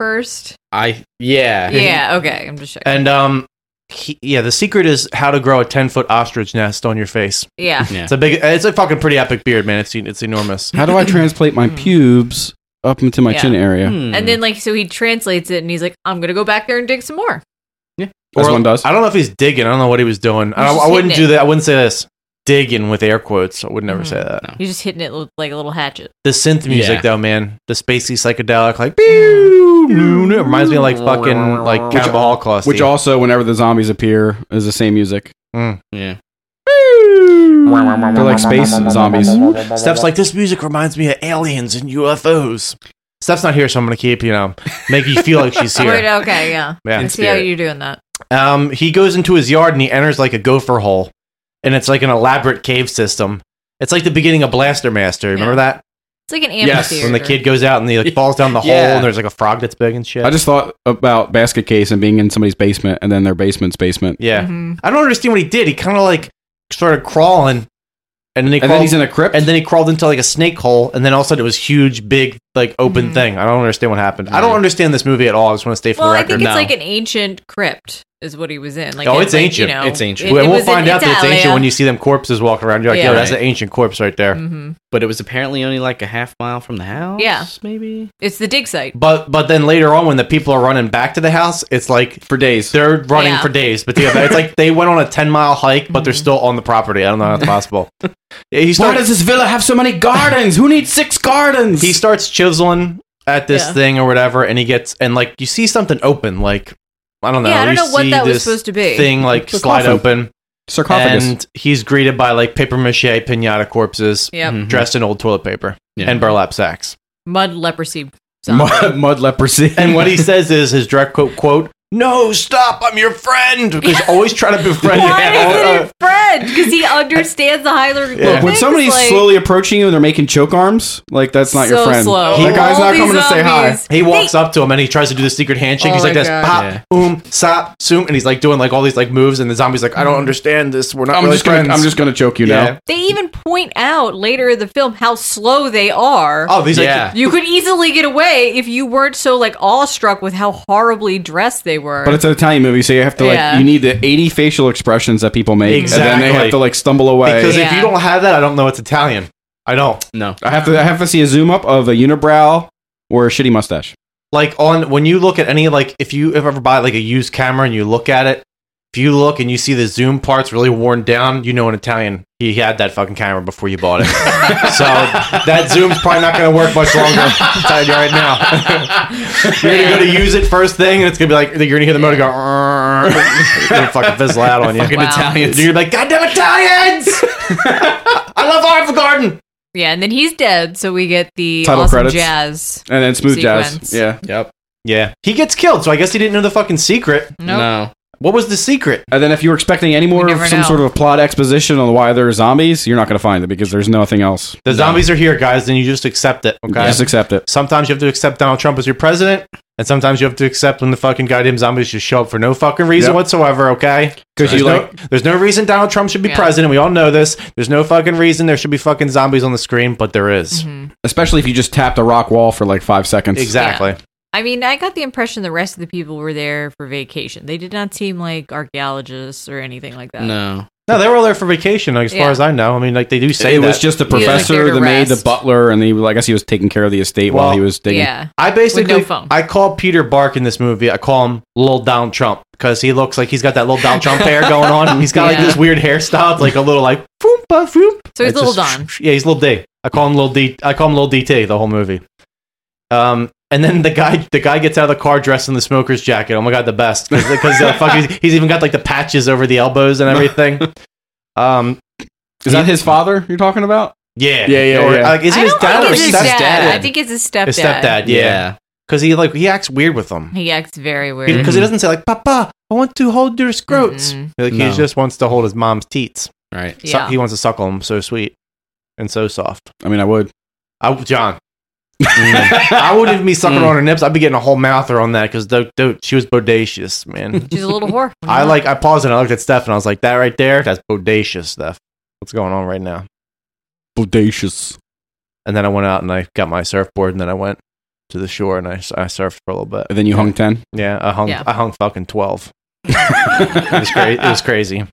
S3: first?
S1: I yeah
S3: Yeah. Okay, I'm just checking.
S5: And um, he, yeah, the secret is how to grow a ten foot ostrich nest on your face.
S3: Yeah.
S1: Yeah.
S5: it's a big. It's a fucking pretty epic beard, man. It's it's enormous.
S2: How do I translate my pubes up into my
S3: Hmm. Yeah.
S2: chin area?
S3: And then like so he translates it and he's like, I'm gonna go back there and dig some more.
S2: As
S5: Or-
S2: one does.
S5: I don't know if he's digging. I don't know what he was doing. I,
S3: just
S5: I wouldn't
S3: hitting
S5: do
S3: it. Mm-hmm.
S5: that. I wouldn't say this. Digging with air quotes. I would never say that.
S3: He's just hitting it with like a little hatchet.
S5: The synth music,
S1: Yeah.
S5: though, man. The spacey psychedelic, like, pew, noo, noo. it reminds me of like fucking like
S2: Which-
S5: Cannibal Holocaust.
S2: Which also, whenever the zombies appear, is the same music.
S1: Yeah.
S2: They're like space zombies.
S5: Steph's like, this music reminds me of aliens and UFOs. Steph's not here, so I'm gonna keep you know make you feel like she's here.
S3: Wait, okay, yeah.
S5: Yeah.
S3: I
S5: In
S3: see how
S5: spirit.
S3: you're doing that.
S5: Um, he goes into his yard and he enters like a gopher hole, and it's like an elaborate cave system. It's like the beginning of Blaster Master. Remember that?
S3: It's like an
S5: Yes,
S3: amphitheater.
S5: when the kid goes out and he like falls down the hole
S2: Yeah.
S5: and there's like a frog that's big and shit.
S2: I just thought about basket case and being in somebody's basement, and then their basement's basement.
S5: yeah.
S3: Mm-hmm.
S5: I don't understand what he did. He kind of like started crawling, and then he
S2: And then
S5: crawled,
S2: he's in a crypt,
S5: and then he crawled into like a snake hole, and then all of a sudden it was huge, big, like open thing. I don't understand what happened. I don't understand this movie at all. I just want to stay for
S3: Mm-hmm. well,
S5: the
S3: I
S5: record.
S3: think it's like an ancient crypt is what he was in. Like
S5: oh,
S3: it-
S5: it's
S3: like, you
S5: ancient.
S3: know,
S5: And
S3: it
S5: we'll
S3: was in
S5: find out that it's
S3: Italia.
S5: ancient when you see them corpses walking around. You're like,
S3: Yeah.
S5: yo, that's
S3: Right.
S5: an ancient corpse right there.
S1: But it was apparently only like a half mile from the house.
S3: Mm-hmm. Yeah.
S1: Maybe.
S3: It's the dig site.
S5: But but then later on, when the people are running back to the house, it's like for
S2: days.
S5: They're running
S3: Yeah. Mm-hmm.
S5: for days, but the other, it's like they went on a ten mile hike, but they're still on the property. I don't know how it's possible. Yeah, he
S2: Why
S5: starts,
S2: does this villa have so many gardens? Who needs six gardens?
S5: he starts chiseling at this
S3: Yeah.
S5: thing or whatever, and he gets and like you see something open, like I don't know.
S3: Yeah, I don't
S5: you
S3: know what
S5: see
S3: that was
S5: this
S3: supposed to be.
S5: Thing like
S3: The
S5: slide
S3: coffin.
S5: open,
S2: Sarcophagus.
S5: And he's greeted by like paper mache pinata corpses
S3: Yep.
S5: dressed in old toilet paper
S2: Mm-hmm. Yeah.
S5: and burlap sacks.
S3: Mud leprosy.
S2: Mud, mud leprosy.
S5: And what he says is his direct quote quote, No, stop, I'm your friend. Because he's always trying to befriend
S3: Why
S5: him.
S3: is it Fred? Because he understands the higher.
S2: Look, when somebody's slowly approaching you and they're making choke arms, like that's not your
S3: So
S2: friend.
S3: slow.
S2: That guy's
S3: All
S2: not
S3: these
S2: coming to say hi.
S3: zombies.
S5: He walks up to him and he tries to do the secret handshake.
S3: Oh
S5: he's like
S3: my
S5: this
S3: God.
S5: pop, um, sop, zoom, and he's like doing like all these like moves, and the zombie's like, I don't
S3: Mm.
S5: understand this. We're not.
S2: I'm
S5: really
S2: just gonna,
S5: friends."
S2: I'm just gonna choke you
S5: Yeah.
S2: now.
S3: They even point out later in the film how slow they are.
S5: Oh, these are- Yeah.
S3: you could easily get away if you weren't so like awestruck with how horribly dressed they were.
S2: But it's an Italian movie, so you have to like
S3: Yeah.
S2: you need the 80 facial expressions that people make, and then they
S5: Exactly.
S2: have to like stumble away.
S5: Because if you don't have that, I don't know it's Italian. I don't.
S1: No.
S2: I have to I have to see a zoom up of a unibrow or a shitty mustache.
S5: Like on when you look at any like if you ever buy like a used camera and you look at it, if you look and you see the zoom parts really worn down, you know an Italian. He had that fucking camera before you bought it. so that zoom's probably not going to work much longer. I'm telling you right now. you're going to go to use it first thing, and it's going to be like, you're going to hear the motor go, "Arr." it's going to fucking fizzle out on you.
S1: Fucking Wow. Italians.
S5: You're gonna be like, God damn Italians! I love Olive Garden.
S3: yeah, and then he's dead, so we get the
S5: Title
S3: awesome
S5: credits.
S3: jazz
S2: And then smooth
S3: sequence.
S2: jazz. Yeah.
S1: Yep.
S5: Yeah. He gets killed, so I guess he didn't know the fucking secret.
S3: Nope.
S1: No.
S5: What was the secret?
S2: And then if you were expecting any more of
S3: never
S2: some
S3: know.
S2: sort of plot exposition on why there are zombies, you're not gonna find it because there's nothing else.
S5: The zombies are here, guys, and you just accept it, okay?
S2: Just accept it.
S5: Sometimes you have to accept Donald Trump as your president, and sometimes you have to accept when the fucking goddamn zombies just show up for no fucking reason
S2: Yep.
S5: whatsoever, okay?
S2: 'Cause
S5: there's,
S2: you
S5: no, there's no reason Donald Trump should be president. We all know this. There's no fucking reason there should be fucking zombies on the screen, but there is.
S2: Especially if you just tapped a rock wall for like five seconds.
S5: Exactly.
S3: I mean, I got the impression the rest of the people were there for vacation. They did not seem like archaeologists or anything like that.
S1: No.
S5: No, they were all there for vacation, like, as
S3: Yeah.
S5: far as I know. I mean, like, they do say
S2: it
S5: that.
S2: was just the
S5: Yeah, like
S2: professor,
S5: they're to
S2: the maid, the
S5: rest.
S2: butler, and he I guess he was taking care of the estate while he was digging.
S5: I basically,
S3: With no phone.
S5: I call Peter Bark in this movie. I call him Lil Down Trump because he looks like he's got that Lil Down Trump hair going on. He's got
S3: Yeah.
S5: like this weird hairstyle, It's like a little like foompa foomp.
S3: So he's
S5: It's
S3: Lil
S5: just-
S3: Don.
S5: Yeah, he's Lil D. I call him Lil D. I call him Lil DT the whole movie. Um, and then the guy, the guy gets out of the car dressed in the smoker's jacket. Oh my god, the best because uh, fuck, he's, he's even got like the patches over the elbows and everything. Um,
S2: Is that his father you're talking about?
S5: Yeah,
S2: Yeah, yeah,
S5: Or,
S2: yeah.
S5: Like, is it
S3: I
S5: his
S3: don't
S5: dad or
S3: think
S5: his
S3: it's his
S5: stepdad?
S3: dad. I think it's his stepdad.
S5: His stepdad, yeah. Because he like he acts weird with them.
S3: He acts very weird.
S5: Because he doesn't say like "Papa, I want to hold your scrotes."
S1: No.
S5: Like Mm-hmm. he just wants to hold his mom's teats.
S1: Right.
S5: So-
S3: Mm-hmm. Yeah.
S5: he wants to suckle them so sweet and so soft.
S2: I mean, I would.
S5: I John. I wouldn't even be sucking
S1: Mm.
S5: on her nips. I'd be getting a whole mouther on that because she was bodacious, man.
S3: She's a little whore.
S5: I like. I paused and I looked at Steph and I was like, "That right there, that's bodacious, Steph. What's going on right now?"
S2: Bodacious.
S5: And then I went out and I got my surfboard and then I went to the shore and I, I surfed for a little bit.
S2: And then you hung 10?
S5: Yeah, I hung.
S3: Yeah.
S5: I hung fucking twelve. it was crazy. It was crazy.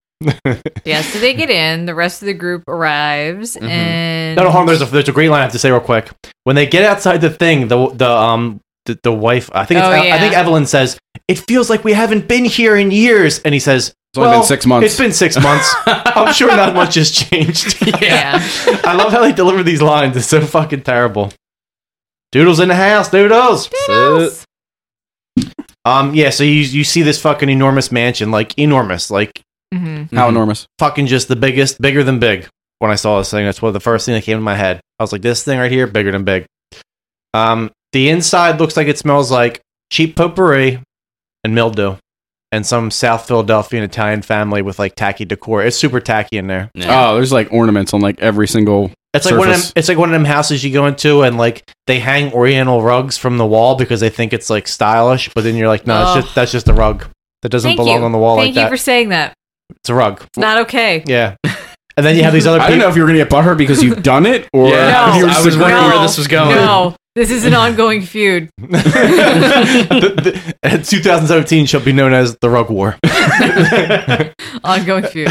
S3: Yeah, so they get in. The rest of the group arrives, and
S5: Mm-hmm. No, no, hold on. There's a there's a great line I have to say real quick. When they get outside the thing, the the um the, the wife, I think it's,
S3: Oh,
S5: I-
S3: yeah.
S5: I think Evelyn says it feels like we haven't been here in years, and he says it's
S2: only been six months."
S5: It's been six months. I'm sure not much has changed.
S3: yeah.
S5: I love how they deliver these lines. It's so fucking terrible. Doodles in the house, doodles.
S3: Doodles.
S5: Um, yeah. So you you see this fucking enormous mansion, like enormous, like
S3: Mhm.
S5: Mm-hmm.
S2: How enormous?
S5: fucking just the biggest, bigger than big. When I saw this thing, that's one of the first thing that came to my head. I was like, this thing right here, bigger than big. Um, the inside looks like it smells like cheap potpourri and mildew, and some South Philadelphian Italian family with like tacky decor. It's super tacky in there.
S2: Oh, there's like ornaments on like every single.
S5: It's like one of them,
S2: surface.
S5: it's like one of them houses you go into and like they hang Oriental rugs from the wall because they think it's like stylish, but then you're like, no,
S3: Oh.
S5: that's just that's just a rug that doesn't
S3: Thank
S5: belong
S3: you.
S5: on the wall
S3: Thank
S5: like
S3: you
S5: that.
S3: for saying that.
S5: it's a rug.
S3: It's not okay.
S5: Yeah. And then you have these other
S2: I didn't
S5: people.
S2: know if you were gonna get butthurt because you've done it, or
S3: No,
S2: you were just like,
S3: no, No, this is an ongoing feud.
S5: The- uh, the- 2017 shall be known as the Rug War.
S3: Ongoing feud.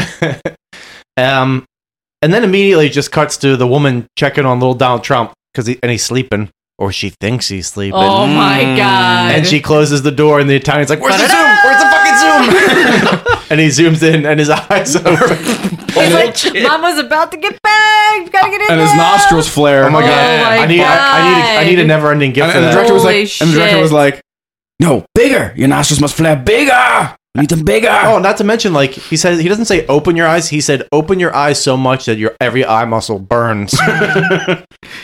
S5: Um, and then immediately it just cuts to the woman checking on little Donald Trump because he, and he's sleeping, or she thinks he's sleeping.
S3: Oh my god.
S5: And she closes the door, and the Italian's like, "Where's the zoom? Where's the fucking zoom?" and he zooms in, and his eyes
S2: Oh
S5: open.
S3: It's like, Mama's about to get banged. Gotta get in
S2: and his
S3: there.
S2: nostrils flare.
S5: Oh my god!
S3: my
S5: I need, I, I need, a, I need a
S3: God.
S5: never-ending gift
S2: And,
S5: for
S2: and the
S5: that.
S2: director was
S3: Holy
S2: like, and the director was
S3: shit.
S2: like, no, bigger. Your nostrils must flare bigger.
S5: Need them bigger. Oh, not to mention, like he says, he doesn't say open your eyes. He said open your eyes so much that your every eye muscle burns.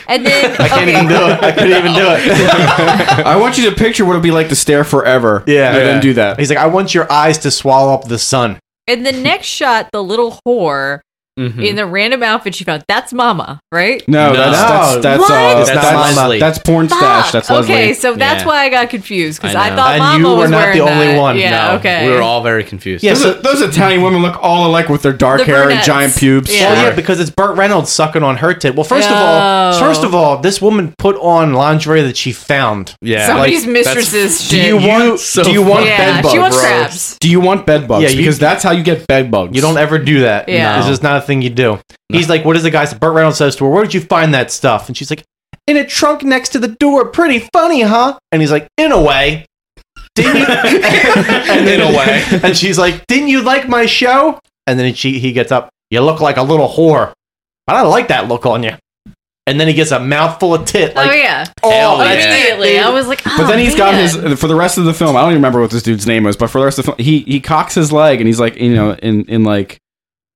S3: And then
S5: I can't even do it. I couldn't even do it.
S2: I want you to picture what it'd be like to stare forever.
S5: Yeah,
S2: and then
S5: yeah.
S2: do that.
S5: He's like, I want your eyes to swallow up the sun.
S3: in the next shot, the little whore in the random outfit she found. That's Mama, right?
S2: No, that's that's that's
S3: What?
S2: uh,
S5: That's
S2: that's,
S5: not
S2: that's,
S5: Leslie.
S2: porn stash. That's Leslie.
S3: Okay, so that's
S1: Yeah.
S3: why I got confused because I,
S1: know.
S3: thought Mama
S1: and you were
S3: was
S1: not the
S3: wearing
S1: only
S3: that.
S1: one.
S3: Yeah,
S1: no,
S3: okay.
S1: we were all very confused.
S5: Yeah,
S2: those,
S5: so-
S2: those Italian women look all alike with their dark
S3: The
S2: hair and
S3: brunettes.
S2: giant pubes.
S5: Well, yeah, because it's Burt Reynolds sucking on her tit. Well, first of all,
S3: No.
S5: first of all, this woman put on lingerie that she found.
S2: Yeah.
S3: Somebody's mistresses.
S5: Do you
S3: shit.
S5: want? do you want
S3: Yeah,
S5: bed bugs?
S3: She wants
S5: bro?
S3: crabs.
S2: Do you want bed bugs?
S5: Yeah, you-
S2: because that's how you get bed bugs.
S5: You don't ever do that.
S3: Yeah. No.
S5: It's just not a thing you do. He's like, what is the guy? Burt Reynolds says to her, where did you find that stuff? And she's like, in a trunk next to the door. Pretty funny, huh? And he's like, in a way. Didn't you? in a way. And she's like, didn't you like my show? And then she, he gets up. You look like a little whore. But I like that look on you. And then he gets a mouthful of tit. Like,
S3: oh yeah.
S5: Oh, that's it,
S3: immediately.
S5: dude.
S3: I was like,
S2: But
S3: oh,
S2: then he's got
S3: man.
S2: his for the rest of the film. I don't even remember what this dude's name was, but for the rest of the film, he he cocks his leg and he's like, you know, in in like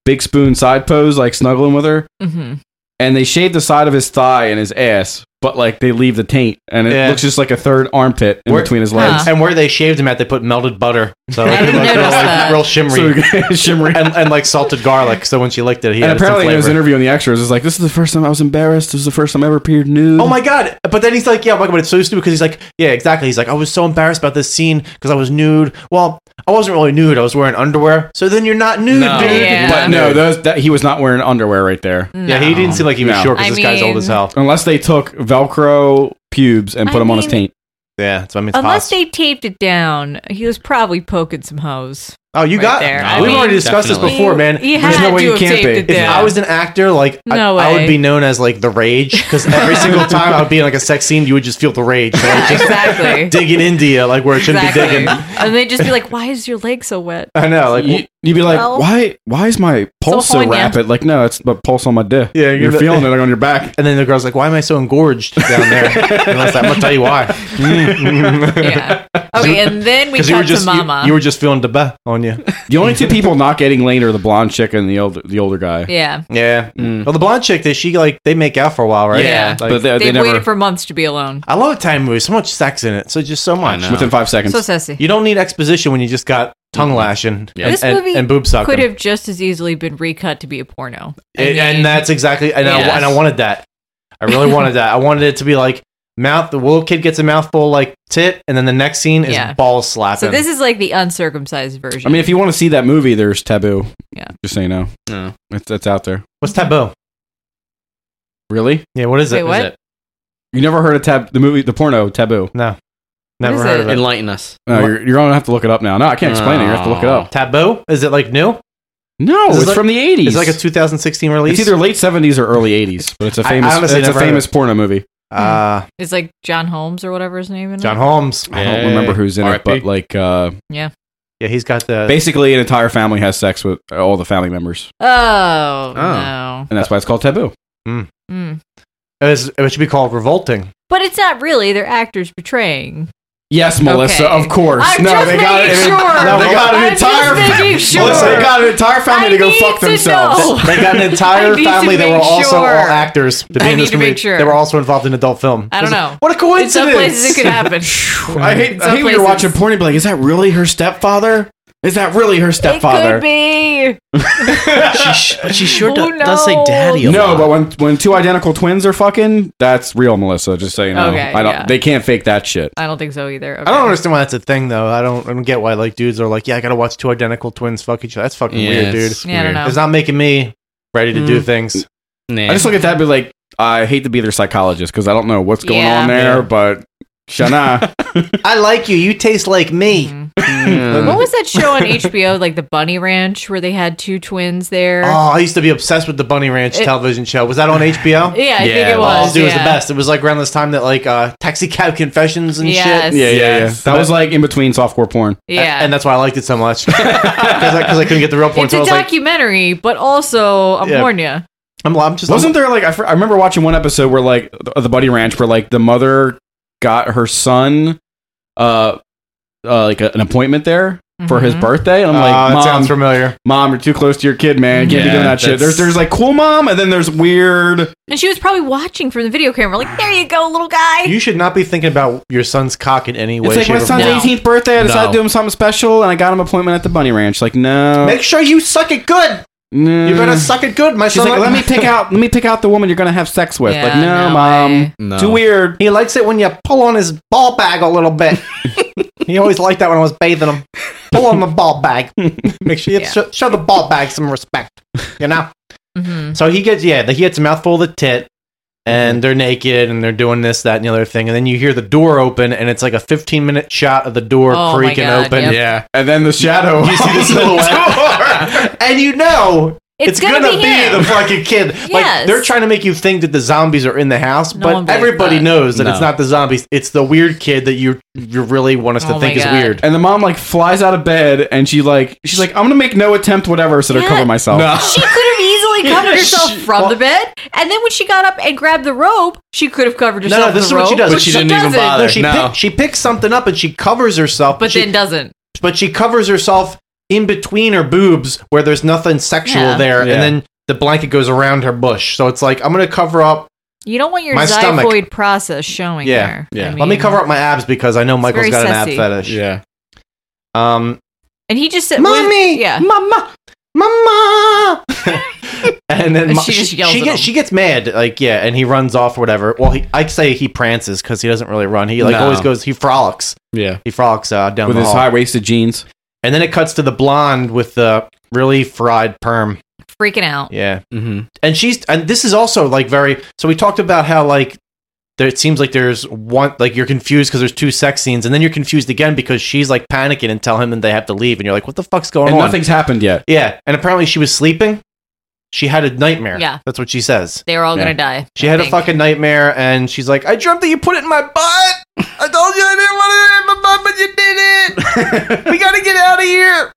S2: big spoon side pose, like snuggling with her.
S3: Mhm.
S2: And they shave the side of his thigh and his ass, but like they leave the taint, and it
S5: Yeah.
S2: looks just like a third armpit in
S5: Where-
S2: between his
S3: uh,
S2: legs.
S5: And where they shaved him at, they put melted butter. So like,
S2: didn't
S5: like, real,
S2: notice
S5: like,
S2: that.
S5: real shimmery.
S2: shimmery.
S5: And, and like salted garlic. So when she licked it, he
S2: and
S5: had some
S2: apparently, in
S5: flavor.
S2: his interview on the extras, it's like, "This is the first time I was embarrassed. This is the first time I ever appeared nude."
S5: Oh my god! But then he's like, "Yeah, but it's so stupid." Because he's like, "Yeah, exactly." He's like, "I was so embarrassed about this scene because I was nude." Well, I wasn't really nude. I was wearing underwear. So then you're not nude,
S2: No.
S5: dude.
S3: Yeah. Mm.
S2: But no, those that he was not wearing underwear right there.
S5: Yeah, he didn't seem like he was
S2: No.
S5: sure because
S3: I
S5: this guy's old as
S3: mean-
S5: hell.
S2: Unless they took Velcro pubes and put
S3: I
S2: them on his
S3: mean-
S2: taint.
S5: Yeah, that's what I mean.
S3: Unless they taped it down, he was probably poking some hoes.
S5: Oh, you
S3: right
S5: got.
S3: there.
S5: We've already discussed this before,
S3: You-
S5: man.
S3: You
S5: There's
S3: had
S5: no way
S3: to
S5: you
S3: have
S5: can't
S3: taped it
S5: be. If
S3: down.
S5: I was an actor, like
S3: No
S5: I, I
S3: way.
S5: would be known as like the rage because every single time I would be in like a sex scene, you would just feel the rage, so I'd just
S3: Exactly.
S5: digging India like where it shouldn't be digging.
S3: and they'd just be like, "Why is your leg so wet?"
S5: I know, like
S2: You, would be like,
S3: Well-
S2: why? Why is my pulse so
S3: horny.
S2: rapid? Like, no, it's the pulse on my dick.
S5: Yeah,
S2: you're,
S5: you're the-
S2: feeling it like on your back.
S5: And then the girl's like, "Why am I so engorged down there?" And I was like, "I'm gonna tell you why."
S3: yeah. Okay, and then we
S5: Because
S3: cut
S5: you were
S3: to
S5: just you-
S3: Mama.
S5: You, were just feeling the best on you.
S2: The only two people not getting lane are the blonde chick and the older the older guy.
S3: yeah.
S5: Yeah. Well, the blonde chick, they she like they make out for a while, right?
S3: Yeah.
S5: Like,
S2: but they,
S3: They,
S2: they
S3: have
S2: never
S3: waited for months to be alone.
S5: I love Italian movies. So much sex in it. So just so much.
S2: within five seconds.
S3: So sassy.
S5: You don't need exposition when you just got
S2: Mm-hmm.
S5: tongue lashing and,
S3: this
S5: and,
S3: movie
S5: and boob sucking.
S3: could have just as easily been recut to be a porno.
S5: And- and that's exactly. And,
S3: Yes.
S5: I, and I wanted that. I really wanted that. I wanted it to be like mouth. The little kid gets a mouthful like tit, and then the next scene is
S3: Yeah.
S5: ball slapping.
S3: So this is like the uncircumcised version.
S2: I mean, if you want to see that movie, there's Taboo.
S3: Yeah.
S2: Just so you know,
S1: No.
S2: it's, it's out there.
S5: what's taboo?
S2: Really?
S5: Yeah. What is
S3: Wait,
S5: it?
S3: what?
S1: it?
S2: You never heard of tab the movie, the porno Taboo?
S5: No.
S3: is
S5: Never
S3: it?
S5: heard of it.
S1: Enlighten us.
S2: No, you're, you're gonna have to look it up now. No, I can't explain it. You have to look it up.
S5: Taboo? Is it like new?
S2: No,
S5: Oh. Is it
S2: it's
S5: like-
S2: from the '80s.
S5: Is it like a 2016
S2: It's
S5: release?
S2: either late '70s or early '80s, but it's a
S5: I
S2: famous.
S5: honestly
S2: it's a
S5: never heard of
S2: famous porno movie.
S5: uh,
S3: it's like John Holmes or whatever his name is.
S5: John Holmes.
S2: I don't remember who's in it,
S1: R.I.P..
S2: but like, uh,
S3: Yeah.
S5: Yeah, he's got the.
S2: basically, an entire family has sex with all the family members,
S3: Oh,
S1: Oh.
S3: no.
S2: and that's why it's called taboo.
S3: Mm.
S5: it, was- it should be called revolting.
S3: But it's not really. They're actors portraying.
S2: Yes, Melissa,
S3: Okay.
S2: of course.
S3: I'm just making
S2: an-
S3: sure.
S2: no, they got an
S3: I'm just
S2: entire.
S3: making sure.
S2: Melissa, they got an entire family
S3: I
S2: to go
S3: need
S2: fuck
S3: to know.
S2: themselves.
S5: They got an entire
S3: I need to
S5: family that were
S3: make
S5: also all
S3: sure.
S5: actors to be
S3: I
S5: in
S3: need
S5: this
S3: to
S5: movie.
S3: make sure.
S5: They were also involved in adult film.
S3: I don't
S5: It's-
S3: know.
S5: What a
S3: In
S5: coincidence!
S3: some places it could happen.
S2: I hate. I
S3: Some
S2: hate when you're watching
S3: places.
S2: porn and be like, "Is that really her stepfather? Is that really her
S3: It
S2: stepfather?"
S3: could be.
S5: she, sh- but she sure
S3: Who
S5: do- does say
S3: knows?
S5: daddy a
S2: No,
S5: lot.
S2: but when when two identical twins are fucking, that's real, Melissa. Just so you know,
S3: Okay,
S2: I don't.
S3: yeah.
S2: They can't fake that shit.
S3: I don't think so either.
S5: I don't understand why that's a thing though. I don't, I don't get why like dudes are like, yeah, I gotta watch two identical twins fuck each other. That's fucking weird, dude.
S3: Yeah, I don't know.
S5: It's not making me ready to do
S3: Mm.
S5: things.
S1: Nah.
S2: I just look at that and be like, I hate to be their psychologist because I don't know what's going
S3: Yeah.
S2: on there, but Shana.
S5: I like you. You taste like me.
S3: Mm.
S5: Hmm.
S3: What was that show on HBO, like the Bunny Ranch, where they had two twins there?
S5: Oh, I used to be obsessed with the Bunny Ranch
S3: It-
S5: television show. Was that on HBO?
S3: yeah, I think
S1: yeah,
S3: it
S5: All
S3: was.
S5: I do was the
S3: yeah.
S5: best. Oh, It was like around this time that like uh, Taxi Cab Confessions and
S3: Yes.
S5: shit.
S2: yeah, yeah, yeah.
S3: Yes.
S2: That was like in between softcore porn.
S3: Yeah,
S5: and that's why I liked it so much because I, 'cause I couldn't get the real point.
S3: it's
S5: So I
S3: a
S5: was like,
S3: documentary, but also I'm
S5: Yeah.
S3: warning you.
S5: I'm, I'm just
S2: Wasn't there like I, fr- I remember watching one episode where like th- the Buddy Ranch, where like the mother got her son, uh, uh like a- an appointment there, for
S3: Mm-hmm.
S2: his birthday. And I'm
S5: Oh,
S2: like,
S5: that
S2: Mom,
S5: sounds familiar.
S2: Mom, you're too close to your kid, man. You can't be
S5: Yeah,
S2: doing that shit. There's
S5: that's-
S2: there's like cool mom, and then there's weird.
S3: And she was probably watching from the video camera, like, there you go, little guy.
S5: You should not be thinking about your son's cock in any way.
S2: It's like
S5: shape,
S2: my
S5: or
S2: son's
S5: form.
S2: 18th birthday. I decided
S5: No.
S2: to do him something special, and I got him an appointment at the Bunny Ranch. Like, no, Mm.
S5: Make sure you suck it good.
S2: no.
S5: You better suck it good, my
S2: She's
S5: son.
S2: like, let me pick out, let me pick out the woman you're gonna have sex with. like,
S5: Yeah,
S2: no,
S5: no
S2: mom,
S5: way.
S2: too weird.
S5: He likes it when you pull on his ball bag a little bit. he always liked that when I was bathing him. Pull on the ball bag. Make sure you show, show the ball bag some respect. You know.
S3: Mm-hmm.
S5: So he gets yeah, he gets a mouthful of the tit, and they're naked and they're doing this, that, and the other thing, and then you hear the door open, and it's like a 15 minute shot of the door
S2: Oh my
S5: creaking
S2: God,
S5: open,
S2: yep. Yeah. and then the shadow.
S5: You see the silhouette, and you know.
S2: It's
S5: It's,
S2: gonna
S5: gonna,
S2: be
S5: be,
S2: him.
S5: the fucking kid.
S2: Yes.
S5: Like they're trying to make you think that the zombies are in the house,
S2: one
S5: but
S2: believes
S5: everybody
S2: that.
S5: knows that it's
S2: No.
S5: not the zombies. It's the weird kid that you you really
S2: Oh
S5: want us to think is weird.
S2: And the mom like flies out of bed, and she like she's like, I'm gonna make no attempt, whatever, so to
S3: Yeah.
S2: cover myself.
S3: She could have easily covered herself
S2: She-
S3: from the bed, and then when she got up and grabbed the rope, she could have covered herself.
S5: No, no,
S3: with
S5: this is
S3: the
S5: what she
S3: rope,
S5: does.
S3: doesn't.
S5: No, she, pick- she picks something up and she covers herself,
S3: but
S5: she,
S3: then doesn't.
S5: But she covers herself in between her boobs, where there's nothing sexual
S3: Yeah.
S5: there,
S3: Yeah.
S5: and then the blanket goes around her bush. So it's like I'm gonna cover up.
S3: You don't want your
S5: My
S3: xiphoid
S5: stomach.
S3: process showing
S5: Yeah,
S3: there.
S5: yeah.
S3: I
S5: Let me
S3: mean-
S5: cover up my abs because I know Michael's
S3: very
S5: got an ab
S3: sessy.
S5: fetish. Yeah. Um,
S3: And he just said,
S5: Mommy!
S3: yeah,
S5: mama, mama." and then
S3: And
S5: Ma-
S3: she
S5: she,
S3: just
S5: she
S3: yells at
S5: gets,
S3: him.
S5: she gets mad, like yeah, and he runs off or whatever. Well, he, I say he prances because he doesn't really run. He like
S2: No.
S5: always goes. He frolics.
S2: Yeah.
S5: he frolics uh, down
S2: With
S5: the
S2: his
S5: hall.
S2: high waisted jeans.
S5: And then it cuts to the blonde with the really fried perm.
S3: freaking out.
S5: Yeah, mm-hmm. and she's and this is also like very. So we talked about how like. There, it seems like there's one like you're confused because there's two sex scenes and then you're confused again because she's like panicking and tell him that they have to leave and you're like what the fuck's going
S2: and
S5: on
S2: nothing's happened yet.
S5: yeah, and apparently she was sleeping. She had a nightmare.
S3: Yeah.
S5: that's what she says.
S3: They were all
S5: Yeah.
S3: gonna die.
S5: She
S3: I
S5: had
S3: think.
S5: a fucking nightmare, and she's like, "I dreamt that you put it in my butt. I told you I didn't want it in my butt, but you did it. we gotta get out of here.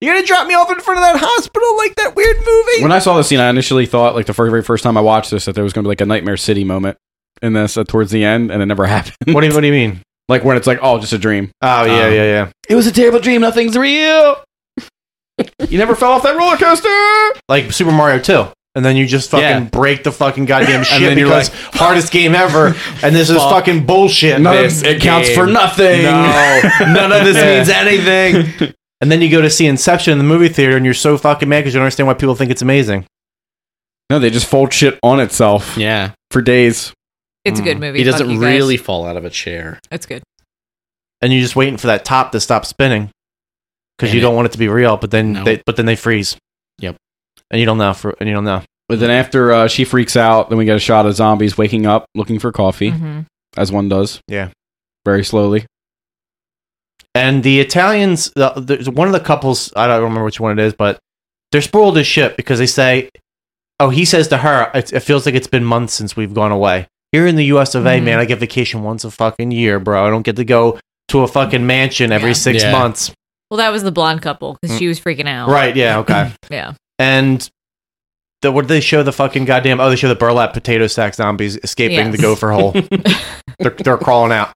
S5: You're gonna drop me off in front of that hospital like that weird movie."
S2: When I saw this scene, I initially thought like the very, very first time I watched this that there was going to be like a Nightmare City moment in this uh, towards the end, and it never happened.
S5: What do you What do you mean?
S2: Like when it's like, oh, just a dream.
S5: Oh yeah,
S2: Um,
S5: yeah, yeah.
S2: It was a terrible dream. Nothing's real. you never fell off that roller coaster.
S5: Like Super Mario Two. And then you just fucking
S2: Yeah.
S5: break the fucking goddamn shit
S2: then you're
S5: because hardest game ever, and this is
S2: Fuck.
S5: fucking bullshit.
S2: None of-
S5: this
S2: it counts
S5: game.
S2: for nothing.
S5: No, none of this
S2: Yeah.
S5: means anything. And then you go to see Inception in the movie theater, and you're so fucking mad because you don't understand why people think it's amazing.
S2: No, they just fold shit on itself.
S1: Yeah,
S2: for days.
S3: It's a
S5: Mm.
S3: good movie.
S1: He
S3: Fuck
S1: doesn't
S3: you guys.
S1: really fall out of a chair.
S3: That's good.
S5: And you're just waiting for that top to stop spinning because
S1: Damn
S5: you
S1: it.
S5: don't want it to be real. But then,
S1: No.
S5: they, but then they freeze.
S1: Yep.
S5: And you don't know. For and you don't know.
S2: But then after uh, she freaks out, then we get a shot of zombies waking up looking for coffee,
S3: Mhm.
S2: as one does.
S5: Yeah.
S2: Very slowly.
S5: And the Italians, the, there's one of the couples, I don't remember which one it is, but they're spoiled as shit because they say, oh, he says to her, it, it feels like it's been months since we've gone away. Here in the US of A,
S2: Mhm.
S1: Mm-hmm.
S5: man, I get vacation once a fucking year, bro. I don't get to go to a fucking mansion every six
S3: Yeah.
S5: months.
S3: Well, that was the blonde couple because she was freaking out.
S5: Mm. Right, yeah, okay.
S3: Yeah.
S5: and the, what did they show the fucking goddamn, oh, they show the burlap potato sack zombies escaping the
S3: Yes.
S5: gopher hole. they're, they're crawling out.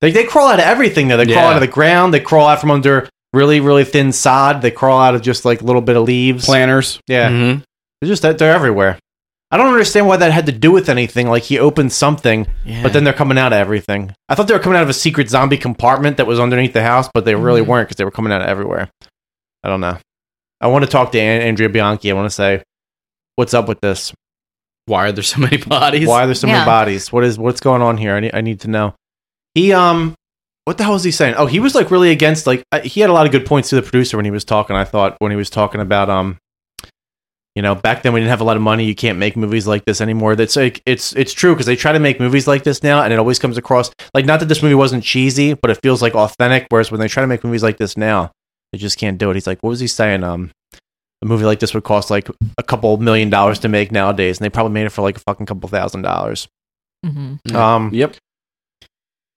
S5: They, they crawl out of everything though. They
S2: Yeah.
S5: crawl out of the ground. They crawl out from under really really thin sod. They crawl out of just like a little bit of leaves.
S2: Planners.
S5: Yeah, they're just they're everywhere. I don't understand why that had to do with anything. Like he opened something, but then they're coming out of everything. I thought they were coming out of a secret zombie compartment that was underneath the house, but they really
S2: Mhm.
S5: weren't because they were coming out of everywhere. I don't know. I want to talk to An- Andrea Bianchi. I want to say, what's up with this?
S1: Why are there so many bodies?
S5: Why are there so many
S1: Yeah.
S5: bodies? What is what's going on here? I need, I need to know. He um, what the hell is he saying? Oh, he was like really against like I, he had a lot of good points to the producer when he was talking. I thought when he was talking about um, you know, back then we didn't have a lot of money. You can't make movies like this anymore. That's like it's it's true because they try to make movies like this now, and it always comes across like not that this movie wasn't cheesy, but it feels like authentic. Whereas when they try to make movies like this now, they just can't do it. He's like, what was he saying? Um, a movie like this would cost like a couple million dollars to make nowadays, and they probably made it for like a fucking couple thousand dollars.
S3: Mm-hmm.
S5: Um,
S2: yep.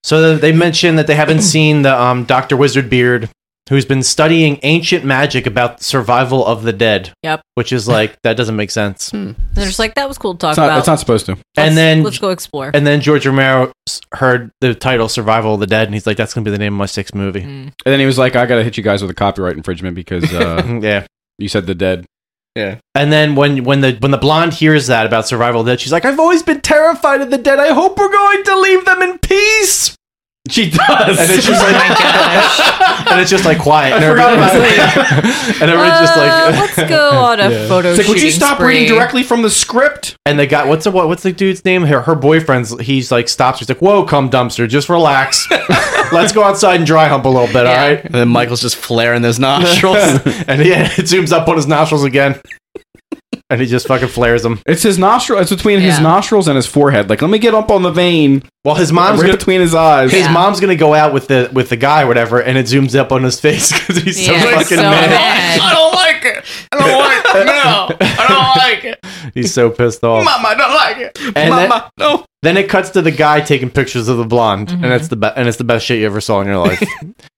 S5: So th- they mentioned that they haven't seen the um, Doctor Wizard Beard, who's been studying ancient magic about the survival of the dead.
S3: Yep.
S5: Which is like that doesn't make sense.
S3: They're just like, that was cool to talk
S5: It's not-
S3: about.
S5: it's not supposed to.
S3: Let's-
S5: And then-
S3: let's go explore.
S5: And then George Romero s- heard the title "Survival of the Dead" and he's like, "That's gonna be the name of my sixth movie."
S2: And then he was like, I got to hit you guys with a copyright infringement because, uh,
S5: yeah,
S2: you said the dead.
S5: Yeah. And then when when the when the blonde hears that about survival of the dead, she's like, "I've always been terrified of the dead. I hope we're going to leave them in peace."
S2: She does.
S5: And it's
S2: Oh
S5: just like, and it's just like quiet. And everybody- and everyone's just
S3: Uh,
S5: like,
S3: let's go on a photo
S2: It's like, would you shooting stop reading spree." directly from the script?
S5: And the guy, what's the what, what's the dude's name? Her, her boyfriend's. He's like stops. He's like, "Whoa, come dumpster, just relax. let's go outside and dry hump a little bit, all right?"
S1: And then Michael's just flaring those nostrils.
S5: and yeah, it zooms up on his nostrils again, and he just fucking flares them.
S2: It's his nostril. It's between his nostrils and his forehead. Like, let me get up on the vein.
S5: Well, his mom's
S2: right
S5: gonna-
S2: between his eyes.
S5: His mom's gonna go out with the with the guy or whatever, and it zooms up on his face because he's so fucking mad.
S1: I don't like it. I don't like it. No, I don't like it.
S5: He's so pissed off.
S1: Mama, I don't like it.
S5: And
S1: Mama,
S5: then,
S1: no.
S5: Then it cuts to the guy taking pictures of the blonde,
S2: Mm-hmm.
S5: and it's the be- and it's the best shit you ever saw in your life.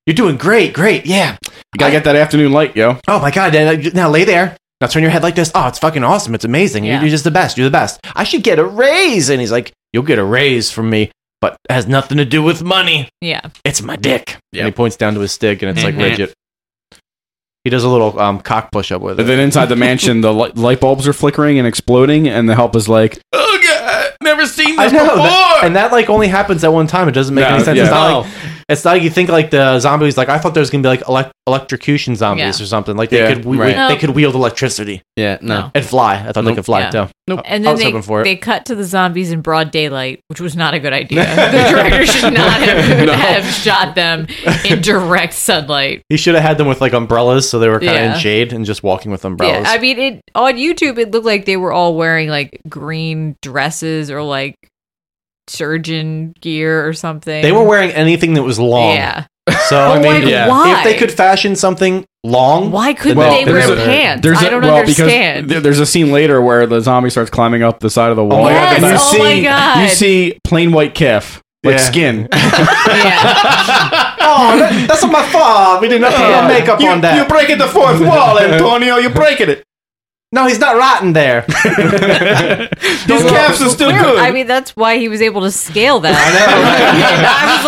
S5: You're doing great, great, yeah.
S2: You gotta get that afternoon light, yo.
S5: Oh my god! Now, now lay there. Now turn your head like this. Oh, it's fucking awesome. It's amazing. You're,
S2: Yeah.
S5: you're just the best. You're the best. I should get a raise. And he's like, "You'll get a raise from me, but it has nothing to do with money.
S3: Yeah.
S5: It's my dick." And he points down to his stick, and it's like
S2: Mhm.
S5: rigid. He does a little um, cock push up with it.
S2: And then inside the mansion, the li- light bulbs are flickering and exploding, and the help is like,
S1: Oh god, never seen
S5: I
S1: this
S5: know,
S1: before.
S5: that- and that like only happens at one time. It doesn't make
S2: No,
S5: any sense.
S2: yeah.
S5: It's, not like,
S3: Oh.
S5: it's not like you think like the zombies. Like I thought there was gonna be like elec- electrocution zombies
S3: Yeah.
S5: or something. Like they
S1: Yeah,
S5: could we-
S1: right.
S5: they could wield electricity.
S1: Yeah, no.
S5: and fly. I thought they
S1: Nope.
S5: could fly
S3: Yeah.
S5: too.
S3: And
S5: I
S3: then
S5: was
S3: they,
S5: hoping for it.
S3: they cut to the zombies in broad daylight, which was not a good idea. the director should not have,
S5: No.
S3: have shot them in direct sunlight.
S5: He should have had them with like umbrellas, so they were kind of
S3: Yeah.
S5: in shade and just walking with umbrellas.
S3: Yeah, I mean, it on YouTube it looked like they were all wearing like green dresses or like surgeon gear or something.
S5: they were wearing anything that was long.
S3: Yeah.
S5: So I
S3: But,
S5: mean,
S3: like, Yeah. why?
S5: if they could fashion something long,
S3: why couldn't they
S2: there's
S3: wear
S2: a-
S3: pants?
S2: there's
S3: I
S2: a-
S3: don't
S2: well, because
S3: understand.
S2: there- there's a scene later where the zombie starts climbing up the side of the wall.
S3: my God, Yes,
S2: and you
S3: oh my
S2: see,
S3: God.
S2: You see plain white calf, like
S5: Yeah.
S2: skin.
S5: Oh, that- that's on my fault. We did not put
S2: Yeah.
S5: no makeup
S2: You-
S5: on that.
S2: you're breaking the fourth wall, Antonio. You're breaking it.
S5: No, he's not rotten there.
S2: These calves are still
S3: Where-
S2: good.
S3: I mean, that's why he was able to scale that. I, was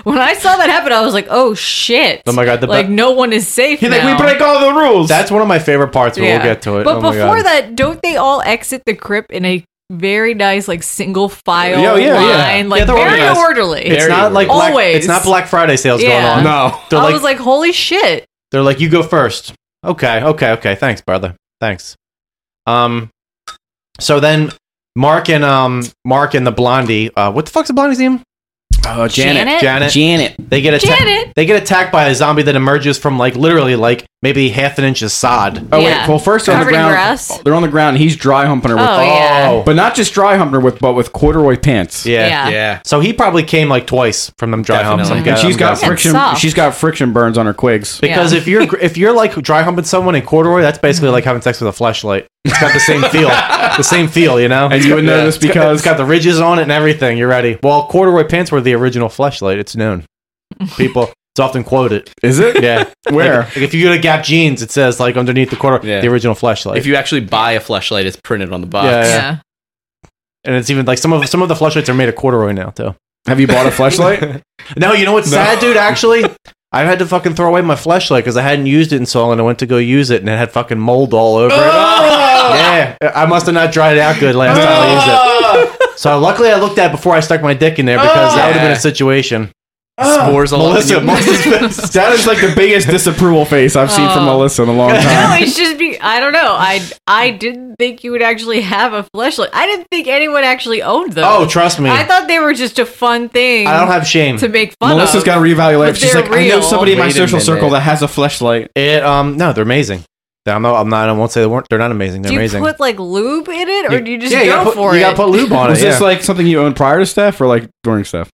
S3: like, when I saw that happen, I was like, oh shit!
S5: Oh my God, the
S3: like
S5: be-
S3: no one is safe.
S5: He's like,
S3: now.
S5: we break all the rules. That's one of my favorite parts. But
S3: Yeah.
S5: we'll get to it.
S3: But
S5: Oh my
S3: before
S5: God.
S3: that, don't they all exit the crypt in a very nice, like single file
S5: Yeah, yeah, yeah.
S3: line, like
S5: Yeah, they're
S3: very
S5: organized.
S3: orderly?
S5: It's not like Black,
S3: always.
S5: It's not Black Friday sales going
S3: Yeah.
S5: on.
S3: No.
S5: they're
S3: I
S5: like,
S3: was like, holy shit!
S5: they're like you go first. Okay, okay, okay. Thanks, brother. Thanks. Um, so then Mark and um Mark and the Blondie. Uh, what the fuck's the Blondie's name?
S2: Uh,
S3: Janet?
S5: Oh, Janet.
S2: Janet.
S5: They get attacked.
S3: Janet!
S5: They get attacked by a zombie that emerges from like literally like maybe half an inch of sod.
S2: Oh wait, well first they're on the ground. They're on the ground. He's dry humping her with,
S3: Oh, yeah.
S2: but not just dry humping her with, but with corduroy pants.
S5: Yeah.
S3: Yeah.
S5: So he probably came like twice from them dry humps. I'm
S2: And
S5: guessing-
S2: she's
S5: I'm
S2: got
S5: guessing.
S2: friction.
S3: soft.
S2: She's got friction burns on her quigs.
S5: Because if you're if you're like dry humping someone in corduroy, that's basically
S1: Mm-hmm.
S5: like having sex with a flashlight. It's got the same feel, the same feel, you know.
S2: And you would know this
S5: It's got-
S2: because-
S5: it's got the ridges on it and everything. You're ready. Well, corduroy pants were the original flashlight. It's known. People, it's often quoted.
S2: Is it?
S5: Yeah.
S2: Where?
S5: Like, if you go to Gap Jeans, it says like underneath the corduroy,
S1: Yeah.
S5: the original flashlight.
S1: If you actually buy a flashlight, it's printed on the box.
S5: Yeah, yeah. Oh, Yeah. and it's even like some of some of the flashlights are made of corduroy now too.
S2: Have you bought a flashlight?
S5: No, you know what's
S2: No.
S5: sad, dude? Actually, I had to fucking throw away my flashlight because I hadn't used it in so long, and I went to go use it, and it had fucking mold all over
S2: Oh!
S5: it. Yeah, I must have not dried it out good last time I used
S2: Oh!
S5: it. So luckily, I looked at it before I stuck my dick in there because that would have been a situation.
S1: Spores all over
S5: Melissa,
S1: you.
S5: Melissa's-
S2: Oh! that is like the biggest disapproval face I've seen from
S3: Oh.
S2: Melissa in a long time.
S3: No, it should be. I don't know. I I didn't think you would actually have a fleshlight. I didn't think anyone actually owned them.
S5: Oh, trust me.
S3: I thought they were just a fun thing.
S5: I don't have shame.
S3: to make fun
S2: Melissa's
S3: of.
S2: got to reevaluate.
S3: But
S2: She's
S3: they're
S2: like, I know
S3: real.
S2: somebody in my
S5: Wait a
S2: social
S5: minute.
S2: circle that has a flashlight.
S5: It um no, they're amazing. I'm not. I'm not. I won't say they weren't. They're not amazing. They're
S3: do you
S5: amazing.
S3: put like lube in it, or
S5: You-
S3: do you just
S5: yeah, you
S3: go
S5: gotta put-
S3: for
S5: you
S3: it?
S5: gotta put lube
S1: Oh,
S5: on
S2: Was
S5: it,
S2: this
S5: yeah.
S2: like something you owned prior to Steph or like during Steph?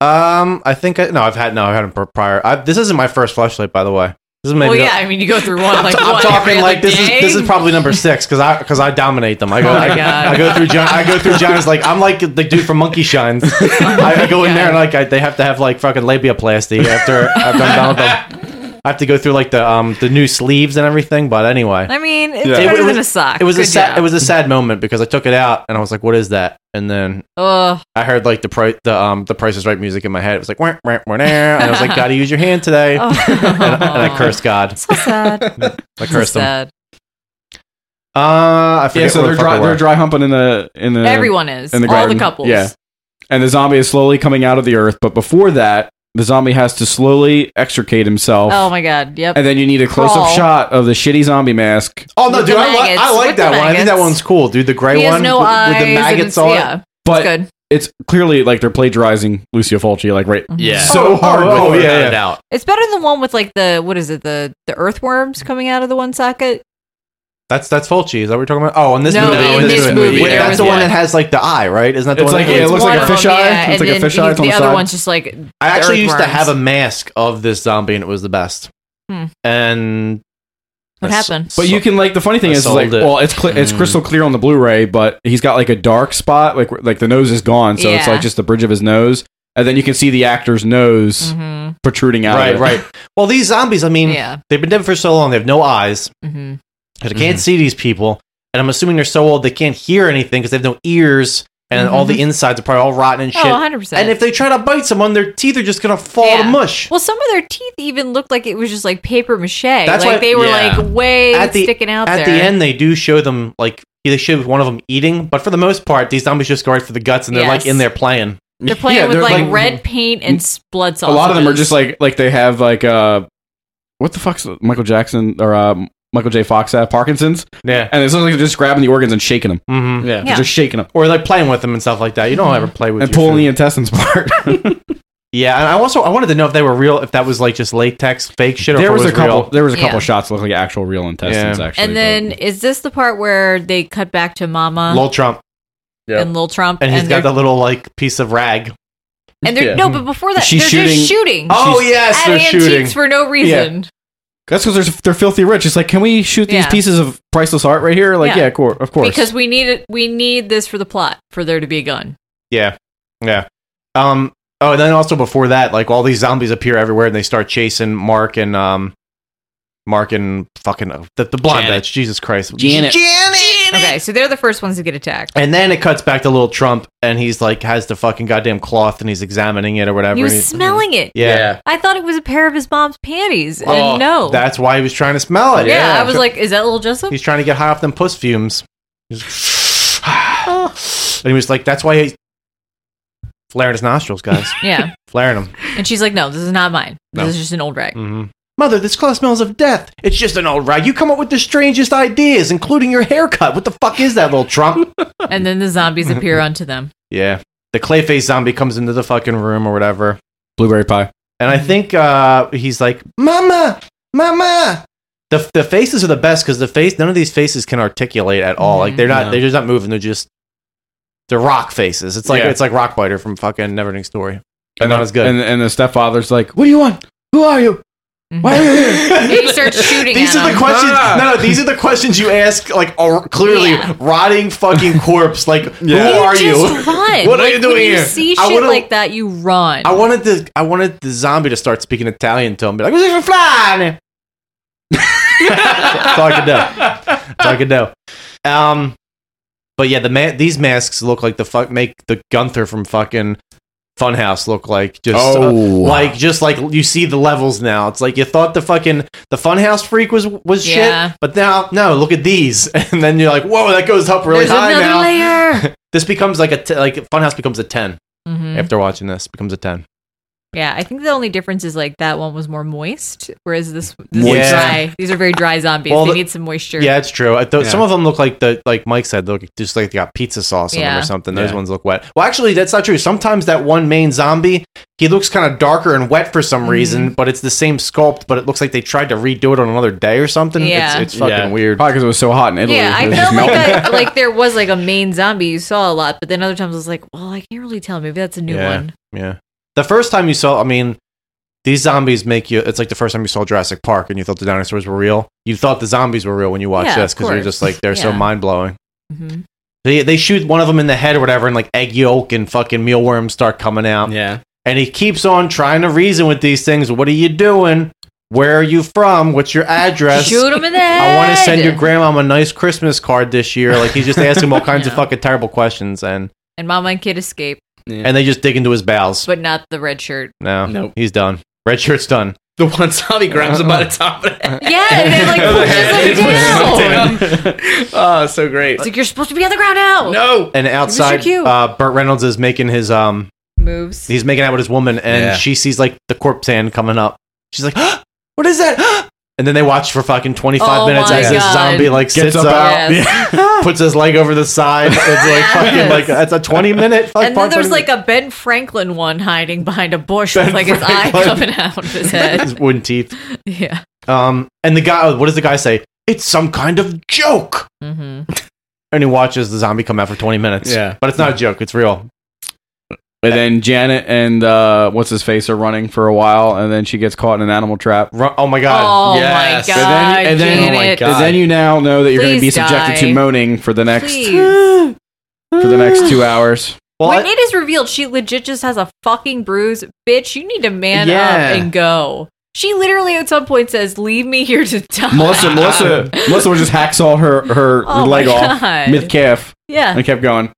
S5: um, I think I, no. I've had no. I've had them prior. I, this isn't my first flashlight, by the way. This is maybe
S3: Well,
S5: the-
S3: Oh, yeah. I mean, you go through one like
S5: I'm
S3: one every
S5: talking
S3: other
S5: like this is
S3: day.
S5: this is probably number six because I because I dominate them. I go
S3: Oh my
S5: I,
S3: God.
S5: I go through John, I go through John's like I'm like the dude from Monkey Shines. I, I go in there and like I, they have to have like fucking labiaplasty after I've done done with them. I have to go through like the um the new sleeves and everything. But anyway,
S3: I mean, it's better than a sock.
S5: It was a
S3: Good
S5: sad,
S3: job.
S5: it was a sad moment because I took it out and I was like, "What is that?" And then
S3: Ugh.
S5: I heard like the price the um the Price is Right music in my head. It was like, "Wah, wah, wah, nah," and I was like, "Gotta use your hand today,"
S3: Oh.
S5: and, I- and I cursed God.
S3: So sad.
S5: I cursed
S3: so
S5: him.
S3: sad.
S5: Uh, I forget
S2: Yeah, so
S5: where
S2: they're
S5: the fuck
S2: dry,
S5: I
S2: they're
S5: was.
S2: dry humping in the in the
S3: Everyone is.
S2: in
S3: All the
S2: garden.
S3: couples.
S2: Yeah, and the zombie is slowly coming out of the earth, but before that, the zombie has to slowly extricate himself.
S3: Oh my god. Yep.
S2: And then you need a close up
S3: Crawl.
S2: shot of the shitty zombie mask.
S5: Oh no,
S3: With
S5: dude!
S3: the
S5: I, li- I
S3: maggots,
S5: like
S3: with
S5: that
S3: the
S5: one. I think that
S3: maggots.
S5: one's cool, dude. The gray
S3: He has
S5: one
S3: no
S5: with,
S3: eyes.
S5: with the
S3: and it's-
S5: maggots on
S3: yeah,
S5: it.
S3: it's
S2: But-
S3: good.
S2: It's clearly like they're plagiarizing Lucio Fulci, like right.
S3: Mm-hmm.
S1: Yeah.
S2: so
S1: Oh,
S2: hard.
S1: oh,
S2: with
S1: oh, yeah,
S2: it, without a
S1: yeah.
S2: doubt.
S3: It's better than the one with like the what is it the the earthworms coming out of the one socket.
S5: That's that's Fulci. Is that what we're talking about? Oh, in this
S3: No,
S5: movie,
S3: in this movie
S5: Wait,
S3: there
S5: that's
S3: was
S5: the one
S3: one.
S5: that has like the eye, right? Isn't that the
S2: It's
S5: one?
S2: like-
S5: that-
S2: yeah, it looks like a
S3: One of
S2: fish
S3: them,
S2: eye.
S3: yeah,
S2: It's
S3: and
S2: like a
S3: then
S2: fish
S3: he-
S2: eye. It's on
S3: The
S2: the
S3: other
S2: side.
S3: one's just like
S5: I
S3: the
S5: actually used to
S3: earthworms.
S5: have a mask of this zombie, and it was the best.
S3: Hmm.
S5: And
S3: What
S5: I s-
S3: happened?
S2: But you can like the funny thing
S5: I
S2: is, is, like
S5: sold it.
S2: well, it's cl- it's
S5: Mm.
S2: crystal clear on the Blu-ray, but he's got like a dark spot, like where- like the nose is gone, so it's
S5: Yeah.
S2: like just the bridge of his nose, and then you can see the actor's nose
S3: Mm.
S2: protruding out.
S5: right,
S2: of it.
S5: right. Well, these zombies, I mean,
S3: Mm-hmm. Yeah. mm-hmm.
S5: they've been dead for so long, they have no eyes. Because I can't
S2: Mm-hmm.
S5: see these people, and I'm assuming they're so old they can't hear anything because they have no ears, and all the insides are probably all rotten and
S3: Mm-hmm. Oh,
S5: shit.
S3: 100%.
S5: And if they try to bite someone, their teeth are just gonna fall to
S3: Yeah.
S5: mush.
S3: Well, some of their teeth even looked like it was just like paper mache.
S5: That's
S3: like
S5: why-
S3: they were
S5: yeah.
S3: like way
S5: At the-
S3: sticking out
S5: At
S3: there.
S5: the end, they do show them like they show one of them eating, but for the most part, these zombies just go right for the guts, and they're like
S3: Yes.
S5: in there playing.
S3: they're playing
S2: Yeah,
S3: with
S2: they're,
S3: like,
S2: like-
S3: red paint and s- blood
S2: A
S3: sauce.
S2: lot of them are just like like they have like uh, what the fuck's Michael Jackson or uh, Michael J. Fox at Parkinson's?
S5: Yeah,
S2: and it's like they're just grabbing the organs and shaking them.
S5: Mm-hmm.
S2: Yeah,
S5: Yeah.
S2: They're just shaking them
S5: or like playing with them and stuff like that. You don't
S3: Mm-hmm.
S5: ever play with
S2: and
S5: your
S2: pulling
S5: food.
S2: the intestines apart.
S5: Yeah, and I also I wanted to know if they were real, if that was like just latex fake shit. Or
S2: there
S5: if it
S2: was, a
S5: was
S2: couple.
S5: real.
S2: There was a couple
S3: Yeah.
S2: shots that looked like actual real intestines.
S5: Yeah.
S2: Actually,
S3: and then is this the part where they cut back to Mama
S5: Lil Trump,
S3: and Lil Trump?
S5: and
S3: Uh-huh.
S5: he's
S3: and
S5: got
S3: they're-
S5: that little like piece of rag.
S3: And they're
S5: Yeah.
S3: no, but before that,
S5: She's
S3: they're
S5: shooting-
S3: just shooting.
S5: Oh, yes,
S3: at
S5: they're
S3: antiques
S5: shooting.
S3: for no reason.
S2: That's because they're, they're filthy rich. It's like, can we shoot these
S3: Yeah.
S2: pieces of priceless art right here? Like,
S3: Yeah.
S2: yeah, of cour- of course.
S3: Because we need it. We need this for the plot for there to be a gun.
S5: Yeah, yeah. Um. Oh, and then also before that, like all these zombies appear everywhere, and they start chasing Mark and um, Mark and fucking uh, the, the blonde
S3: Janet.
S5: bitch. Jesus Christ,
S3: Janet. Okay, so they're the first ones to get attacked.
S5: And then it cuts back to little Trump, and he's like has the fucking goddamn cloth, and he's examining it or whatever.
S3: He
S5: and
S3: was
S5: he's-
S3: smelling it.
S5: Yeah.
S3: I thought it was a pair of his mom's panties.
S5: Oh,
S3: and no.
S5: that's why he was trying to smell
S3: yeah,
S5: it.
S3: I was like, is that little Jessup?
S5: he's trying to get high off them puss fumes. He's- and he was like, that's why he's flaring his nostrils, guys.
S3: Yeah.
S5: flaring them.
S3: And she's like, no, this is not mine. This
S5: No.
S3: is just an old rag.
S5: Mm-hmm. Mother, this cloth smells of death. It's just an old rag. You come up with the strangest ideas, including your haircut. What the fuck is that, little Trump?
S3: And then the zombies appear onto them.
S5: yeah. The clayface zombie comes into the fucking room or whatever.
S2: Blueberry pie.
S5: And I think uh, he's like, Mama! Mama! The, the faces are the best because the face, none of these faces can articulate at all. Like, they're not,
S2: No.
S5: they're just not moving. They're just, they're rock faces. It's like,
S2: Yeah.
S5: it's like Rock Biter from fucking Neverending Story.
S2: and
S5: not as good.
S2: And, and the stepfather's like, "What do you want? Who are you? Why are you here?"
S3: Mm-hmm. he starts shooting.
S5: These
S3: at
S5: are the
S3: them.
S5: questions. No, no, these are the questions you ask. Like a clearly rotting fucking corpse. Like
S3: You
S5: who are
S3: just
S5: you?
S3: Run.
S5: What are
S3: Like,
S5: you doing
S3: when
S5: here?
S3: You see
S5: I
S3: shit
S5: wanna-
S3: like that, you run.
S5: I wanted the I wanted the zombie to start speaking Italian to him. Be like, "Who's even flying?" Fucking no, fucking no. Um, but yeah, the ma- these masks look like the fuck make the Gunther from fucking Funhouse look like just uh,
S2: Oh.
S5: like just like you see the levels now. It's like you thought the fucking the Funhouse freak was was
S3: Yeah.
S5: shit, but now no, look at these, and then you're like, whoa, that goes up really
S3: There's
S5: high
S3: another
S5: now.
S3: layer.
S5: This becomes like a t- like Funhouse becomes a 10
S3: Mhm.
S5: after watching this becomes a ten.
S3: Yeah, I think the only difference is like that one was more moist, whereas this, this
S5: Moist.
S3: is dry. These are very dry zombies.
S5: Well,
S3: they
S5: the-
S3: need some moisture.
S5: Yeah, it's true. I thought
S2: Yeah.
S5: Some of them look like the like Mike said, they look just like they got pizza sauce on them
S3: Yeah.
S5: or something. Those
S2: Yeah.
S5: ones look wet. Well, actually, that's not true. Sometimes that one main zombie, he looks kind of darker and wet for
S3: Mm-hmm.
S5: some reason, but it's the same sculpt. But it looks like they tried to redo it on another day or something.
S3: Yeah.
S5: It's, it's fucking
S2: Yeah.
S5: weird.
S2: Probably because it was so hot in Italy.
S3: Yeah,
S2: it
S3: I
S2: was
S3: felt
S2: just
S3: like
S2: melting.
S3: I, like there was like a main zombie you saw a lot, but then other times I was like, well, I can't really tell. Maybe that's a new
S5: yeah.
S3: one.
S5: Yeah. The first time you saw, I mean, these zombies make you. It's like the first time you saw Jurassic Park and you thought the dinosaurs were real. You thought the zombies were real when you watched
S3: Yeah,
S5: this
S3: of
S5: because you're
S3: course.
S5: just like they're so
S3: Yeah.
S5: mind blowing.
S3: Mhm.
S5: They they shoot one of them in the head or whatever, and like egg yolk and fucking mealworms start coming out.
S1: Yeah.
S5: And he keeps on trying to reason with these things. What are you doing? Where are you from? What's your address?
S3: Shoot him in the head.
S5: I want to send your grandma a nice Christmas card this year. Like he's just asking him all kinds of fucking terrible questions, and
S3: And mama and kid escape,
S5: and they just dig into his bowels.
S3: but not the red shirt.
S5: no,
S1: Nope.
S5: he's done. Red shirt's done.
S1: The one zombie grabs him by the top of the head.
S3: Yeah, and they like pushes him down.
S1: oh, so great.
S3: It's like you're supposed to be on the ground now.
S1: No.
S5: And outside,
S3: cute.
S5: uh, Burt Reynolds is making his um,
S3: Moves.
S5: he's making out with his woman, and
S1: Yeah.
S5: she sees like the corpse hand coming up. She's like, "What is that?" and then they watch for fucking twenty five
S3: Oh
S5: minutes
S3: my
S5: as this
S3: God.
S5: zombie like
S3: Gets
S5: sits
S3: up
S5: up,
S3: out. Yes.
S5: puts his leg over the side. It's like fucking like that's a twenty minute. Fuck,
S3: and then
S5: part-
S3: there's
S5: 20
S3: like a Ben Franklin one hiding behind a bush with like his eye
S5: Franklin.
S3: coming out of his head.
S5: His wooden teeth.
S3: Yeah.
S5: Um, and the guy, what does the guy say? It's some kind of joke.
S3: Mm-hmm.
S5: And he watches the zombie come out for twenty minutes.
S2: Yeah.
S5: but it's not a joke; it's real.
S2: And then Janet and uh, what's his face are running for a while, and then she gets caught in an animal trap.
S5: oh my
S3: Oh
S1: Yes. And
S3: my god.
S2: and then,
S3: Janet.
S2: and then you now know that you're going to be
S3: Please
S2: subjected
S3: die.
S2: to moaning for the next
S3: Please.
S2: for the next two hours.
S3: when it is revealed, she legit just has a fucking bruise. Bitch, you need to man
S2: Yeah.
S3: up and go. She literally at some point says, "Leave me here to die."
S2: Melissa, Melissa, Melissa was just hacksaw her her
S3: Oh
S2: leg
S3: my
S2: off
S3: God.
S2: mid calf.
S3: Yeah.
S2: and kept going.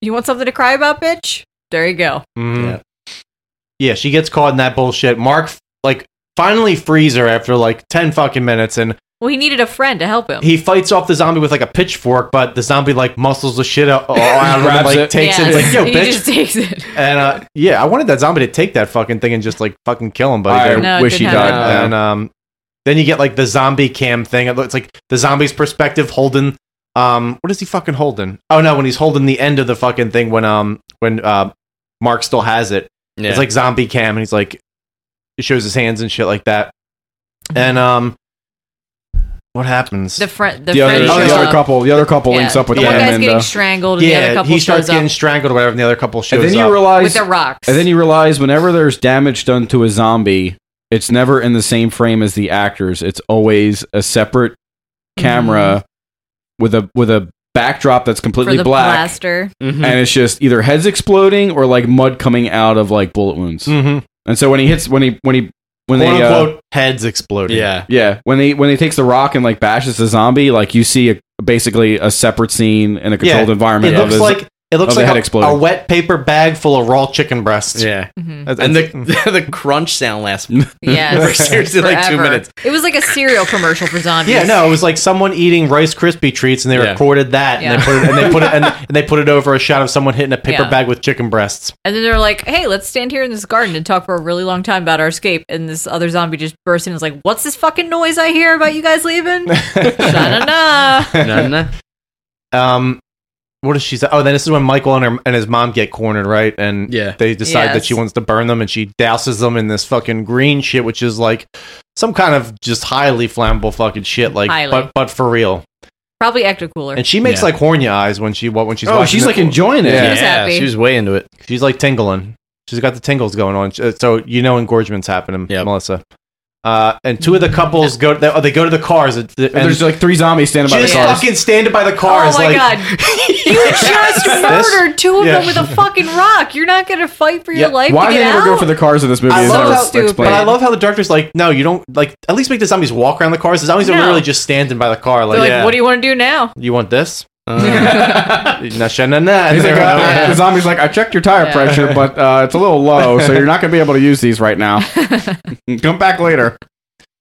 S3: You want something to cry about, bitch? There you go.
S2: Mm-hmm.
S5: Yeah. yeah, she gets caught in that bullshit. Mark like finally frees her after like ten fucking minutes, and
S3: Well, he needed a friend to help him.
S5: he fights off the zombie with like a pitchfork, but the zombie like muscles the shit out, out of him, and,
S2: Grabs
S5: like
S2: it.
S5: takes it,
S3: Yes.
S5: it's like yo,
S3: he
S5: bitch.
S3: just takes it.
S5: and uh, yeah, I wanted that zombie to take that fucking thing and just like fucking kill him,
S2: I
S5: buddy.
S3: No, it wish he didn't died. happen.
S5: And um, then you get like the zombie cam thing. It looks like the zombie's perspective holding. Um, what is he fucking holding? Oh no, when he's holding the end of the fucking thing when um when uh Mark still has it.
S1: Yeah.
S5: It's like zombie cam, and he's like, it shows his hands and shit like that. And um, what happens?
S3: Mm-hmm. The friend, the,
S2: The other,
S3: friend
S2: the
S3: shows
S2: other
S3: up.
S2: couple, the other couple links
S3: Yeah.
S2: up with
S3: the
S2: them,
S3: one guy's
S2: and,
S3: getting
S2: uh,
S3: strangled, and the
S5: yeah,
S3: other couple
S5: he starts
S3: shows
S5: getting
S3: up
S5: strangled or whatever, and the other couple shows
S2: and then you
S5: up.
S2: realize
S3: with their rocks.
S2: And then you realize whenever there's damage done to a zombie, it's never in the same frame as the actors. It's always a separate camera with a with a backdrop that's
S3: Mm-hmm. for
S2: completely
S3: the Mm-hmm.
S2: black.
S3: blaster.
S5: Mm-hmm.
S2: And it's just either heads exploding or like mud coming out of like bullet wounds.
S5: Mhm.
S2: And so when he hits when he when he when
S5: quote
S2: they uh,
S5: unquote heads exploding.
S1: Yeah.
S2: yeah when they when he takes the rock and like bashes the zombie like you see a, basically a separate scene in a controlled environment.
S5: It
S2: of
S5: looks
S2: his-
S5: like it looks
S2: of the
S5: like
S2: head
S5: a,
S2: exploding.
S5: a wet paper bag full of raw chicken breasts.
S1: Yeah.
S3: Mm-hmm.
S5: That's-
S1: And the,
S5: that's-
S1: the crunch sound lasts
S3: Yes,
S1: seriously like two
S3: forever.
S1: minutes.
S3: It was like a cereal commercial for zombies.
S5: yeah, no, it was like someone eating Rice Krispie treats, and they
S1: Yeah.
S5: recorded that, and
S3: Yeah.
S5: they put it, and they put it, and, and they put it over a shot of someone hitting a paper
S3: Yeah.
S5: bag with chicken breasts.
S3: And then they're like, "Hey, let's stand here in this garden and talk for a really long time about our escape." And this other zombie just bursts in and is like, "What's this fucking noise I hear about you guys leaving?" Sha-na-na.
S5: Um, what does she say? Oh, then this is when Michael and her and his mom get cornered, right? And
S1: Yeah.
S5: they decide that
S3: Yes.
S5: she wants to burn them, and she douses them in this fucking green shit, which is like some kind of just highly flammable fucking shit, like
S3: Highly.
S5: but but for real.
S3: Probably ecto cooler.
S5: And she makes
S1: Yeah.
S5: like horny eyes when she what when she's
S2: oh
S5: watching
S2: she's
S5: it.
S2: like enjoying it.
S3: was happy.
S1: she was way into it.
S5: She's like tingling. She's got the tingles going on. Uh, So you know engagement's happening,
S1: Yep.
S5: Melissa. Uh, and two of the couples go. They, oh, they go to the cars. And, and
S2: And there's like three zombies standing by the
S5: just
S2: cars.
S5: fucking standing by the
S3: oh
S5: cars.
S3: my
S5: like,
S3: god, you just murdered two of
S5: yeah.
S3: them with a fucking rock. You're not gonna fight for your
S5: Yeah.
S3: life
S2: Why
S3: to
S2: did
S3: get
S2: they never
S3: out?
S2: go for the cars in this movie?
S5: I
S2: is
S5: love
S2: never
S5: how
S3: stupid.
S5: But
S2: explained.
S5: I love how the director's like, no, you don't like. At least make the zombies walk around the cars. The zombies are
S3: No.
S5: literally just standing by the car. Like,
S3: They're like,
S5: yeah.
S3: "What do you want to do now?"
S5: you-, want this?
S1: Uh,
S5: nah, sha- nah, nah. And
S2: He's like,
S5: they're
S2: uh,
S5: like, "Oh,
S2: The zombie's like, I checked your tire
S3: Yeah.
S2: pressure, but uh, it's a little low, so you're not going to be able to use these right now. Come back later.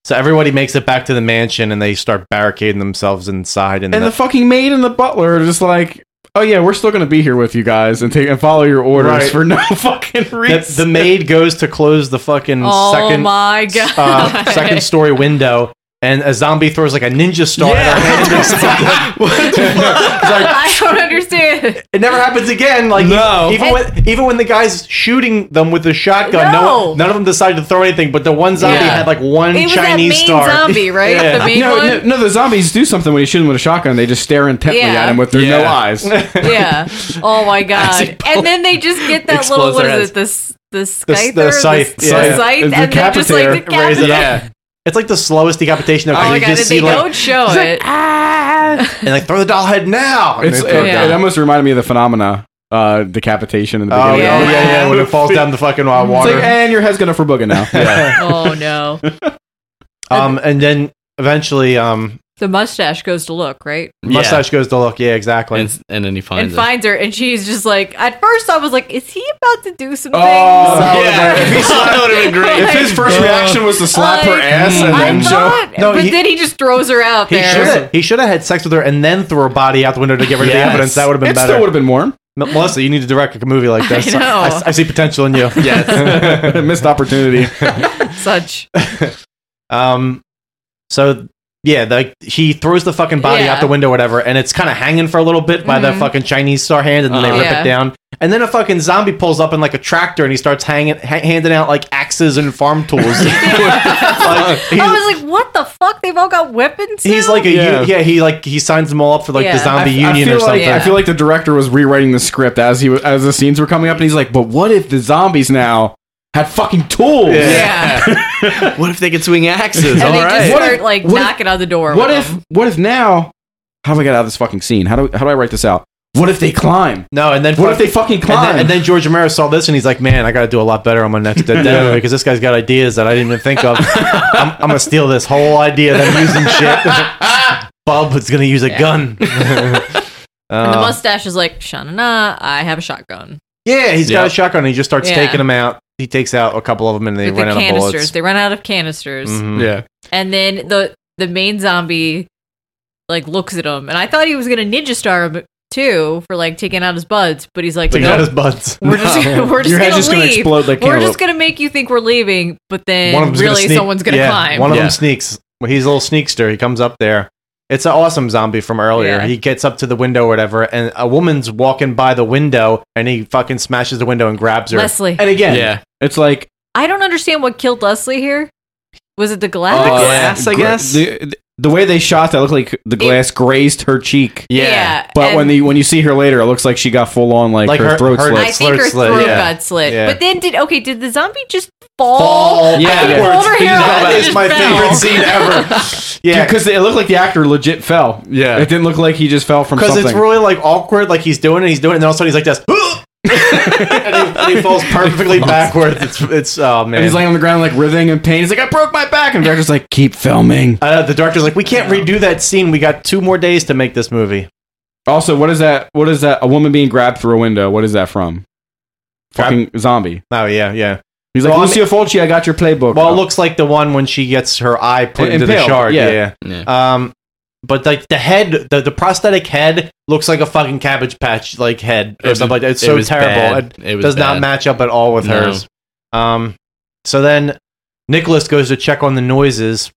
S5: so everybody makes it back to the mansion, and they start barricading themselves inside. And,
S2: And the fucking maid and the butler are just like, oh yeah, we're still going to be here with you guys and take and follow your orders
S5: Right.
S2: for no fucking reason.
S5: the, the maid goes to close the fucking
S3: Oh
S5: second
S3: my god!
S5: uh, second story window, and a zombie throws like a ninja star. At her head and it's like- It's like,
S3: I don't understand.
S5: it never happens again. Like
S1: No.
S5: even when even when the guy's shooting them with the shotgun, no,
S3: No.
S5: one- none of them decided to throw anything. But the one zombie
S3: Yeah.
S5: had like one
S3: It was
S5: Chinese
S3: that main
S5: star.
S3: zombie, right?
S5: Yeah.
S3: The main
S2: no,
S3: one.
S2: no, no, the zombies do something when you shoot them with a shotgun. They just stare intently
S3: Yeah.
S2: at him with their no
S1: Yeah.
S2: eyes.
S3: Yeah. Oh my god.
S1: Isaac Paul
S3: And then they just get that little
S1: explodes
S3: what
S1: their
S3: is it? This the
S5: The-
S3: scyther,
S5: the scythe,
S3: the,
S5: yeah.
S3: scythe,
S2: The
S3: and then just like the
S2: decapitator.
S5: Raise it
S3: cap-
S5: up. It's like the slowest decapitation ever.
S3: Oh my
S5: you
S3: god!
S5: just
S3: and
S5: see
S3: they
S5: like "Ah!"
S3: don't show it.
S5: and like throw the doll head now. And
S2: It's,
S5: they
S2: it,
S5: throw
S3: Yeah.
S5: down.
S2: it almost reminded me of the phenomena uh, decapitation in the
S5: Oh
S2: beginning.
S5: yeah.
S3: Yeah.
S5: yeah, yeah, When it falls down the fucking uh,
S2: It's
S5: water.
S2: like, and your head's going to for boogin now.
S3: oh no!
S5: Um, and then eventually, um,
S3: The mustache goes to look, right?
S5: mustache goes to look. Yeah, exactly.
S1: And, and then he finds
S3: and finds her, and she's just like. At first, I was like, "Is he about to do some
S2: Oh,
S3: things?"
S2: yeah. if, he slapped,
S1: that would've been great.
S2: if his first
S5: Uh,
S2: reaction was to slap her
S3: Like,
S2: ass and
S3: I
S2: then
S3: thought,
S5: No,
S3: but
S5: he-
S3: then he just throws her out
S5: He
S3: there.
S5: should he should have had sex with her and then threw her body out the window to get rid of
S1: Yes.
S5: the evidence. That would have been
S2: It
S5: better.
S2: still would've been warm.
S5: M- Melissa, you need to direct a movie like this.
S3: I know.
S5: I, I see potential in you.
S2: Yes. missed opportunity.
S3: Such.
S5: Um, so yeah, like he throws the fucking body
S3: Yeah.
S5: out the window, whatever, and it's kind of hanging for a little bit by
S3: Mhm.
S5: the fucking Chinese star hand, and then they
S3: Uh-huh.
S5: rip
S3: Yeah.
S5: it down. And then a fucking zombie pulls up in like a tractor, and he starts hanging, ha- handing out like axes and farm tools. Like, he's-
S3: I was like, "What the fuck? They've all got weapons."
S5: He's
S3: now?
S5: like a yeah.
S2: Yeah.
S5: yeah he like he signs them all up for like the
S3: Yeah.
S5: zombie
S2: I
S5: union
S2: feel
S5: or
S2: like-
S5: something.
S2: I feel like the director was rewriting the script as he wa- as the scenes were coming up, and he's like, "But what if the zombies now had fucking tools?
S3: Yeah.
S1: what if they could swing axes?
S3: and
S1: All
S3: they
S1: right.
S3: just
S2: What
S3: start
S2: if-
S3: like
S2: what if-
S3: knocking on the door.
S2: What
S3: with
S2: if?
S3: them.
S2: What if now? How do I get out of this fucking scene? How do how do I write this out? What if they climb?
S5: no, and then
S2: What if they fucking
S5: and
S2: climb?
S5: then, and then George Romero saw this and he's like, "Man, I got to do a lot better on my next Dead Dead because this guy's got ideas that I didn't even think of. I'm, I'm gonna steal this whole idea that I'm using shit. Bob is gonna use a gun.
S3: And the
S5: Uh,
S3: mustache is like, "Shanana, I have a shotgun."
S5: yeah, he's got
S1: Yeah.
S5: a shotgun. and He just starts
S3: Yeah.
S5: taking them out. He takes out a couple of them and they
S3: With
S5: run
S3: the
S5: out of
S3: canisters,
S5: bullets.
S3: they run out of canisters,
S5: Mhm.
S1: yeah.
S3: and then the the main zombie like looks at him, and I thought he was gonna ninja star him too for like taking out his buds, but he's like,
S5: Taking
S3: "Nope,
S5: out his buds.
S3: we're just we're just
S2: Your
S3: gonna
S2: head's just gonna
S3: leave.
S2: explode like
S3: we're
S2: cantaloupe.
S3: just gonna make you think we're leaving, but then
S5: One of them's
S3: really
S5: gonna sneak-
S3: someone's gonna
S5: yeah,
S3: climb.
S5: One of
S1: Yeah.
S5: them sneaks. Well, He's a little sneakster. He comes up there. It's an awesome zombie from earlier.
S3: Yeah.
S5: He gets up to the window or whatever, and a woman's walking by the window, and he fucking smashes the window and grabs her.
S3: Leslie,
S2: and again,
S1: Yeah.
S2: it's like
S3: I don't understand what killed Leslie here. Was
S5: Oh,
S3: it the glass?
S2: uh,
S1: glass, I
S2: gra-
S1: guess?
S2: the, the way they shot that looked like the glass grazed her cheek. But when
S3: and
S2: the when you see her later, it looks like she got full on like,
S5: Like
S2: her,
S5: her-
S2: throat
S5: her-
S2: slit.
S3: I think
S5: slit,
S3: her
S5: slit,
S3: throat
S5: yeah.
S3: got slit.
S5: Yeah.
S3: But then did okay? Did the zombie just fall?
S5: Fall
S2: Yeah.
S3: I think he
S2: backwards.
S3: pulled her hair out.
S5: That
S3: and
S5: is
S3: just
S5: my
S3: fell.
S5: favorite scene ever.
S2: Yeah,
S5: yeah,
S2: because it looked like the actor legit fell.
S1: Yeah.
S2: it didn't look like he just fell from
S5: because
S2: something.
S5: it's really like awkward. Like he's doing it, he's doing it, and all of a sudden he's like this. and he, he falls perfectly backwards. It's it's oh man.
S2: and he's laying on the ground like writhing in pain. He's like, "I broke my back," and the director's like, "Keep filming."
S5: uh, the director's like, we can't redo that scene. We got two more days to make this movie.
S2: Also, what is that? What is that? A woman being grabbed through a window. What is that from?
S5: Grab-
S2: Fucking zombie.
S5: Oh yeah, yeah.
S2: He's like,
S5: Well, I
S2: Lucio Fulci, I got your playbook.
S5: Well, it looks like the one when she gets her eye put
S2: And-
S5: into the
S2: impaled,
S5: shard.
S2: yeah.
S5: Yeah. yeah.
S1: Yeah.
S5: Um, but like the head, the, the prosthetic head looks like a fucking cabbage patch like head or
S1: It was-
S5: something like that. It's
S1: it
S5: so
S1: was
S5: terrible.
S1: bad.
S5: It,
S1: It was
S5: does not
S1: bad.
S5: match up at all with
S1: No.
S5: hers. Um, so then Nicholas goes to check on the noises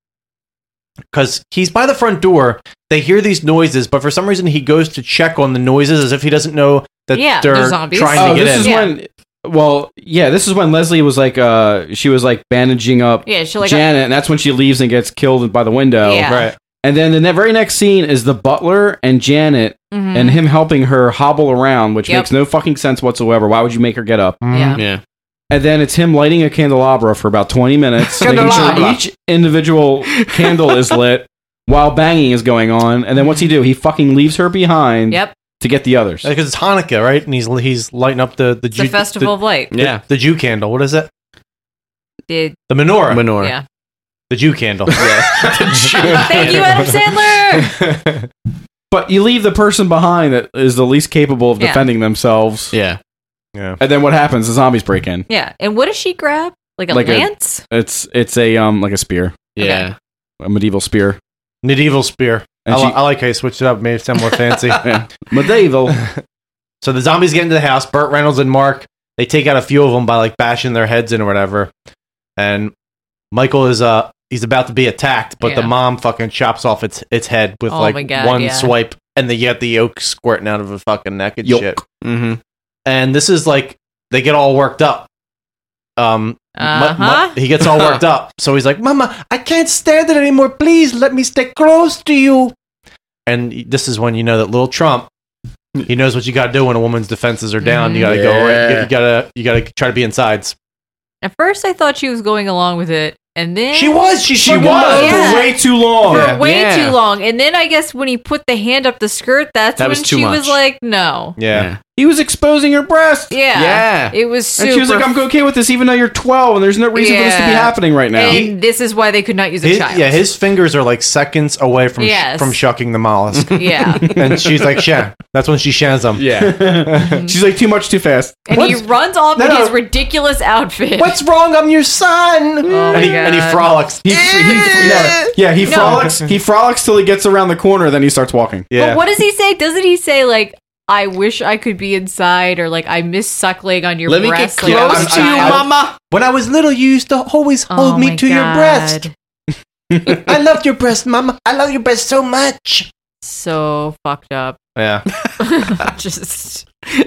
S5: because he's by the front door. They hear these noises, but for some reason he goes to check on the noises as if he doesn't know that
S3: Yeah,
S5: they're
S3: they're zombies.
S5: trying
S2: Oh,
S5: to
S2: this
S5: get in.
S2: is when. Well, yeah, this is when Leslie was like, uh, she was like bandaging up
S3: Yeah, she like
S2: Janet, and that's when she leaves and gets killed by the window.
S3: Yeah.
S5: Right.
S2: And then the ne- very next scene is the butler and Janet
S3: Mhm.
S2: and him helping her hobble around, which
S3: Yep. Mm-hmm.
S2: makes no fucking sense whatsoever. Why would you make her get up?
S3: yeah.
S1: Yeah.
S2: And then it's him lighting a candelabra for about 20 minutes, making sure
S5: Candelabra.
S2: each individual candle is lit while banging is going on. And then what's he do? He fucking leaves her behind
S3: Yep.
S2: to get the others.
S5: Because it's Hanukkah, right? And he's he's lighting up the the,
S3: It's the festival of light.
S5: the,
S1: Yeah.
S5: the Jew candle. What is it?
S3: Did
S5: The menorah.
S1: Menorah.
S3: yeah.
S5: The Jew candle.
S3: Thank you, Adam Sandler.
S2: But you leave the person behind that is the least capable of
S3: Yeah.
S2: defending themselves.
S1: Yeah.
S5: yeah.
S2: And then what happens? The zombies break in.
S3: Yeah. And what does she grab? Like a
S2: Like a-
S3: lance?
S2: It's it's a um like a spear,
S1: Yeah.
S2: a medieval spear.
S5: Medieval spear.
S2: And
S5: I, li-
S2: she-
S5: I like how you switched it up, made it sound more fancy.
S2: Yeah. Medieval.
S5: so the zombies get into the house. Burt Reynolds and Mark they take out a few of them by like bashing their heads in or whatever. And Michael is uh he's about to be attacked, but the
S3: Yeah.
S5: mom fucking chops off its its head with
S3: Oh my
S5: like
S3: God,
S5: one
S3: yeah.
S5: swipe, and they get the yolk squirting out of her fucking neck and
S2: Yolk.
S5: shit.
S1: Mm-hmm.
S5: and this is like they get all worked up. Um, mu- mu-
S3: Uh-huh.
S5: he gets all worked up, so he's like, "Mama, I can't stand it anymore. Please let me stay close to you." And this is when you know that little Trump, he knows what you got to do when a woman's defenses are down. You got to go.
S1: Yeah.
S5: You gotta you gotta try to be insides.
S3: At first I thought she was going along with it. And then
S5: She was. She
S2: she was
S3: Yeah.
S2: for way too long.
S3: for
S5: Yeah.
S3: way
S1: Yeah.
S3: too long. And then I guess when he put the hand up the skirt, that's
S1: That
S3: when
S1: was too
S3: she
S1: much.
S3: was like, no.
S5: Yeah.
S2: He was exposing her breast.
S3: Yeah.
S2: Yeah.
S3: It was super.
S2: And she was like, I'm okay with this, even though you're 12 and there's no reason for this to be
S3: Yeah.
S2: happening right now.
S3: And this is why they could not use a
S5: His-
S3: child.
S5: yeah, his fingers are like seconds away from sh-
S3: Yes.
S5: from shucking the mollusk.
S3: Yeah.
S5: and she's like, "Shan." That's when she shans them.
S2: Yeah, she's like too much, too fast.
S3: And he runs off
S5: No,
S3: in
S5: no.
S3: his ridiculous outfit.
S5: What's wrong? I'm your son.
S3: Oh
S5: and,
S3: my
S5: he, and he
S3: God.
S5: frolics.
S2: He, he- yeah, yeah, he
S3: No.
S2: frolics. He frolics till he gets around the corner, then he starts walking.
S3: But what does he say? Doesn't he say like, "I wish I could be inside," or like, "I miss suckling on your
S5: Let me get
S3: breast"?
S5: close
S3: like,
S5: to you,
S1: mama.
S5: When I was little, you used to always
S3: Oh
S5: hold me
S3: my
S5: to your
S3: God.
S5: breast. I love your breast, mama. I love your breast so much.
S3: So fucked up.
S5: Yeah.
S3: Just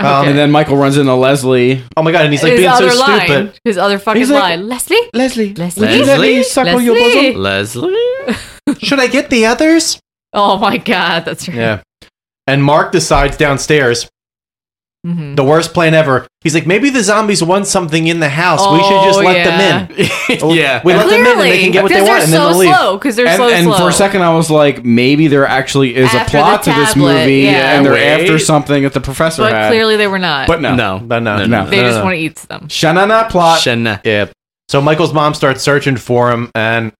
S2: Um, and then Michael runs into Leslie.
S5: Oh my god! And Oh, he's
S3: his other line. His other fucking
S2: He's like,
S3: line. Leslie.
S5: Leslie.
S3: Leslie.
S2: Would you let me suck on your bosom?
S1: Leslie.
S5: Should I get the others?
S3: Oh my god, that's right.
S5: Yeah. And Mark decides downstairs,
S3: Mhm.
S5: the worst plan ever. He's like, maybe the zombies want something in the house. we should just
S3: Oh,
S5: let
S3: yeah.
S5: them in.
S1: yeah.
S5: We let them in and they can get what they
S3: Clearly,
S5: want and then
S3: because
S5: they'll
S3: they're
S5: leave.
S3: so slow, 'cause they're
S2: and,
S3: so
S2: and
S3: slow.
S2: for a second, I was like, maybe there actually is
S3: After
S2: a
S3: the
S2: plot to this
S3: tablet,
S2: movie,
S3: yeah.
S2: and they're
S3: Wait.
S2: after something that the professor
S3: but
S2: had.
S3: clearly they were not.
S2: but no,
S1: No.
S5: But no,
S2: No.
S3: they
S5: no,
S3: just
S5: no.
S3: want to eat them.
S2: Shanana plot.
S5: Yeah. So Michael's mom starts searching for him, and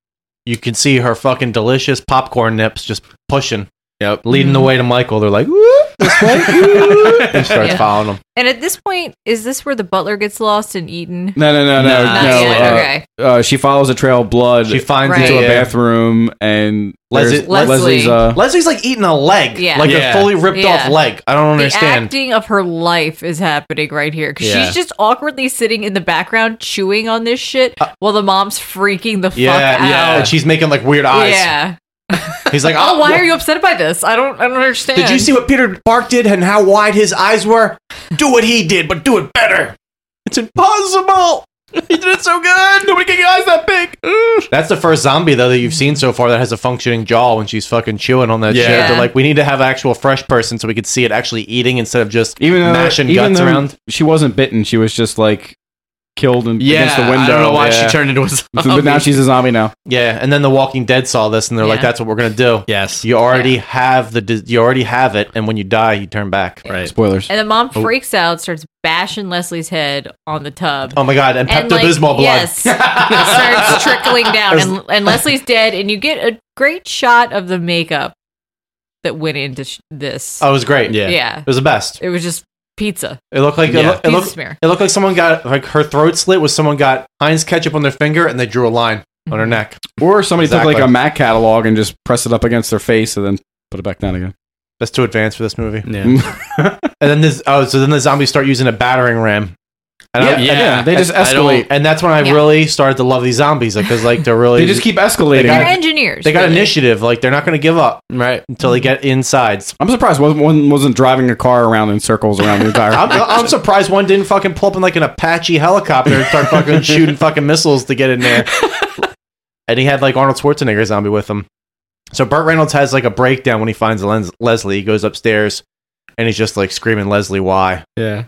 S5: you can see her fucking delicious popcorn nips just pushing. Yep. Leading
S3: Mm-hmm.
S5: the way to Michael. They're like, whoop, this way. whoop," and starts
S3: Yeah.
S5: following him.
S3: And at this point, is this where the butler gets lost and eaten?
S2: No, no, no, no,
S3: Not
S2: no.
S3: yet,
S2: uh,
S3: okay.
S2: uh, she follows a trail of blood.
S5: She finds
S3: Right.
S2: into a
S3: Yeah.
S2: bathroom, and
S5: Leslie-
S2: there's- Leslie's. Uh,
S5: Leslie's like eating a leg.
S3: Yeah.
S5: Like
S2: Yeah.
S5: a fully ripped
S3: Yeah.
S5: off leg. I don't
S3: The
S5: understand.
S3: acting of her life is happening right here because
S5: Yeah.
S3: she's just awkwardly sitting in the background chewing on this shit
S5: Uh,
S3: while the mom's freaking the fuck
S5: yeah, yeah.
S3: out.
S5: And she's making like weird eyes.
S3: Yeah.
S5: He's like,
S3: oh, why are you upset by this? I don't. I don't understand.
S5: Did you see what Peter Park did and how wide his eyes were? Do what he did, but do it better. It's impossible. He did it so good. Nobody can get eyes that big. That's the first zombie though that you've seen so far that has a functioning jaw when she's fucking chewing on that
S2: Yeah.
S5: shit. They're like, we need to have an actual fresh person so we could see it actually eating instead of just
S2: even though,
S5: mashing
S2: even
S5: guts
S2: though
S5: around.
S2: she wasn't bitten, she was just like killed and
S5: Yeah,
S2: against the
S5: I
S2: window.
S5: don't know why she turned into a
S2: But now
S5: zombie.
S2: she's a zombie now.
S5: Yeah, and then The Walking Dead saw this and they're like,
S2: Yeah.
S5: that's what we're gonna do. Yes, you already have the dis- you already have it, and when you die, you turn back. Right.
S2: Spoilers.
S3: And the mom
S5: Oh.
S3: freaks out, starts bashing Leslie's head on the tub.
S5: Oh my god! And Pepto Bismol blood.
S3: Yes, it starts trickling down, and,
S5: There's-
S3: and Leslie's dead. And you get a great shot of the makeup that went into sh- this.
S5: Oh, it was great.
S3: Yeah. Yeah.
S5: it was the best.
S3: It was just pizza.
S5: It looked like
S3: Yeah.
S5: it, looked, it,
S3: Piece of
S5: looked,
S3: smear.
S5: it looked like someone got like her throat slit was someone got Heinz ketchup on their finger and they drew a line on
S3: Mm-hmm.
S5: her neck.
S2: Or somebody
S5: Exactly.
S2: took like a Mac catalog and just pressed it up against their face and then put it back down again.
S5: That's too advanced for this movie. and then this oh, so then the zombies start using a battering ram. And I-
S2: Yeah,
S5: and-
S2: yeah, they just
S5: I don't-
S2: escalate.
S5: and that's when I
S3: Yeah.
S5: really started to love these zombies, like because like they're really
S2: They just keep escalating.
S5: They
S3: They're
S5: got,
S3: engineers.
S5: they got
S3: really.
S5: initiative, like they're not going to give up right until they get inside.
S2: I'm surprised one, one wasn't driving a car around in circles around the entire.
S5: I'm, I'm surprised one didn't fucking pull up in like an Apache helicopter and start fucking shooting fucking missiles to get in there. And he had like Arnold Schwarzenegger zombie with him. So Burt Reynolds has like a breakdown when he finds Len- Leslie. He goes upstairs and he's just like screaming, Leslie, why?
S1: Yeah.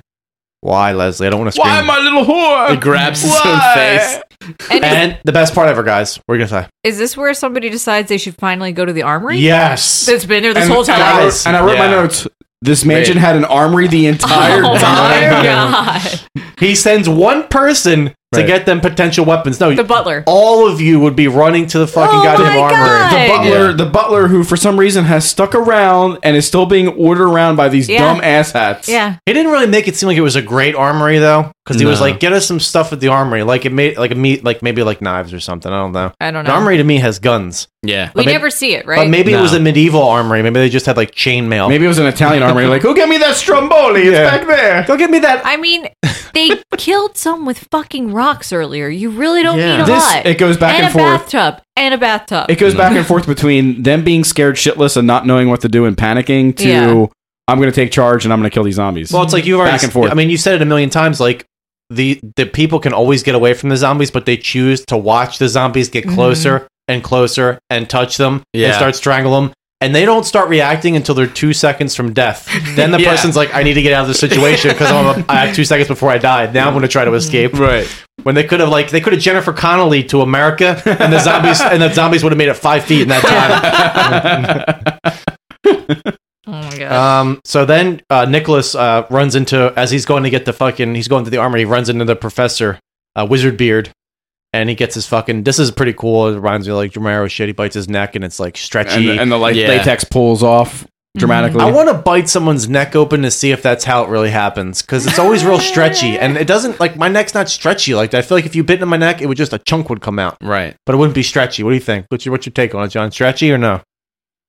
S5: Why, Leslie? I don't want to scream.
S2: I little whore?
S1: He grabs his own
S5: Why?
S1: face.
S3: And is,
S5: And the best part ever, guys, we're going to say.
S3: is this where somebody decides they should finally go to the armory?
S5: Yes.
S3: That's been there this
S2: and,
S3: whole time.
S2: And I wrote, and I wrote my notes. This mansion had an armory the entire
S3: Oh my
S2: time.
S3: god!
S5: He sends one person to get them potential weapons. No,
S3: The butler.
S5: All of you would be running to the fucking
S3: Oh
S5: goddamn
S3: my
S5: armory.
S3: God.
S2: The butler,
S5: Yeah.
S2: the butler, who for some reason has stuck around and is still being ordered around by these
S3: Yeah.
S2: dumb ass hats.
S3: Yeah.
S5: He didn't really make it seem like it was a great armory though, because he was
S1: No.
S5: like, "Get us some stuff at the armory." Like it made like a meat, like maybe like knives or something. I don't know.
S3: I don't
S5: The
S3: know.
S5: armory to me has guns.
S1: Yeah,
S3: We never see it, right?
S5: But maybe it was a medieval armory. Maybe they just had like chainmail.
S2: Maybe it was an Italian armory. Like, go get me that Stromboli. It's
S5: Yeah.
S2: back there.
S5: Go get me that.
S3: I mean, they killed some with fucking rocks earlier. You really don't
S2: Yeah.
S3: need a
S2: This-
S3: lot.
S2: it goes back
S3: and,
S2: and
S3: a
S2: forth.
S3: bathtub and a bathtub.
S2: It goes back and forth between them being scared shitless and not knowing what to do and panicking to
S3: Yeah.
S2: I'm going to take charge and I'm going to kill these zombies.
S5: Well, it's like you've already.
S2: back and forth.
S5: I mean, you said it a million times. Like the the people can always get away from the zombies, but they choose to watch the zombies get closer and closer and touch them and
S1: Yeah.
S5: start strangling them. And they don't start reacting until they're two seconds from death. Then the
S1: Yeah.
S5: person's like, "I need to get out of this situation because I'm I have two seconds before I die. Now I'm going to try to escape."
S1: Right.
S5: When they could have like they could have Jennifer Connolly to America, and the zombies and the zombies would have made it five feet in that time.
S3: Oh my my god.
S5: Um, so then uh, Nicholas uh, runs into as he's going to get the fucking he's going to the armory. He runs into the professor, uh, Wizard Beard, and he gets his fucking. This is pretty cool. It reminds me of, like Romero shit. He bites his neck and it's like stretchy
S2: And, and the light,
S5: Yeah.
S2: latex pulls off dramatically.
S5: I want to bite someone's neck open to see if that's how it really happens because it's always real stretchy and it doesn't like my neck's not stretchy like that. I feel like if you bit into my neck, it would just a chunk would come out,
S1: right?
S5: But it wouldn't be stretchy. What do you think? What's your, what's your take on it, John? Stretchy or no?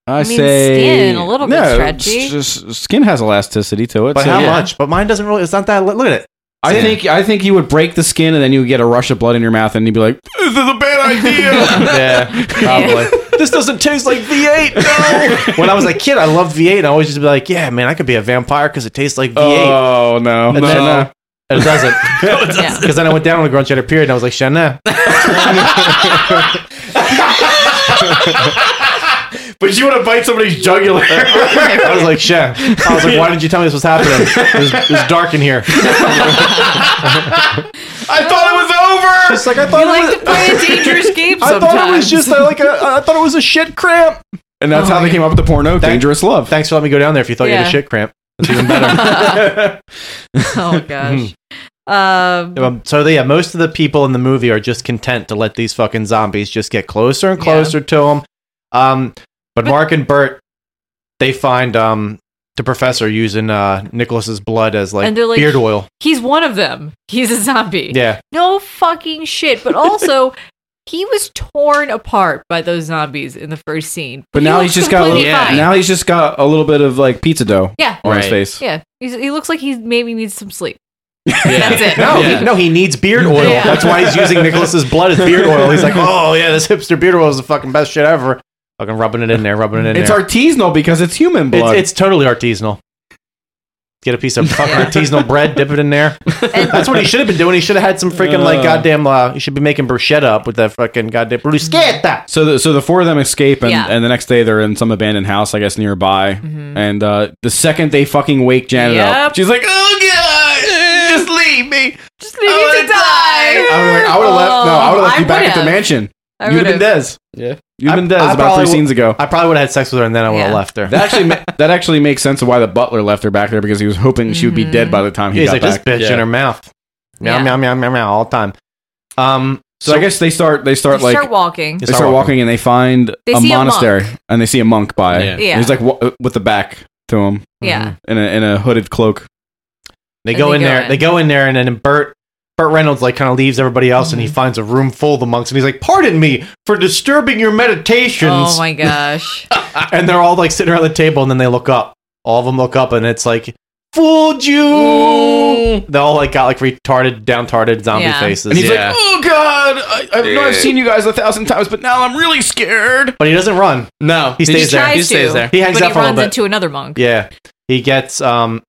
S2: I,
S3: mean,
S2: say
S3: skin, a little bit
S2: no,
S3: stretchy.
S2: it's just- skin has elasticity to it.
S5: But
S2: so-
S5: how much? But mine doesn't really. It's not that. Look at it.
S2: I
S5: Yeah.
S2: think I think you would break the skin and then you would get a rush of blood in your mouth and you'd be like,
S5: This is a bad idea. yeah, probably. this doesn't taste like V8. No. when I was a kid, I loved V8. I always just be like, yeah, man, I could be a vampire because it tastes like V8.
S2: Oh no,
S5: And
S2: no,
S5: then- uh,
S2: no.
S5: It doesn't. Because then I went down on a grunt cheddar period and I was like, Shanna.
S2: But you want to bite somebody's jugular.
S5: I was like, Shan. I was like, why didn't you tell me this was happening? It was, it was dark in here.
S2: I thought it was over.
S5: It's like I thought
S3: You
S5: it
S3: like
S5: was
S3: to play a dangerous game
S5: I thought it was
S3: sometimes. Oh
S5: just uh, like a, I thought it was a shit cramp.
S2: And that's how they came up with the porno, Dangerous Love.
S5: Thanks for letting me go down there if you thought you had
S3: Yeah.
S5: a shit cramp.
S3: oh gosh. Um,
S5: Um, so yeah, most of the people in the movie are just content to let these fucking zombies just get closer and closer to 'em. to them. Um, but, Mark and Bert, they find um the professor using uh Nicholas's blood as like,
S3: and they're like
S5: beard oil.
S3: He's one of them. He's a zombie.
S5: Yeah,
S3: No fucking shit. But also, he was torn apart by those zombies in the first scene.
S2: But
S3: he
S2: now
S3: looks
S2: he's just got a little,
S3: completely fine.
S2: now he's just got a little bit of like pizza dough
S3: yeah
S2: on his face.
S3: Yeah, he's, he looks like he maybe needs some sleep.
S5: that's it. No,
S2: Yeah.
S5: he, no, he needs beard oil.
S3: Yeah.
S5: That's why he's using Nicholas's blood as beard oil. He's like, oh yeah, this hipster beard oil is the fucking best shit ever. Fucking rubbing it in there, rubbing it in
S2: It's
S5: there.
S2: artisanal because it's human blood.
S5: It's, it's totally artisanal. Get a piece of fucking artisanal bread, dip it in there. That's what he should have been doing. He should have had some freaking like
S2: Uh.
S5: goddamn. Uh, he should be making bruschetta up with that fucking goddamn bruschetta.
S2: So the so the four of them escape, and,
S5: Yeah.
S2: and the next day they're in some abandoned house, I guess nearby.
S3: Mm-hmm.
S2: And uh, the second they fucking wake Janet up, she's like, "Oh god, just leave me,
S3: just leave me to die." Oh,
S2: I would have, I would have left. No, I would have left you back at the mansion.
S3: I
S2: You'd have been
S3: would've.
S2: dead.
S1: Yeah,
S2: You'd have been dead
S5: I
S2: about three
S5: probably wou-
S2: scenes ago.
S5: I probably would have had sex with her, and then I would have left her.
S2: That actually ma- that actually makes sense of why the butler left her back there because he was hoping she would be
S3: Mm-hmm.
S2: dead by the time he
S5: He's
S2: got
S5: like
S2: back.
S5: this bitch in her mouth. Meow
S3: Yeah.
S5: meow meow meow meow all the time. Um.
S2: So, I guess they start they start
S3: They
S2: like
S3: start walking.
S2: They start walking, and they find
S3: They
S2: a
S3: see a
S2: monastery and they see a monk by.
S3: Yeah.
S2: Yeah.
S3: Yeah.
S2: He's like wa- with the back to him.
S3: Yeah.
S2: In a in a hooded cloak.
S5: They
S3: And
S5: go
S3: they
S5: in
S3: go
S5: there.
S3: in.
S5: They go in there, and then Bert Burt Reynolds like kind of leaves everybody else,
S3: Mm-hmm.
S5: and he finds a room full of the monks, and he's like, "Pardon me for disturbing your meditations."
S3: Oh my gosh.
S5: and they're all like sitting around the table, and then they look up. All of them look up, and it's like fooled you. They all like got like retarded, downtarded zombie
S2: Yeah.
S5: faces.
S2: Mm. And he's like, "Oh God, I, I know I've seen you guys a thousand times, but now I'm really scared."
S5: but he doesn't run.
S1: No,
S5: he stays there.
S3: tries
S5: He stays
S3: to,
S5: there. He hangs
S3: but
S5: out
S3: he
S5: for a
S3: runs
S5: little bit.
S3: into another monk.
S5: Yeah, he gets. um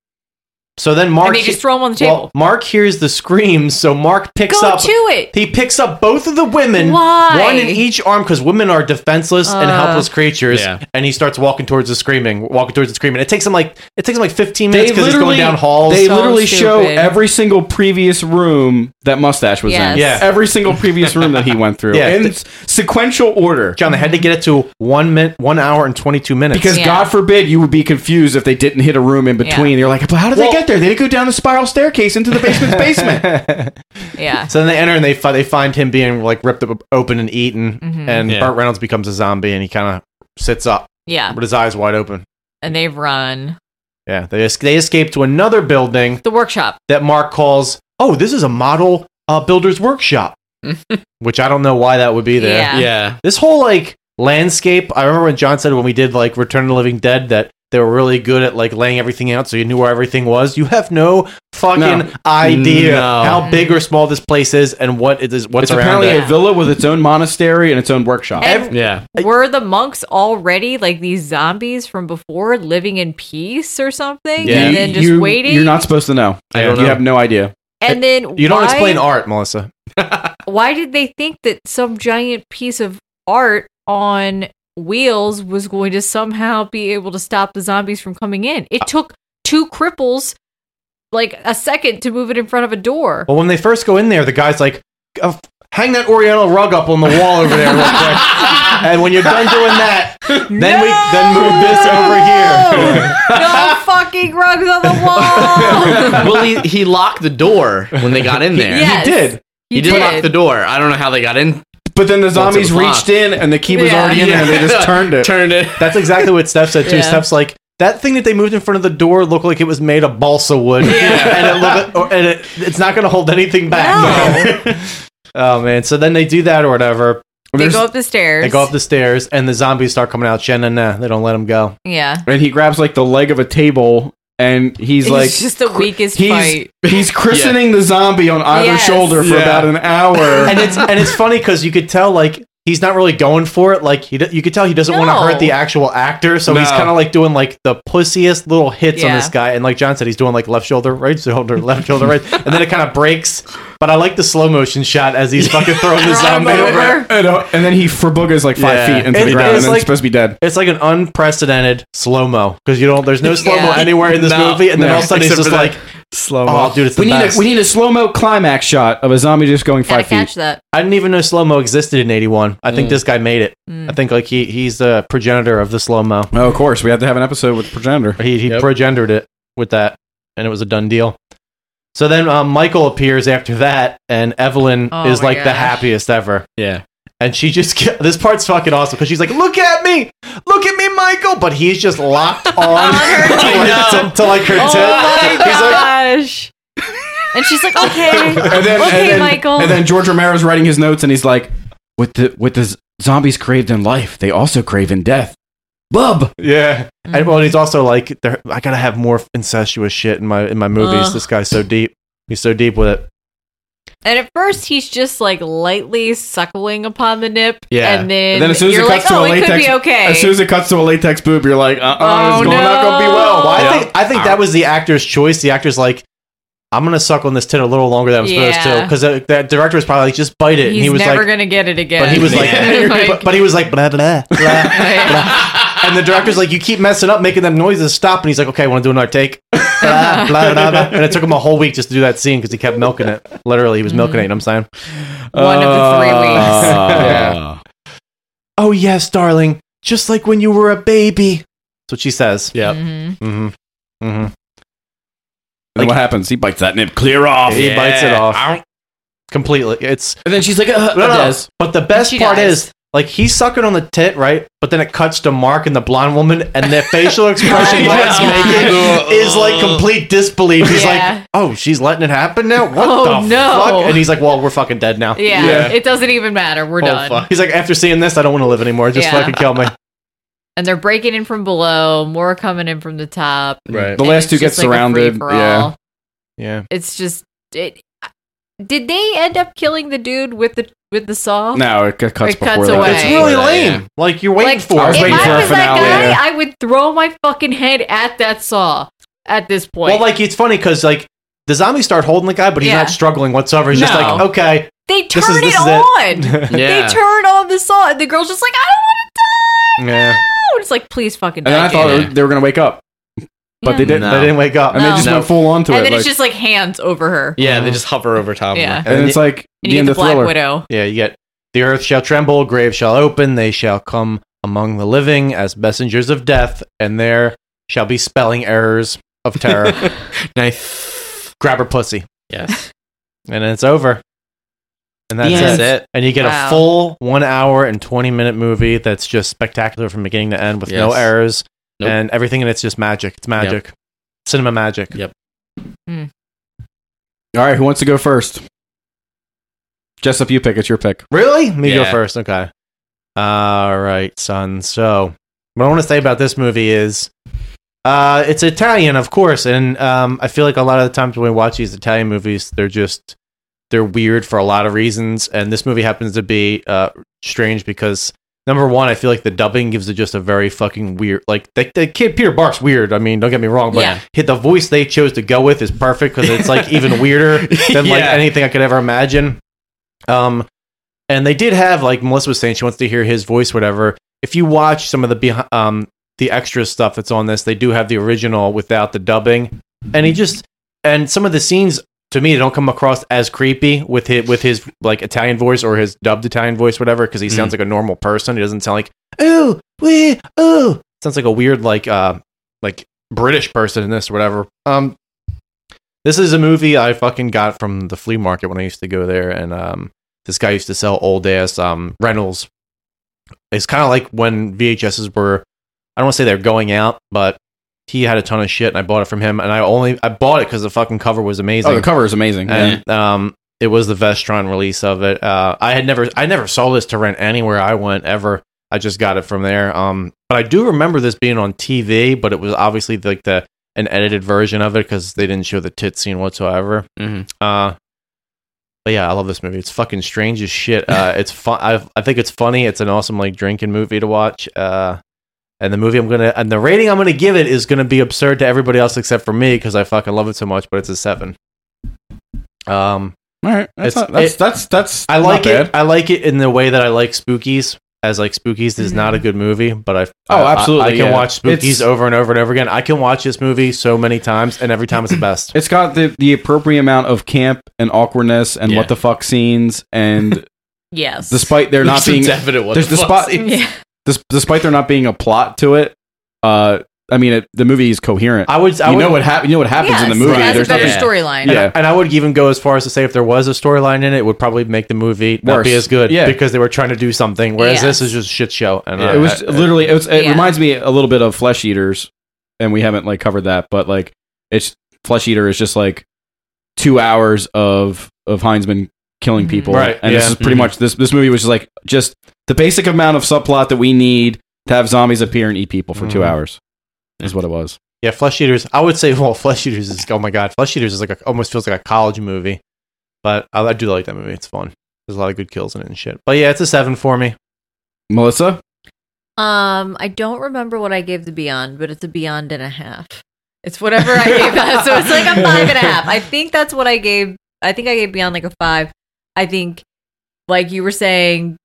S5: So then Mark
S3: and they just throw him on the
S5: Well,
S3: table.
S5: Mark hears the screams, so Mark picks
S3: Go
S5: up
S3: to it.
S5: He picks up both of the women,
S3: Why?
S5: one in each arm, because women are defenseless and
S3: Uh.
S5: helpless creatures. And he starts walking towards the screaming, walking towards the screaming. It takes him like it takes him like fifteen minutes because he's going down halls.
S2: They literally show every single previous room that mustache was
S5: Yes.
S2: in.
S5: Yeah.
S2: Every single previous room that he went through.
S5: Yeah.
S2: In s- sequential order.
S5: John, they had to get it to one minute, one hour and twenty two minutes
S2: Because God forbid you would be confused if they didn't hit a room in between. You're like, but how did
S5: Well-
S2: they get there? They didn't go down the spiral staircase into the basement's basement.
S3: Yeah.
S5: So then they enter and they fi- they find him being like ripped up, open and eaten,
S3: Mhm.
S5: and
S3: Yeah.
S5: Burt Reynolds becomes a zombie and he kind of sits up,
S3: Yeah.
S5: with his eyes wide open.
S3: And they run
S5: Yeah, they es- they escape to another building,
S3: the workshop.
S5: that Mark calls. Oh, this is a model uh, builder's workshop, which I don't know why that would be there.
S1: Yeah. Yeah.
S5: this whole like landscape. I remember when John said when we did like Return of the Living Dead that they were really good at like laying everything out so you knew where everything was. You have no fucking
S2: No.
S5: idea
S2: No.
S5: how big or small this place is and what it is. What's
S2: It's
S5: around
S2: apparently
S5: it.
S2: a villa with its own monastery and its own workshop.
S3: And-
S1: yeah.
S3: Were the monks already like these zombies from before living in peace or something? And then just
S2: you,
S3: waiting?
S2: You're not supposed to know.
S5: I don't
S2: you
S5: know.
S2: have no idea.
S3: and then
S5: You don't
S3: why,
S5: explain art, Melissa.
S3: Why did they think that some giant piece of art on wheels was going to somehow be able to stop the zombies from coming in?
S5: Uh-
S3: It took two cripples like a second to move it in front of a door.
S5: Well, when they first go in there, the guy's like, "Uh, hang that Oriental rug up on the wall over there real quick. and when you're done doing that, then we then move this over here.
S3: no fucking rugs on the wall.
S1: well, he, he locked the door when they got in there.
S3: He- he Yes. did.
S1: He,
S3: He
S1: did,
S3: did.
S1: lock the door. I don't know how they got in.
S2: But then the zombies reached in and the key was Yeah. already in there and they just turned it.
S1: Turned it.
S5: That's exactly what Steph said too.
S1: Yeah.
S5: Steph's like that thing that they moved in front of the door looked like it was made of balsa wood, and it looked, or, and it, it's not going to hold anything back. oh man! So then they do that or whatever.
S3: They go up the stairs.
S5: They go up the stairs, and the zombies start coming out. Shannon, nah, they don't let them go.
S3: Yeah.
S2: And he grabs like the leg of a table and he's
S3: It's
S2: like
S3: just the weakest
S2: he's,
S3: fight.
S2: He's christening the zombie on either
S3: Yes.
S2: shoulder for
S5: Yeah.
S2: about an hour.
S5: and it's and it's funny because you could tell like he's not really going for it. Like he, d- you could tell he doesn't want
S2: No.
S5: to hurt the actual actor, so he's
S2: No.
S5: kind of like doing like the pussiest little hits on
S2: Yeah.
S5: this guy. And like John said, he's doing like left shoulder, right shoulder, left shoulder, right, and then it kind of breaks. But I like the slow motion shot as he's fucking throwing the zombie over.
S2: And, uh, and then he is like five
S5: Yeah.
S2: feet into the
S5: It-
S2: ground and
S5: it's
S2: then
S5: like-
S2: it's supposed to be dead.
S5: It's like an unprecedented slow mo because you don't. There's no slow mo
S2: Yeah.
S5: anywhere in this
S2: No.
S5: movie, and then
S2: No.
S5: all of a sudden it's
S2: Except for
S5: just
S2: that
S5: like slow mo. Oh, dude, it's the
S2: we need
S5: best.
S2: a, we need a slow mo climax shot of a zombie just going
S3: Gotta
S2: five
S3: catch
S2: feet.
S3: that.
S5: I didn't even know slow mo existed in '81. I think
S3: Mm.
S5: this guy made it.
S3: Mm.
S5: I think like he he's the progenitor of the slow mo.
S2: Oh, of course, we have to have an episode with progenitor.
S5: He he progendered it with that, and it was a done deal. So then um, Michael appears after that, and Evelyn
S2: Oh
S5: is
S2: my
S5: like the
S2: gosh.
S5: happiest ever.
S1: Yeah.
S5: And she just get- this part's fucking awesome because she's like, "Look at me, look at me, Michael!" But he's just locked on to, like, to- to, like her
S3: Oh
S5: tit.
S3: my
S5: He's like,
S3: gosh. and she's like, okay,
S2: and then,
S3: okay,
S2: and then,
S3: Michael.
S2: And then George Romero's writing his notes, and he's like, "With the with the z- zombies craved in life, they also crave in death." Bub.
S5: Yeah. And well, he's also like, there- I gotta have more incestuous shit in my in my movies.
S3: Ugh.
S5: This guy's so deep. He's so deep with it.
S3: and at first, he's just like lightly suckling upon the nip.
S2: Yeah.
S3: And then,
S2: And then as soon as
S3: you're
S2: it
S3: like,
S2: cuts
S3: oh,
S2: to a
S3: it could
S2: latex,
S3: be okay.
S2: as soon as it cuts to a latex boob, you're like, "Uh, uh it's
S3: Oh,
S2: going, not going to be well."
S5: Well, I
S2: Yeah.
S5: think I think that was the actor's choice. The actor's like, I'm gonna suck on this tit a little longer than I'm supposed to,
S3: Yeah.
S5: because the, that director was probably like, just bite it.
S3: he's
S5: and he was
S3: never
S5: like,
S3: gonna get it again.
S5: but he was like, but, but he was like, blah blah blah. blah. And the director's like, you keep messing up, making them noises. Stop. And he's like, okay, I want to do another take. Blah, blah, blah, blah. And it took him a whole week just to do that scene because he kept milking it. Literally, he was
S3: Mm-hmm.
S5: milking it. You know what I'm
S2: uh,
S5: saying?
S3: One of the three weeks.
S5: yeah. Oh yes, darling. Just like when you were a baby. That's what she says. Yeah.
S3: Mhm.
S5: Mm-hmm. Mm-hmm.
S2: And then what happens? He bites that nip clear off.
S5: He bites it
S2: Yeah.
S5: off completely. It's
S2: and then she's like, uh,
S5: no, no.
S2: Des.
S5: But the best
S2: She
S5: part
S2: dies.
S5: is like he's sucking on the tit, right? But then it cuts to Mark and the blonde woman, and their facial expression
S2: Yeah.
S5: Mark's making is like
S2: Uh.
S5: complete disbelief. He's
S3: Yeah.
S5: like, "Oh, she's letting it happen now. What
S3: Oh,
S5: the
S3: no.
S5: fuck?" And he's like, "Well, we're fucking dead now."
S3: yeah, it doesn't even matter. We're
S5: Oh,
S3: done.
S5: fuck. He's like, "After seeing this, I don't want to live anymore. Just
S3: Yeah.
S5: fucking kill me."
S3: And they're breaking in from below. More coming in from the top. And
S5: Right.
S3: it's just like a free-for-all.
S5: Yeah.
S3: It's just it. Did they end up killing the dude with the with the saw?
S2: No, it cuts
S3: It cuts
S2: before that.
S3: away.
S5: It's really lame. Like you're waiting for.
S2: I was
S5: it.
S2: waiting
S3: If
S2: for
S3: I
S2: a
S3: was that
S2: finale.
S3: guy,
S2: Yeah.
S3: I would throw my fucking head at that saw at this point.
S5: Well, like it's funny because like the zombies start holding the guy, but he's
S3: Yeah.
S5: not struggling whatsoever. He's just
S3: No.
S5: like, "Okay,
S3: they
S5: this
S3: turn
S5: is- this
S3: it
S5: is it.
S3: on.
S5: Yeah.
S3: They turn on the saw, and the girl's just like, I don't
S5: yeah."
S3: know. It's like, please fucking.
S2: And then I
S3: touch
S2: thought
S3: it.
S2: they were going to wake up, but they didn't.
S5: No. They didn't wake up,
S2: and they
S3: No.
S2: just
S3: No.
S2: went full on to
S3: and
S2: it.
S3: then it's just like hands over her.
S1: Yeah, they just hover over top
S3: Yeah.
S1: of her.
S2: and it's like
S3: And you
S2: the
S3: get
S2: end
S3: the
S2: of
S3: Black
S2: Thriller.
S3: Widow.
S5: Yeah, you get the earth shall tremble, grave shall open, they shall come among the living as messengers of death, and there shall be spelling errors of terror. nice. Grab her pussy.
S1: Yes.
S5: And then it's over. And that's
S1: The end.
S5: it.
S1: That's it.
S5: And you get
S1: Wow.
S5: a full one hour and 20 minute movie that's just spectacular from beginning to end with no
S1: Yes.
S5: errors
S1: Nope.
S5: and everything in it's just magic. It's magic. Cinema magic.
S1: Yep.
S2: All right, who wants to go first? Jessup, you pick. It's your pick.
S5: Really? Me go
S2: Yeah.
S5: first. Okay. All right, son. So, what I want to say about this movie is, uh, it's Italian, of course, and um, I feel like a lot of the times when we watch these Italian movies, they're just they're weird for a lot of reasons, and this movie happens to be uh, strange because number one, I feel like the dubbing gives it just a very fucking weird. Like the, the kid Peter Bark's weird. I mean, don't get me wrong, but
S1: Yeah.
S5: hit the voice they chose to go with is perfect because it's like even weirder than like
S1: Yeah.
S5: anything I could ever imagine. Um, and they did have like Melissa was saying she wants to hear his voice, whatever. If you watch some of the behi- um the extra stuff that's on this, they do have the original without the dubbing, and he just and some of the scenes to me, they don't come across as creepy with his, with his like Italian voice or his dubbed Italian voice, whatever, because he sounds like a normal person. He doesn't sound like oh we oh sounds like a weird like uh like British person in this or whatever. Um, this is a movie I fucking got from the flea market when I used to go there, and um, this guy used to sell old ass um rentals. It's kind of like when VHSs were, I don't want to say they're going out, but he had a ton of shit, and I bought it from him. And I only I bought it because the fucking cover was amazing.
S2: Oh, the cover is amazing.
S5: And um, it was the Vestron release of it. Uh, I had never I never saw this to rent anywhere I went ever. I just got it from there. Um, but I do remember this being on TV, but it was obviously like the an edited version of it because they didn't show the tit scene whatsoever. Uh, but yeah, I love this movie. It's fucking strange as shit. Uh, it's fun. I, I think it's funny. It's an awesome like drinking movie to watch. Uh, and the movie I'm gonna and the rating I'm gonna give it is gonna be absurd to everybody else except for me because I fucking love it so much. But it's a seven. Um,
S2: all right, that's not- that's- that's- that's
S5: I
S2: not
S5: like
S2: bad.
S5: it. I like it in the way that I like Spookies. As like Spookies is not a good movie, but I
S2: Oh,
S5: I- I- I,
S2: absolutely,
S5: can
S2: yeah.
S5: watch Spookies
S2: It's-
S5: over and over and over again. I can watch this movie so many times, and every time it's the best.
S2: It's got the, the appropriate amount of camp and awkwardness and what the fuck scenes and
S3: Yes.
S2: despite there not
S3: There's a
S2: being
S3: definite what
S2: there's
S3: the fuck
S2: despite,
S3: scenes. Yeah.
S2: des- despite there not being a plot to it. Uh, I mean, it, the movie is coherent. I
S5: would- I
S2: you know
S5: would-
S2: what hap- you know what happens in the
S3: Yes,
S2: movie.
S3: it has a
S2: There's
S3: better
S2: nothing-
S3: storyline.
S5: And,
S2: Yeah,
S5: and I would even go as far as to say if there was a storyline in it, it would probably make the movie not be
S2: Worse.
S5: as good
S2: Yeah.
S5: because they were trying to do something. Whereas
S2: Yes.
S5: this is just a shit show. And
S2: Yeah,
S5: I-
S2: it was
S5: I-
S2: literally it, was, it
S5: Yeah.
S2: reminds me a little bit of flesh eaters and we haven't like covered that but like it's flesh eater is just like two hours of of heinzman killing
S3: Mm-hmm.
S2: people
S5: Right,
S2: and
S5: yeah.
S2: this is pretty
S5: Mhm.
S2: much this this movie was just like just the basic amount of subplot that we need to have zombies appear and eat people for two
S5: Mhm.
S2: hours is what it was
S5: Yeah, Flesh Eaters. I would say, well, Flesh Eaters is oh my god, Flesh Eaters is like a, almost feels like a college movie, but I, I do like that movie. It's fun. There's a lot of good kills in it and shit. But yeah, it's a seven for me.
S2: melissa
S3: Um, I don't remember what I gave the Beyond, but it's a Beyond and a half. It's whatever I gave that, so it's like a five and a half. I think that's what I gave. I think I gave Beyond like a five. I think, like you were saying,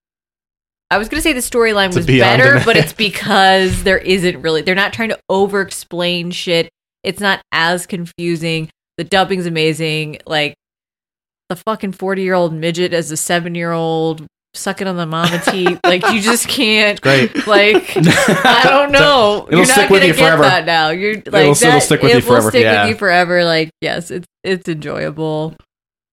S3: I was gonna say the storyline
S7: It's a
S3: was
S7: Beyond and
S3: better,
S7: a
S3: but
S7: half.
S3: it's because there isn't really. They're not trying to over-explain shit. It's not as confusing. The dubbing's amazing. Like the fucking 40 year old midget as a seven year old sucking on the mama teeth. like you just can't.
S2: great.
S3: Like I don't know.
S2: It'll
S3: You're
S2: stick
S3: not
S2: with
S3: gonna
S2: you
S3: get
S2: forever.
S3: that now. You're like
S2: It'll- it'll
S3: that-
S2: stick with
S3: it
S2: you
S3: will
S2: forever.
S3: stick
S5: Yeah.
S3: with you forever. Like yes, it's it's enjoyable.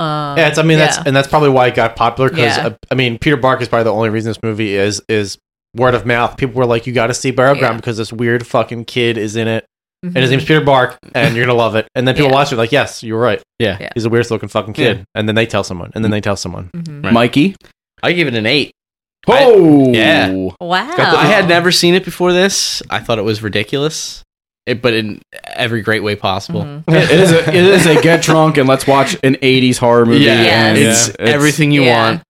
S3: Um,
S5: yeah, it's. I mean, that's and that's probably why it got popular because
S3: Yeah.
S5: uh, I mean, Peter Bark is probably the only reason this movie is is word of mouth. People were like, "You got to see Barrow Ground because this weird fucking kid is in it." And his
S3: Mm-hmm.
S2: Mhm.
S5: name's Peter Bark, and you're gonna love it. And then people watch it, like, yes, you're right.
S1: Yeah. Yeah.
S5: he's a weirdest looking fucking kid.
S1: Yeah.
S5: And then they tell someone, and then they tell someone.
S3: Mm-hmm.
S2: Mikey,
S1: I gave it an eight.
S2: Oh
S1: yeah!
S3: Wow.
S1: I had never seen it before this. I thought it was ridiculous, it, but in every great way
S3: Mm-hmm.
S1: possible.
S2: it is a, it is a get drunk and let's watch an 80s horror movie
S1: Yeah,
S2: and
S1: it's everything you
S2: Yeah.
S1: want.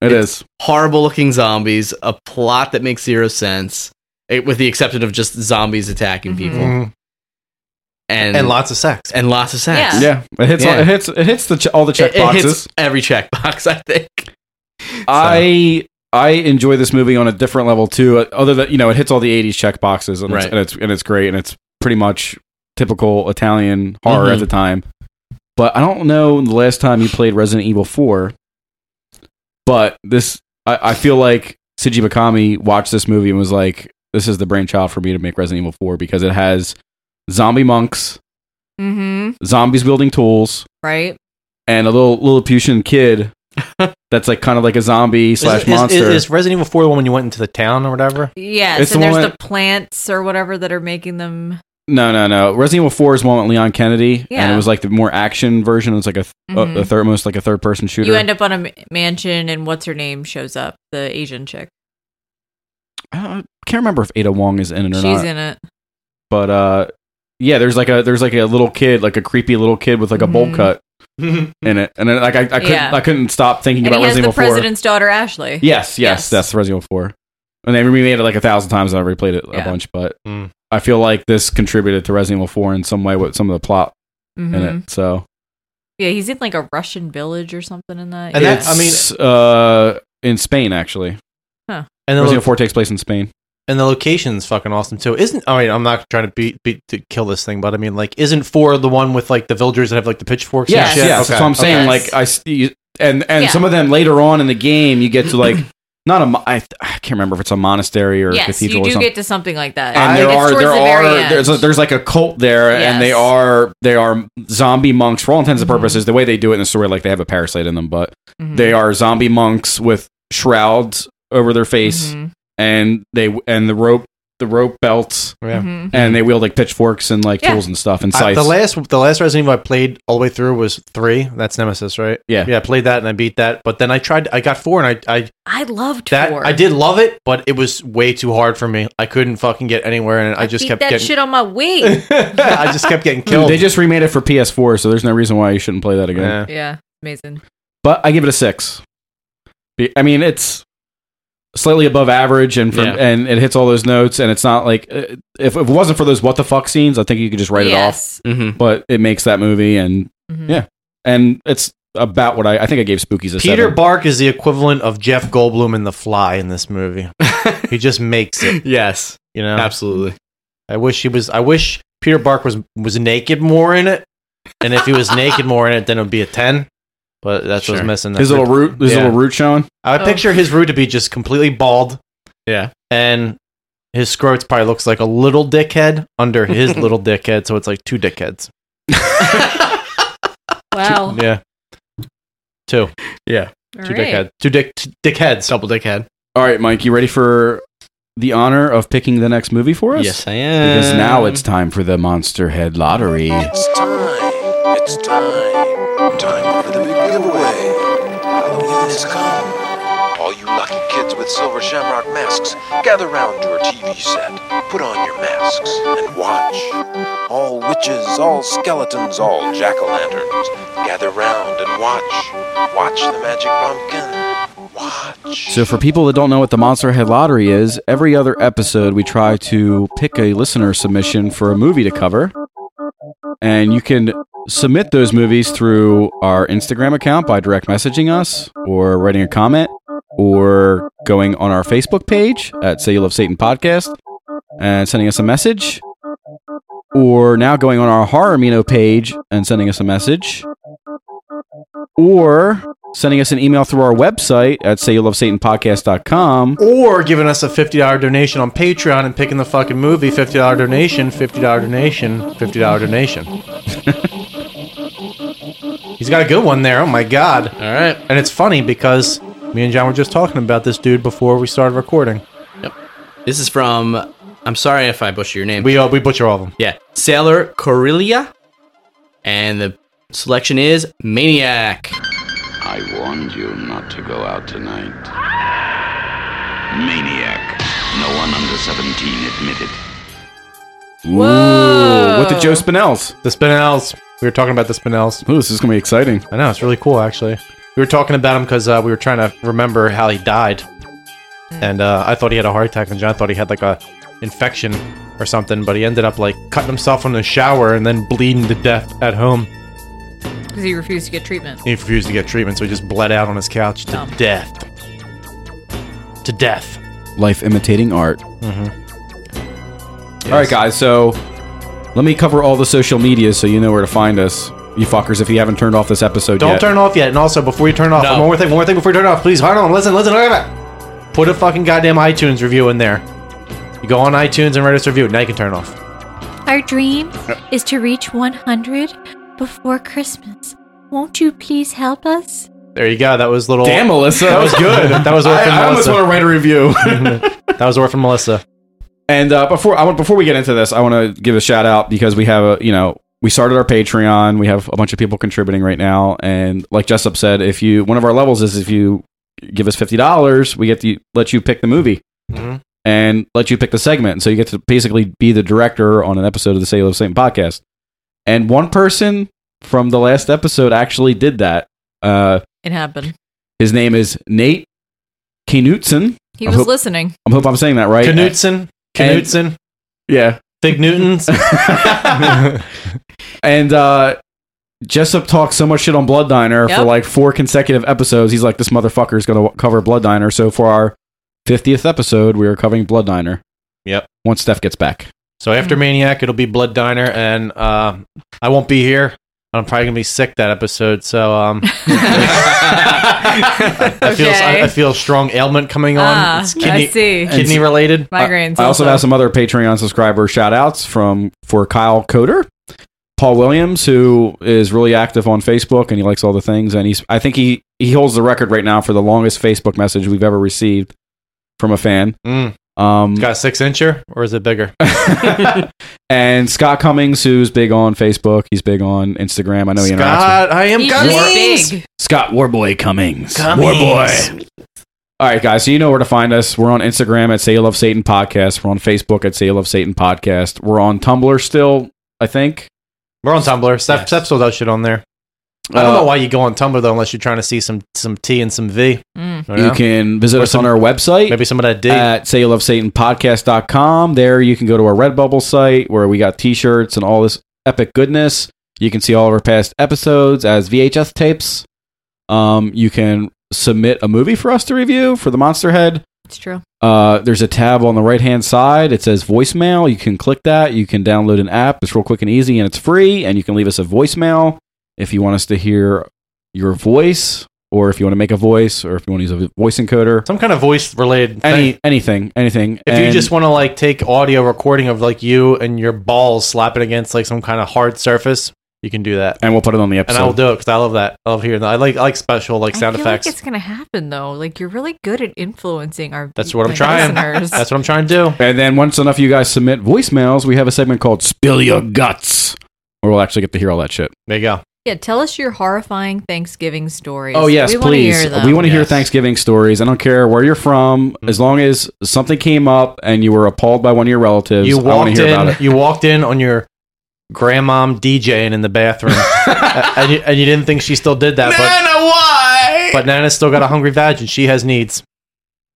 S2: It
S1: it's horrible looking zombies, a plot that makes zero sense, it, with the exception of just zombies attacking people,
S5: Mhm.
S1: Mm-hmm. and
S5: And lots of sex,
S1: and lots of sex.
S2: Yeah, it hits All, it hits it hits the ch- all the check
S1: It- it hits
S2: boxes.
S1: every checkbox, I think.
S2: I I enjoy this movie on a different level too. uh, Other than you know, it hits all the '80s check boxes, and,
S1: Right.
S2: it's, and it's and it's great, and it's pretty much typical Italian horror
S1: Mhm.
S5: Mm-hmm.
S2: at the time. But I don't know the last time you played Resident Evil Four. But this, I, I feel like Siji Mikami watched this movie and was like, "This is the brainchild for me to make Resident Evil Four because it has zombie monks,
S3: Mm-hmm.
S2: zombies building tools,
S3: Right.
S2: and a little Lilliputian kid that's like kind of like a zombie slash
S5: is,
S2: monster.
S5: Is, is, Resident Evil Four the one when you went into the town or whatever?
S3: Yes,
S2: It's
S3: and
S2: the
S3: there's
S2: one
S3: the
S2: that-
S3: plants or whatever that are making them.
S2: no, no, no. Resident Evil Four is one with Leon Kennedy, and
S3: Yeah.
S2: it was like the more action version. It was like a, th-
S3: Mhm.
S2: a, a third, most like a third person shooter.
S3: You end up on a m- mansion, and what's her name shows up, the Asian chick.
S2: I can't remember if Ada Wong is in it or
S3: She's
S2: not.
S3: in it.
S2: But uh, yeah, there's like a there's like a little kid, like a creepy little kid with like a bowl
S3: Mhm.
S2: cut in it, and then, like I, I couldn't
S3: Yeah.
S2: I couldn't stop thinking
S3: And
S2: about
S3: he has
S2: Resident
S3: the
S2: Evil Four.
S3: president's daughter, Ashley.
S2: Yes, yes, that's Resident Evil Four, and they remade it like a thousand times, and I've replayed it a
S3: Yeah.
S2: bunch. But I feel like this contributed to Resident Evil Four in some way with some of the plot in
S3: Mhm.
S2: it. So
S3: Yeah, he's in like a Russian village or something in that.
S2: and
S3: yeah.
S2: that's I mean, uh, in Spain actually.
S3: Huh.
S5: And
S2: And
S5: then
S2: Resident Evil
S5: look-
S2: Four takes place in Spain.
S5: And the location's fucking awesome too. Isn't I mean I'm not trying to beat beat to kill this thing, but I mean like isn't four the one with like the villagers that have like the pitchforks?
S2: Yes,
S5: and shit?
S2: yes, that's what I'm saying. Like I, s- you- and and
S3: Yeah.
S2: some of them later on in the game, you get to like not a, mo- I, th- I can't remember if it's a monastery or a
S3: yes, you
S2: cathedral or
S3: do
S2: something.
S3: get to something like that.
S2: and
S3: I
S2: there
S3: think it's
S2: are
S3: towards
S2: there
S3: the
S2: are
S3: very end.
S2: there's a, there's like a cult there, and they
S3: Yes. Mm-hmm.
S2: are they are zombie monks for all intents and purposes. The way they do it in the story, like they have a parasite in them, but they are zombie monks with shrouds over their face,
S3: Mm-hmm.
S2: and they and the rope the rope belts,
S5: Yeah. Mhm.
S3: Mm-hmm.
S2: and they wield like pitchforks and like
S5: Yeah.
S2: tools and stuff and
S5: I-
S2: scythes.
S5: the last the last Resident Evil I played all the way through was three. That's Nemesis, right?
S2: Yeah.
S5: Yeah, I played that and I beat that. But then I tried I got four and I I
S3: I loved
S5: that
S3: four.
S5: I did love it, but it was way too hard for me. I couldn't fucking get anywhere and I, just
S3: Keep
S5: kept
S3: that
S5: getting
S3: shit on my wing.
S5: I just kept getting
S2: Dude,
S5: killed.
S2: they just remade it for PS4, so there's no reason why you shouldn't play that again.
S3: yeah, amazing.
S2: But I give it a six. Be- I mean, it's slightly above average, and from,
S1: Yeah.
S2: and it hits all those notes, and it's not like uh, if, if it wasn't for those what the fuck scenes, I think you could just write
S1: Yes.
S2: it off. But it makes that movie, and yeah, and it's about what I I think I gave Spookies a
S5: Peter
S2: seven.
S5: Bark is the equivalent of Jeff Goldblum in The Fly in this movie. he just makes it.
S1: Yes,
S5: you know,
S1: absolutely.
S5: I wish he was. I wish Peter Bark was was naked more in it. And if he was naked more in it, then it would be a ten. But that's what's
S2: Sure.
S5: missing.
S2: His little root, his
S5: Yeah.
S2: little root showing.
S5: I would picture his root to be just completely bald.
S1: Yeah.
S5: And his scrotes probably looks like a little dickhead under his little dickhead, so it's like two dickheads.
S2: Mm-hmm.
S3: Wow.
S5: Yeah. Two.
S1: Yeah.
S3: All Two right. dickhead-
S5: Two dick two dickheads. Double dickhead.
S2: All right, Mike, you ready for the honor of picking the next movie for us?
S1: Yes, I am.
S5: Um,
S2: Because now it's time for the Monster Head Lottery.
S15: It's time. It's time. Time for the big giveaway. Halloween has come. All you lucky kids with silver shamrock masks, gather round your TV set. Put on your masks and watch. All witches, all skeletons, all jack-o'-lanterns, gather round and watch. Watch the magic pumpkin. Watch.
S2: So, for people that don't know what the Monster Head Lottery is, every other episode we try to pick a listener submission for a movie to cover. And you can submit those movies through our Instagram account by direct messaging us, or writing a comment, or going on our Facebook page at Say You Love Satan Podcast and sending us a message, or now going on our Horror Amino page and sending us a message or sending us an email through our website at sayyoulovesatanpodcast.com.
S5: Or giving us a fifty dollar donation on Patreon and picking the fucking movie, fifty dollar donation, fifty dollar donation, fifty dollar donation. He's got a good one there. Oh my god! All
S1: right,
S5: and it's funny because me and John were just talking about this dude before we started recording.
S1: This is from. I'm sorry if I butcher your name.
S5: We uh, we butcher all of them.
S1: Yeah, Sailor Corellia, and the selection is Maniac.
S4: I warned you not to go out tonight. Maniac. No one under 17 admitted.
S2: Whoa! What the Joe Spinells?
S5: The Spinells. We were talking about the Spinells.
S2: Ooh, this is gonna be exciting.
S5: I know it's really cool actually. We were talking about him because uh, we were trying to remember how he died, and uh, I thought he had a heart attack, and John thought he had like a infection or something, but he ended up like cutting himself in the shower and then bleeding to death at home.
S3: Because he refused to get treatment.
S5: He refused to get treatment, so he just bled out on his couch to
S3: Dumb.
S5: death. To death.
S2: Life imitating art.
S5: Mm-hmm.
S2: All right, guys. So let me cover all the social media so you know where to find us, you fuckers. If you haven't turned off this episode
S5: Don't
S2: yet,
S5: turn off yet. And also, before you turn off, one more thing, one more thing before you turn off, please hold on, listen, listen, look at it. Put a fucking goddamn iTunes review in there. You go on iTunes and write us a review. Now you can turn off.
S8: Our dream is to reach 100 before Christmas. Won't you please help us?
S5: There you go. That was little.
S2: Damn, Melissa.
S5: That was good. That was
S2: I-
S5: Orphan
S2: I almost
S5: Melissa.
S2: wanna write a review.
S5: that was Orphan Melissa.
S2: And uh, before I want before we get into this, I want to give a shout out because we have a you know we started our Patreon. We have a bunch of people contributing right now, and like Jessup said, if you one of our levels is if you give us fifty dollars, we get to let you pick the movie
S5: Mhm.
S2: and let you pick the segment. So you get to basically be the director on an episode of the Say You Love Satan podcast. And one person from the last episode actually did that. Uh,
S3: It happened.
S2: his name is Nate Knutson.
S3: He
S2: I
S3: was
S2: hope-
S3: listening.
S2: I hope I'm saying that right.
S5: Knutson.
S2: And-
S5: Knutson.
S2: Yeah.
S5: Fig Newtons.
S2: and uh Jessup talked so much shit on Blood Diner for
S3: Yep.
S2: like four consecutive episodes. He's like, this motherfucker is going to cover Blood Diner. So for our 50th episode, we are covering Blood Diner.
S5: Yep.
S2: Once Steph gets back.
S5: So after Maniac, it'll be Blood Diner, and uh, I won't be here. I'm probably gonna be sick that episode, so um, I, I feel I, I feel a strong ailment coming on.
S3: Ah,
S5: it's
S3: I
S5: kidney,
S3: see.
S5: kidney related
S3: Migraines.
S2: I also have some other Patreon subscriber shout outs from for Kyle Coder, Paul Williams, who is really active on Facebook and he likes all the things. And he's I think he, he holds the record right now for the longest Facebook message we've ever received from a fan.
S5: Mm.
S2: Um,
S5: Got a six incher, or is it bigger?
S2: and Scott Cummings, who's big on Facebook, he's big on Instagram. I know he interacts
S5: God, I am
S3: He's
S5: Cummings.
S3: big.
S2: with Scott Warboy Cummings.
S5: Cummings.
S2: Warboy. All right, guys. So you know where to find us. We're on Instagram at Say You Love Satan Podcast. We're on Facebook at Say You Love Satan Podcast. We're on Tumblr still, I think.
S5: We're on Tumblr. Steph, Steph still does shit on there. I
S3: Uh,
S5: don't know why you go on Tumblr though, unless you're trying to see some some T and some V.
S3: Mm.
S2: You, can visit us on our website. Maybe
S5: some of that D.
S3: Uh,
S2: At saylovesatanpodcast.com. There you can go to our Redbubble site where we got t-shirts and all this epic goodness. You can see all of our past episodes as VHS tapes. Um, you can submit a movie for us to review for the Monster Head.
S3: It's true.
S2: Uh, there's a tab on the right hand side. It says voicemail. You can click that. You can download an app. It's real quick and easy, and it's free. And you can leave us a voicemail if you want us to hear your voice, or if you want to make a voice, or if you want to use a voice encoder.
S5: Some kind of voice related
S2: Any anything, anything.
S5: If you
S2: And-
S5: just want to like take audio recording of like you and your balls slapping against like some kind of hard surface, you can do that.
S2: and we'll put it on the episode.
S5: And I will do it because I love that. I love hearing that. I like I like special like
S3: I
S5: sound
S3: feel
S5: effects.
S3: like it's gonna happen though. Like you're really good at influencing our.
S5: That's what I'm
S3: like,
S5: trying.
S3: listeners.
S5: That's what I'm trying to do.
S2: And then once enough of you guys submit voicemails, we have a segment called Spill Your Guts, where we'll actually get to hear all that shit.
S5: There you go.
S3: Yeah, tell us your horrifying Thanksgiving stories.
S2: Oh yes,
S3: we wanna
S2: please.
S3: Hear them.
S2: we want to hear Thanksgiving stories. I don't care where you're from,
S5: Mm-hmm.
S2: as long as something came up and you were appalled by one of your relatives.
S5: You
S2: I want
S5: walked
S2: to hear about
S5: in.
S2: it.
S5: You walked in on your grandmom DJing in the bathroom, A- and, you, and you didn't think she still did that.
S12: Nana, why?
S5: But but Nana's still got a hungry vag and she has needs,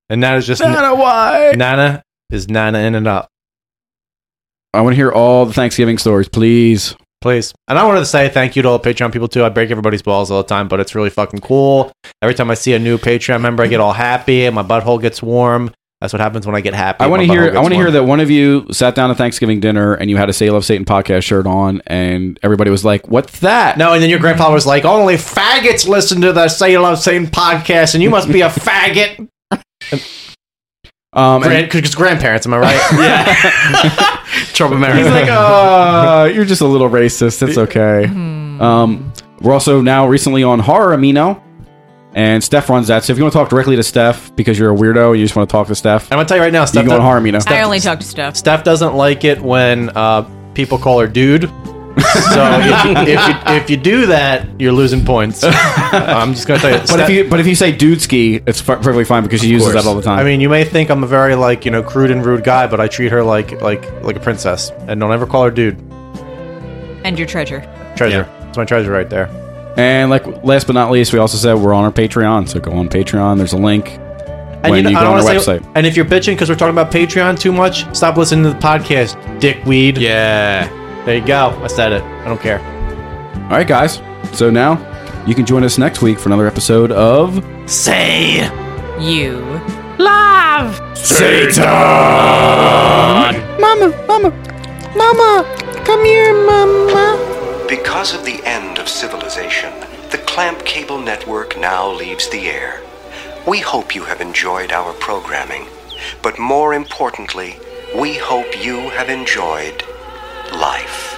S5: and Nana's just
S12: Nana, why?
S5: Nana is Nana in and up.
S2: I want to hear all the Thanksgiving stories, please.
S5: Please. And I wanted to say thank you to all the Patreon people too. I break everybody's balls all the time, but it's really fucking cool. Every time I see a new Patreon member, I get all happy and my butthole gets warm. That's what happens when I get happy.
S2: I want to
S5: My butthole
S2: hear.
S5: gets
S2: I want to
S5: warm.
S2: hear that one of you sat down at Thanksgiving dinner and you had a "Say Love Satan" podcast shirt on, and everybody was like, "What's that?"
S5: No, and then your grandpa was like, "Only faggots listen to the Say You Love Satan podcast, and you must be a faggot."
S2: Um,
S5: Grand,
S2: and-
S5: cause grandparents, am I right? yeah. Trouble married.
S2: He's like, uh, you're just a little racist. It's okay. Um, we're also now recently on Horror Amino, and Steph runs that. So if you want to talk directly to Steph because you're a weirdo, you just want to talk to Steph.
S5: I'm gonna tell you right now, Steph
S2: you can go on
S5: does-
S2: Horror Amino.
S3: I only talk to Steph.
S5: Steph doesn't like it when uh, people call her dude. So if you, if, you, if you do that, you're losing points. Uh, I'm just gonna tell you.
S2: but if you but if you say dudeski, it's f- perfectly fine because she uses
S5: course.
S2: that all the time.
S5: I mean, you may think I'm a very like you know crude and rude guy, but I treat her like like like a princess, and don't ever call her dude.
S3: and your treasure.
S5: Treasure. It's my treasure right there.
S2: and like last but not least, we also said we're on our Patreon. So go on Patreon. There's a link when you,
S5: know- I
S2: go on our
S5: don't wanna say-
S2: website.
S5: and if you're bitching because we're talking about Patreon too much, stop listening to the podcast, dickweed.
S1: Yeah.
S5: There you go. I said it. I don't care.
S2: All right, guys. So now you can join us next week for another episode of
S5: Say
S3: you love
S12: Mama, mama, mama, come here, mama.
S16: Because of the end of civilization, the Clamp Cable Network now leaves the air. We hope you have enjoyed our programming, but more importantly, we hope you have enjoyed life.